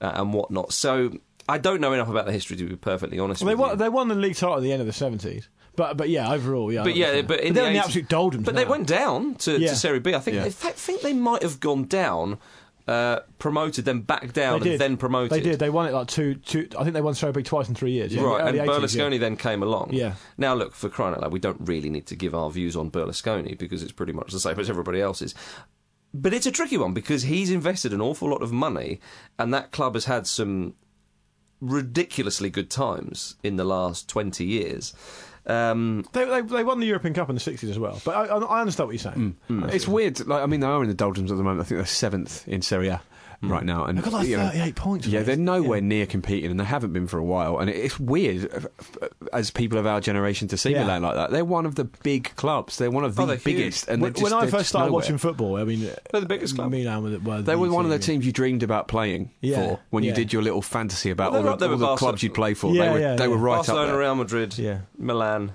Speaker 1: uh, and whatnot. So I don't know enough about the history to be perfectly honest.
Speaker 3: Well, they,
Speaker 1: with you.
Speaker 3: won, they won the league title at the end of the 70s. But, but yeah, overall, yeah. I
Speaker 1: but
Speaker 3: know what
Speaker 1: yeah,
Speaker 3: you're saying.
Speaker 1: but in
Speaker 3: they're
Speaker 1: the,
Speaker 3: in the
Speaker 1: 80s
Speaker 3: absolute doldrums.
Speaker 1: But they
Speaker 3: now.
Speaker 1: went down to,
Speaker 3: Yeah.
Speaker 1: to Serie B. I think
Speaker 2: Yeah.
Speaker 1: in fact, I think they might have gone down, uh, promoted, then back down,
Speaker 3: They
Speaker 1: and
Speaker 3: did.
Speaker 1: then promoted.
Speaker 3: They did. They won it like two, two. I think they won Serie B twice in three years. Yeah,
Speaker 1: Right, and
Speaker 3: early 80s, yeah.
Speaker 1: Berlusconi then came along.
Speaker 3: Yeah.
Speaker 1: Now, look, for crying out loud, we don't really need to give our views on Berlusconi because it's pretty much the same as everybody else's. But it's a tricky one because he's invested an awful lot of money, and that club has had some ridiculously good times in the last 20 years. Um,
Speaker 3: They, they, they won the European Cup in the 60s as well.
Speaker 2: Mm.
Speaker 3: But I, I I understand what you're saying.
Speaker 1: Mm.
Speaker 2: It's weird. Like, I mean, they are in the doldrums at the moment. I think they're seventh in Serie A.
Speaker 1: Mm.
Speaker 2: right now. And
Speaker 3: They've got like
Speaker 2: you know,
Speaker 3: 38 points.
Speaker 2: Yeah,
Speaker 3: mate.
Speaker 2: they're nowhere near competing, and they haven't been for a while. And it- it's weird uh, f- uh, as people of our generation to see
Speaker 3: Yeah.
Speaker 2: Milan like that. They're one of the big clubs. They're one of the
Speaker 1: Oh, they're
Speaker 2: biggest. And
Speaker 3: when,
Speaker 2: they're just-
Speaker 3: when I
Speaker 2: they're
Speaker 3: first
Speaker 2: just
Speaker 3: started
Speaker 2: nowhere.
Speaker 3: watching football, I mean,
Speaker 1: They're the biggest club.
Speaker 3: Milan were, the- were
Speaker 2: They were one of the
Speaker 3: team-
Speaker 2: teams you dreamed about playing
Speaker 3: Yeah,
Speaker 2: for when you
Speaker 3: yeah.
Speaker 2: did your little fantasy about
Speaker 1: Well, they were
Speaker 2: all
Speaker 1: up
Speaker 2: the,
Speaker 1: there
Speaker 2: all
Speaker 1: with
Speaker 2: the
Speaker 1: Barcelona.
Speaker 2: clubs you'd play for.
Speaker 3: Yeah,
Speaker 2: they were,
Speaker 3: yeah,
Speaker 2: they were
Speaker 3: yeah.
Speaker 2: right up
Speaker 1: Barcelona,
Speaker 2: there.
Speaker 1: Real Madrid,
Speaker 3: Yeah. Hmm.
Speaker 1: Milan,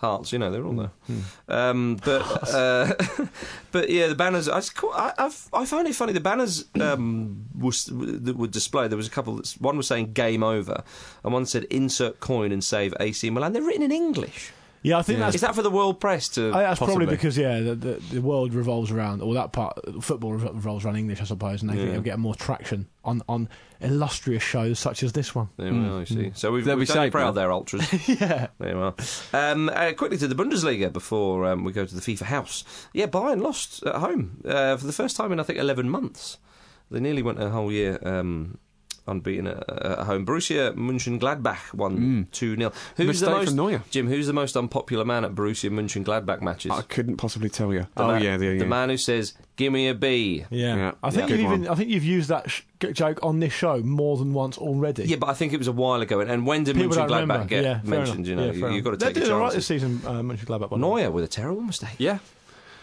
Speaker 1: Hearts. You know, they're all there. Um,
Speaker 3: [laughs]
Speaker 1: but uh, [laughs] but yeah, the banners. I, just call- I, I've, I find it funny. The banners um, was, that were displayed. There was a couple. That's, one was saying "Game Over," and one said "Insert coin and save AC Milan." They're written in English.
Speaker 3: Yeah, I think that's
Speaker 1: Is that for the world press to?
Speaker 3: I, that's
Speaker 2: Possibly.
Speaker 3: probably because yeah, the, the, the world revolves around, or that part football rev- revolves around English, I suppose, and they think they'll get more traction on on illustrious shows such as this one.
Speaker 1: There we are,
Speaker 3: mm.
Speaker 1: you see. So we've,
Speaker 2: They'll
Speaker 1: we've
Speaker 2: be
Speaker 1: done you
Speaker 2: safe,
Speaker 1: proud
Speaker 2: man.
Speaker 1: there, ultras.
Speaker 3: [laughs] Yeah,
Speaker 1: There you are. Um, uh, quickly to the Bundesliga before um, we go to the FIFA house. Yeah, Bayern lost at home uh, for the first time in I think eleven months. They nearly went a whole year um, unbeaten at, at home. Borussia Mönchengladbach
Speaker 3: Mm.
Speaker 1: won two 0 Who's
Speaker 2: Mistake
Speaker 1: the
Speaker 2: from
Speaker 1: most
Speaker 2: Neuer.
Speaker 1: Jim? Who's the most unpopular man at Borussia Mönchengladbach matches?
Speaker 2: I couldn't possibly tell you.
Speaker 1: The
Speaker 2: oh
Speaker 1: man-
Speaker 2: yeah, the, yeah.
Speaker 1: the man who says "Give me a B."
Speaker 3: yeah.
Speaker 2: Yeah,
Speaker 3: I think
Speaker 2: yeah.
Speaker 3: you've
Speaker 2: Good
Speaker 3: even
Speaker 2: one.
Speaker 3: I think you've used that sh- g- joke on this show more than once already.
Speaker 1: Yeah, but I think it was a while ago. And, and when did
Speaker 3: People don't remember.
Speaker 1: Mönchengladbach get
Speaker 3: yeah, fair
Speaker 1: mentioned?
Speaker 3: enough.
Speaker 1: You know,
Speaker 3: Yeah, fair
Speaker 1: you, have got to
Speaker 3: enough.
Speaker 1: take
Speaker 3: They're
Speaker 1: your
Speaker 3: doing all right this
Speaker 1: chances.
Speaker 3: season. Uh, Mönchengladbach. by the way.
Speaker 1: Neuer with a terrible mistake.
Speaker 2: yeah.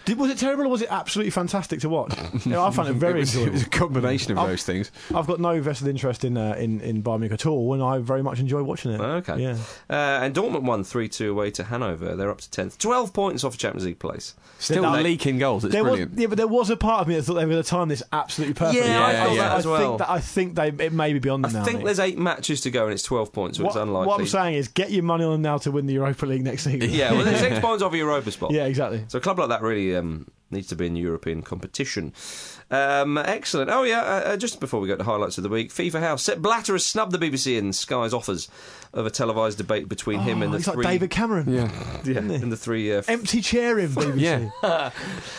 Speaker 3: Did, was it terrible or was it absolutely fantastic to
Speaker 1: [laughs]
Speaker 3: watch? You know, I found it
Speaker 2: it,
Speaker 3: very
Speaker 2: was, it
Speaker 3: enjoyable.
Speaker 2: was a combination of
Speaker 3: Oh.
Speaker 2: those things.
Speaker 3: I've got no vested interest in uh, in in Bayern Munich at all, and I very much enjoy watching it.
Speaker 1: Okay.
Speaker 3: Yeah.
Speaker 1: Uh, and Dortmund won 3 2 away to Hanover. They're up to 10th. 12 points off a Champions League place.
Speaker 2: Still
Speaker 3: They-
Speaker 2: leaking goals. It's
Speaker 3: There was,
Speaker 2: brilliant.
Speaker 3: yeah, but there was a part of me that thought they were going to time this absolutely perfectly.
Speaker 1: Yeah,
Speaker 2: I Yeah, thought yeah. that
Speaker 3: I
Speaker 1: as well.
Speaker 3: Think that, I think they it may be beyond
Speaker 1: I
Speaker 3: them now.
Speaker 1: think
Speaker 3: mate.
Speaker 1: there's eight matches to go and it's 12 points, so
Speaker 3: what,
Speaker 1: it's unlikely.
Speaker 3: What I'm saying is, get your money on them now to win the Europa League next
Speaker 1: [laughs]
Speaker 3: season.
Speaker 1: Yeah, well, there's six points off a Europa spot.
Speaker 3: [laughs] yeah, exactly.
Speaker 1: So a club like that really um, needs to be in European competition. Um, excellent. Oh yeah, uh, uh, just before we go to highlights of the week, FIFA House. Sepp Blatter has snubbed the BBC in Sky's offers of a televised debate between him and
Speaker 3: Oh,
Speaker 1: the
Speaker 3: he's
Speaker 1: three.
Speaker 3: like David Cameron. [laughs]
Speaker 2: yeah.
Speaker 1: yeah, and the three. Uh, f-
Speaker 3: Empty chair
Speaker 1: [laughs]
Speaker 3: in BBC.
Speaker 2: Yeah.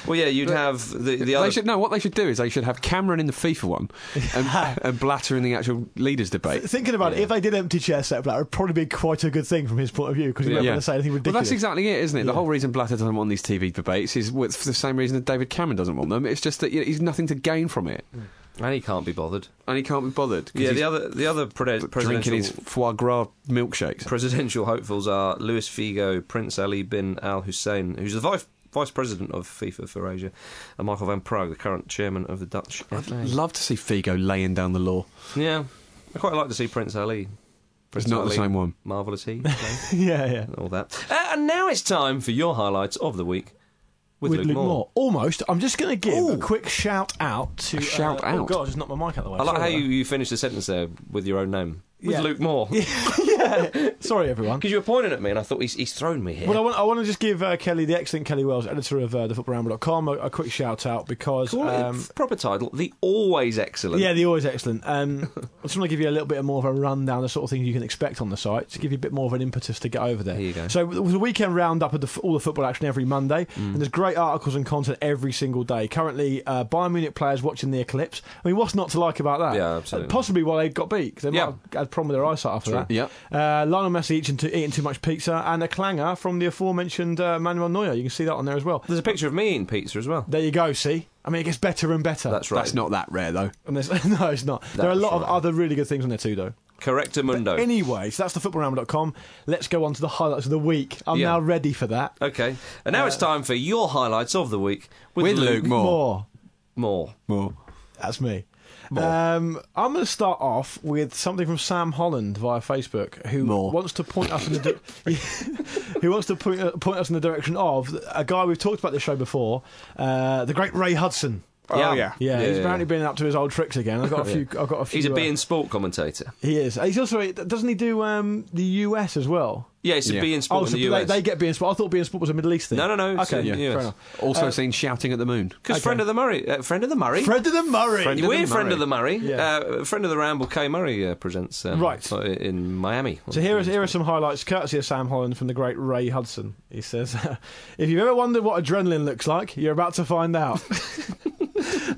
Speaker 1: well, yeah, you'd have the the other.
Speaker 2: They should no. What they should do is they should have Cameron in the FIFA one,
Speaker 3: [laughs]
Speaker 2: and, and Blatter in the actual leaders debate.
Speaker 3: Thinking about it, if they did empty chair set that would probably be quite a good thing from his point of view because he won't
Speaker 2: Yeah.
Speaker 3: going to say anything
Speaker 2: Well,
Speaker 3: ridiculous.
Speaker 2: that's exactly it, isn't it? The whole reason Blatter doesn't want these TV debates is with- for the same reason that David Cameron doesn't want them. It's just that you know, he's nothing to gain from it,
Speaker 3: Mm.
Speaker 1: and he can't be bothered.
Speaker 2: and he can't be bothered. 'cause
Speaker 1: Yeah,
Speaker 2: he's
Speaker 1: the other the other pre-
Speaker 2: drinking
Speaker 1: presidential
Speaker 2: his foie gras milkshakes.
Speaker 1: presidential hopefuls are Luis Figo, Prince Ali bin Al Hussein, who's the vice vice president of FIFA for Asia, and Michael van Praag, the current chairman of the Dutch FA.
Speaker 2: Love to see Figo laying down the law.
Speaker 1: Yeah, I quite like to see Prince Ali. Prince
Speaker 2: It's not the
Speaker 1: Ali,
Speaker 2: same one.
Speaker 1: Marvelous
Speaker 3: [laughs]
Speaker 1: he, played,
Speaker 3: yeah, yeah.
Speaker 1: all that. Uh, and now it's time for your highlights of the week with,
Speaker 3: With Luke, Moore. almost. I'm just going to give a
Speaker 1: Ooh.
Speaker 3: quick shout out to.
Speaker 2: A shout
Speaker 3: uh, Oh
Speaker 2: out.
Speaker 3: God, I just knocked my mic out of the way.
Speaker 1: I like how
Speaker 3: Sorry uh,
Speaker 1: you,
Speaker 3: about
Speaker 1: you finished the sentence there with your own name. With
Speaker 3: Yeah.
Speaker 1: Luke Moore. Because
Speaker 3: that. Sorry, everyone.
Speaker 1: you were pointing at me and I thought he's, he's thrown me here.
Speaker 3: Well, I want, I want to just give uh, Kelly, the excellent Kelly Wells, editor of uh, thefootballramble.com, a, a quick shout out because.
Speaker 1: Call it
Speaker 3: um,
Speaker 1: f- proper title, The Always Excellent.
Speaker 3: yeah, they're always excellent. Um, [laughs] I just want to give you a little bit more of a rundown, the sort of things you can expect on the site, to give you a bit more of an impetus to get over there.
Speaker 1: Here you go. Mm.
Speaker 3: So it was a weekend roundup of the, f- all the football action every Monday, and there's great articles and content every single day. Currently, uh, Bayern Munich players watching the eclipse. I mean, what's not to like about that?
Speaker 1: Yeah, absolutely.
Speaker 3: Uh, possibly why they got beat, 'cause they
Speaker 1: Yeah.
Speaker 3: might have had a problem with their eyesight after that.
Speaker 2: Yeah.
Speaker 3: Uh, Lionel Messi eating too, eating too much pizza, and a clanger from the aforementioned uh, Manuel Neuer. You can see that on there as well.
Speaker 1: There's a picture of me eating pizza as well.
Speaker 3: There you go. See, I mean, it gets better and better.
Speaker 1: That's right.
Speaker 2: That's not that rare though.
Speaker 3: And there's- [laughs] no, it's not. there are a
Speaker 1: That's
Speaker 3: lot of
Speaker 1: right.
Speaker 3: other really good things on there too, though.
Speaker 1: Correctamundo.
Speaker 3: Anyway, so that's the footballramble.com. Let's go on to the highlights of the week. I'm
Speaker 1: Yeah.
Speaker 3: now ready for that.
Speaker 1: okay. And now it's time for your highlights of the week Uh, with,
Speaker 2: With
Speaker 1: Luke,
Speaker 2: Luke Moore.
Speaker 3: More.
Speaker 1: Moore.
Speaker 2: More.
Speaker 3: That's me. Um, I'm going to start off with something from Sam Holland via Facebook, who
Speaker 2: More.
Speaker 3: wants to point us in the
Speaker 1: [laughs]
Speaker 3: di- [laughs] who wants to point, uh, point us in the direction of a guy we've talked about this show before, uh, the great Ray Hudson.
Speaker 1: Oh, Yeah.
Speaker 3: Yeah,
Speaker 1: Yeah,
Speaker 3: he's
Speaker 1: yeah,
Speaker 3: apparently been up to his old tricks again.
Speaker 1: [laughs]
Speaker 3: I've got a few. I've got a few.
Speaker 1: He's a
Speaker 3: uh,
Speaker 1: being sport commentator.
Speaker 3: He is. He's also. Doesn't he do um, the US as well?
Speaker 1: Yeah, he's a
Speaker 2: Yeah.
Speaker 1: being sport in
Speaker 3: Oh, so
Speaker 1: the
Speaker 3: they,
Speaker 1: US.
Speaker 3: they get being sport. I thought being sport was a Middle East thing.
Speaker 1: No, no, no, it's uh,
Speaker 3: Okay,
Speaker 1: in the
Speaker 3: yeah,
Speaker 1: US.
Speaker 3: fair enough.
Speaker 2: Also seen shouting at the
Speaker 3: [laughs]
Speaker 2: moon.
Speaker 1: Because friend of the Murray, uh, friend of the Murray,
Speaker 3: Fred the Murray.
Speaker 2: Friend of
Speaker 1: we're
Speaker 2: the
Speaker 1: friend
Speaker 2: Murray.
Speaker 1: of the Murray,
Speaker 3: Yeah.
Speaker 1: uh, friend of the Ramble. K Murray uh, presents um,
Speaker 3: Right.
Speaker 1: uh, in Miami.
Speaker 3: So here, is, here are some highlights, courtesy of Sam Holland from the great Ray Hudson. He says, [laughs] "If you've ever wondered what adrenaline looks like, you're about to find
Speaker 1: [laughs]
Speaker 3: out."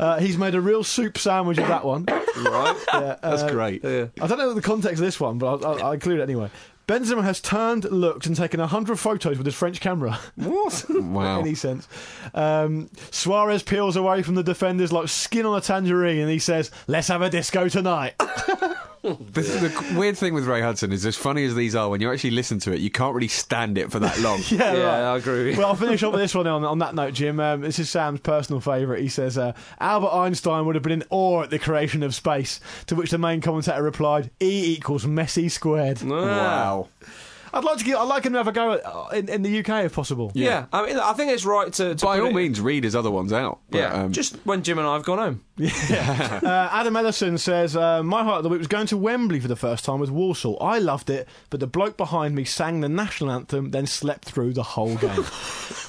Speaker 3: uh, he's made a real soup
Speaker 1: [coughs]
Speaker 3: sandwich of that one. Uh,
Speaker 1: right? Ah.
Speaker 2: That's great.
Speaker 1: Yeah.
Speaker 3: I don't know the context of this one, but I'll, I'll, I'll include it anyway. Benzema has turned, looked, and taken 100 photos with his French camera. [laughs]
Speaker 1: What?
Speaker 2: Wow.
Speaker 3: any sense. Um, Suarez peels away from the defenders like skin on a tangerine, and he says, "Let's have a disco tonight." [laughs]
Speaker 2: This is the c- weird thing with Ray Hudson is as funny as these are, when you actually listen to it, you can't really stand it for that long.
Speaker 1: [laughs]
Speaker 3: yeah,
Speaker 1: Yeah,
Speaker 3: right.
Speaker 1: I agree with you.
Speaker 3: Well, I'll finish up with this one on, on that note, Jim. Um, this is Sam's personal favourite. He says, uh, Albert Einstein would have been in awe at the creation of space, to which the main commentator replied, E equals Messi squared.
Speaker 2: Wow.
Speaker 3: I'd like to give, I'd like him to have a go at, uh, in, in the UK if possible.
Speaker 1: Yeah. I mean, I think it's right to. to
Speaker 2: By
Speaker 1: put
Speaker 2: all
Speaker 1: it-
Speaker 2: means, read his other ones out. But,
Speaker 1: yeah.
Speaker 2: um,
Speaker 1: just when Jim and I have gone home.
Speaker 3: [laughs] Uh, Adam Ellison says, uh, My heart of the week was going to Wembley for the first time with Walsall. I loved it, but the bloke behind me sang the national anthem, then slept through the whole game.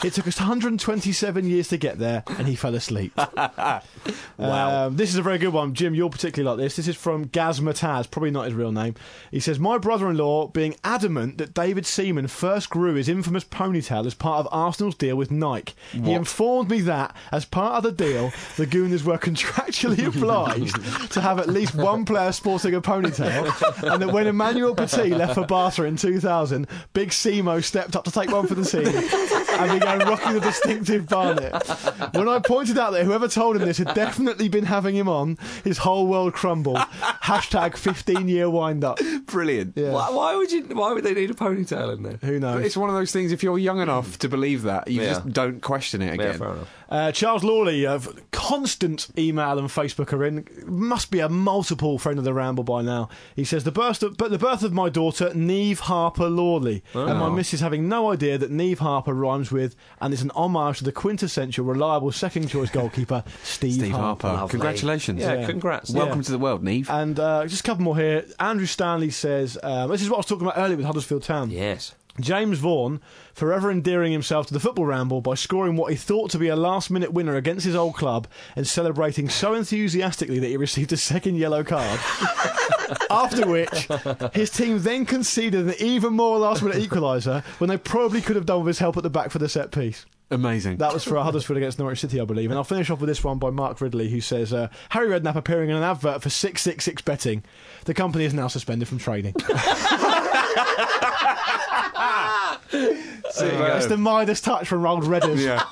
Speaker 3: it took us 127 years to get there, and he fell asleep. wow. Um, this is a very good one. Jim, you'll particularly like this. This is from Gaz Mataz, probably not his real name. He says, My brother in law being adamant that David Seaman first grew his infamous ponytail as part of Arsenal's deal with Nike. He informed me that, as part of the deal, the Gooners were contractually obliged to have at least one player sporting a ponytail, and that when Emmanuel Petit left for Barca in 2000, Big Simo stepped up to take one for the team and began rocking the distinctive barnet. When I pointed out that whoever told him this had definitely been having him on, his whole world crumbled. Hashtag 15 year wind up.
Speaker 2: brilliant.
Speaker 3: Yeah.
Speaker 1: Why, why would you? Why would they need a ponytail in there?
Speaker 3: Who knows?
Speaker 2: It's one of those things. If you're young enough to believe that, you
Speaker 1: Yeah.
Speaker 2: just don't question it
Speaker 1: Yeah,
Speaker 2: again.
Speaker 1: fair enough.
Speaker 3: Uh, Charles Lawley, uh, constant email and Facebook are in. Must be a multiple friend of the Ramble by now. He says the birth of, but the birth of my daughter Neve Harper Lawley, and
Speaker 2: Oh.
Speaker 3: my missus having no idea that Neve Harper rhymes with, and is an homage to the quintessential reliable second choice goalkeeper [laughs] Steve,
Speaker 2: Steve Harper,
Speaker 3: Harper.
Speaker 2: congratulations.
Speaker 1: Yeah, congrats.
Speaker 2: Welcome
Speaker 3: Yeah.
Speaker 2: to the world, Neve.
Speaker 3: And uh, just a couple more here. Andrew Stanley says, um, this is what I was talking about earlier with Huddersfield Town.
Speaker 1: Yes.
Speaker 3: James Vaughan, forever endearing himself to the football ramble by scoring what he thought to be a last minute winner against his old club and celebrating so enthusiastically that he received a second yellow card. [laughs] After which, his team then conceded an even more last minute equaliser when they probably could have done with his help at the back for the set piece.
Speaker 2: Amazing.
Speaker 3: That was for Huddersfield against Norwich City, I believe. And I'll finish off with this one by Mark Ridley, who says uh, Harry Redknapp appearing in an advert for 666 betting. The company is now suspended from trading.
Speaker 1: There you
Speaker 3: It's the Midas touch from old
Speaker 1: [laughs]
Speaker 3: Redders.
Speaker 2: yeah.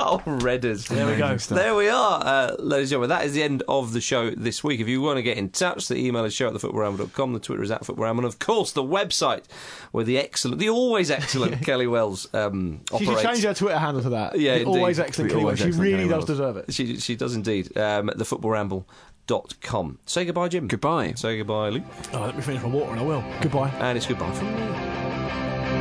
Speaker 1: Oh, Redders. There
Speaker 3: we go. Amazing stuff.
Speaker 1: There we are, uh, ladies and gentlemen. That is the end of the show this week. If you want to get in touch, the email is show at thefootballramble.com, the Twitter is at footballramble, and of course the website where the excellent, the always
Speaker 3: [laughs]
Speaker 1: excellent Kelly Wells um,
Speaker 3: She should
Speaker 1: operates.
Speaker 3: change her Twitter handle to that.
Speaker 1: Yeah,
Speaker 3: The
Speaker 1: indeed.
Speaker 3: always excellent
Speaker 2: The
Speaker 3: Kelly
Speaker 2: always
Speaker 3: Wells. She
Speaker 2: excellent Kelly
Speaker 3: really does
Speaker 2: Wells.
Speaker 3: deserve it.
Speaker 1: She, she does indeed. Um, at thefootballramble.com. Say goodbye, Jim.
Speaker 2: Goodbye.
Speaker 1: Say goodbye, Luke.
Speaker 3: Oh, let me finish my water and I will. Goodbye.
Speaker 1: And it's goodbye from me.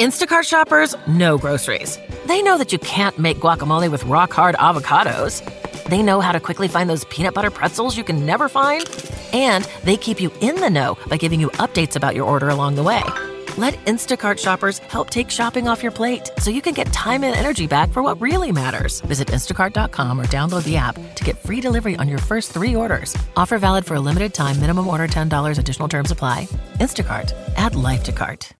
Speaker 5: Instacart shoppers know groceries. They know that you can't make guacamole with rock hard avocados. They know how to quickly find those peanut butter pretzels you can never find. And they keep you in the know by giving you updates about your order along the way. Let Instacart shoppers help take shopping off your plate so you can get time and energy back for what really matters. Visit instacart.com or download the app to get free delivery on your first three orders. Offer valid for a limited time, minimum order $10, additional terms apply. Instacart, add life to cart.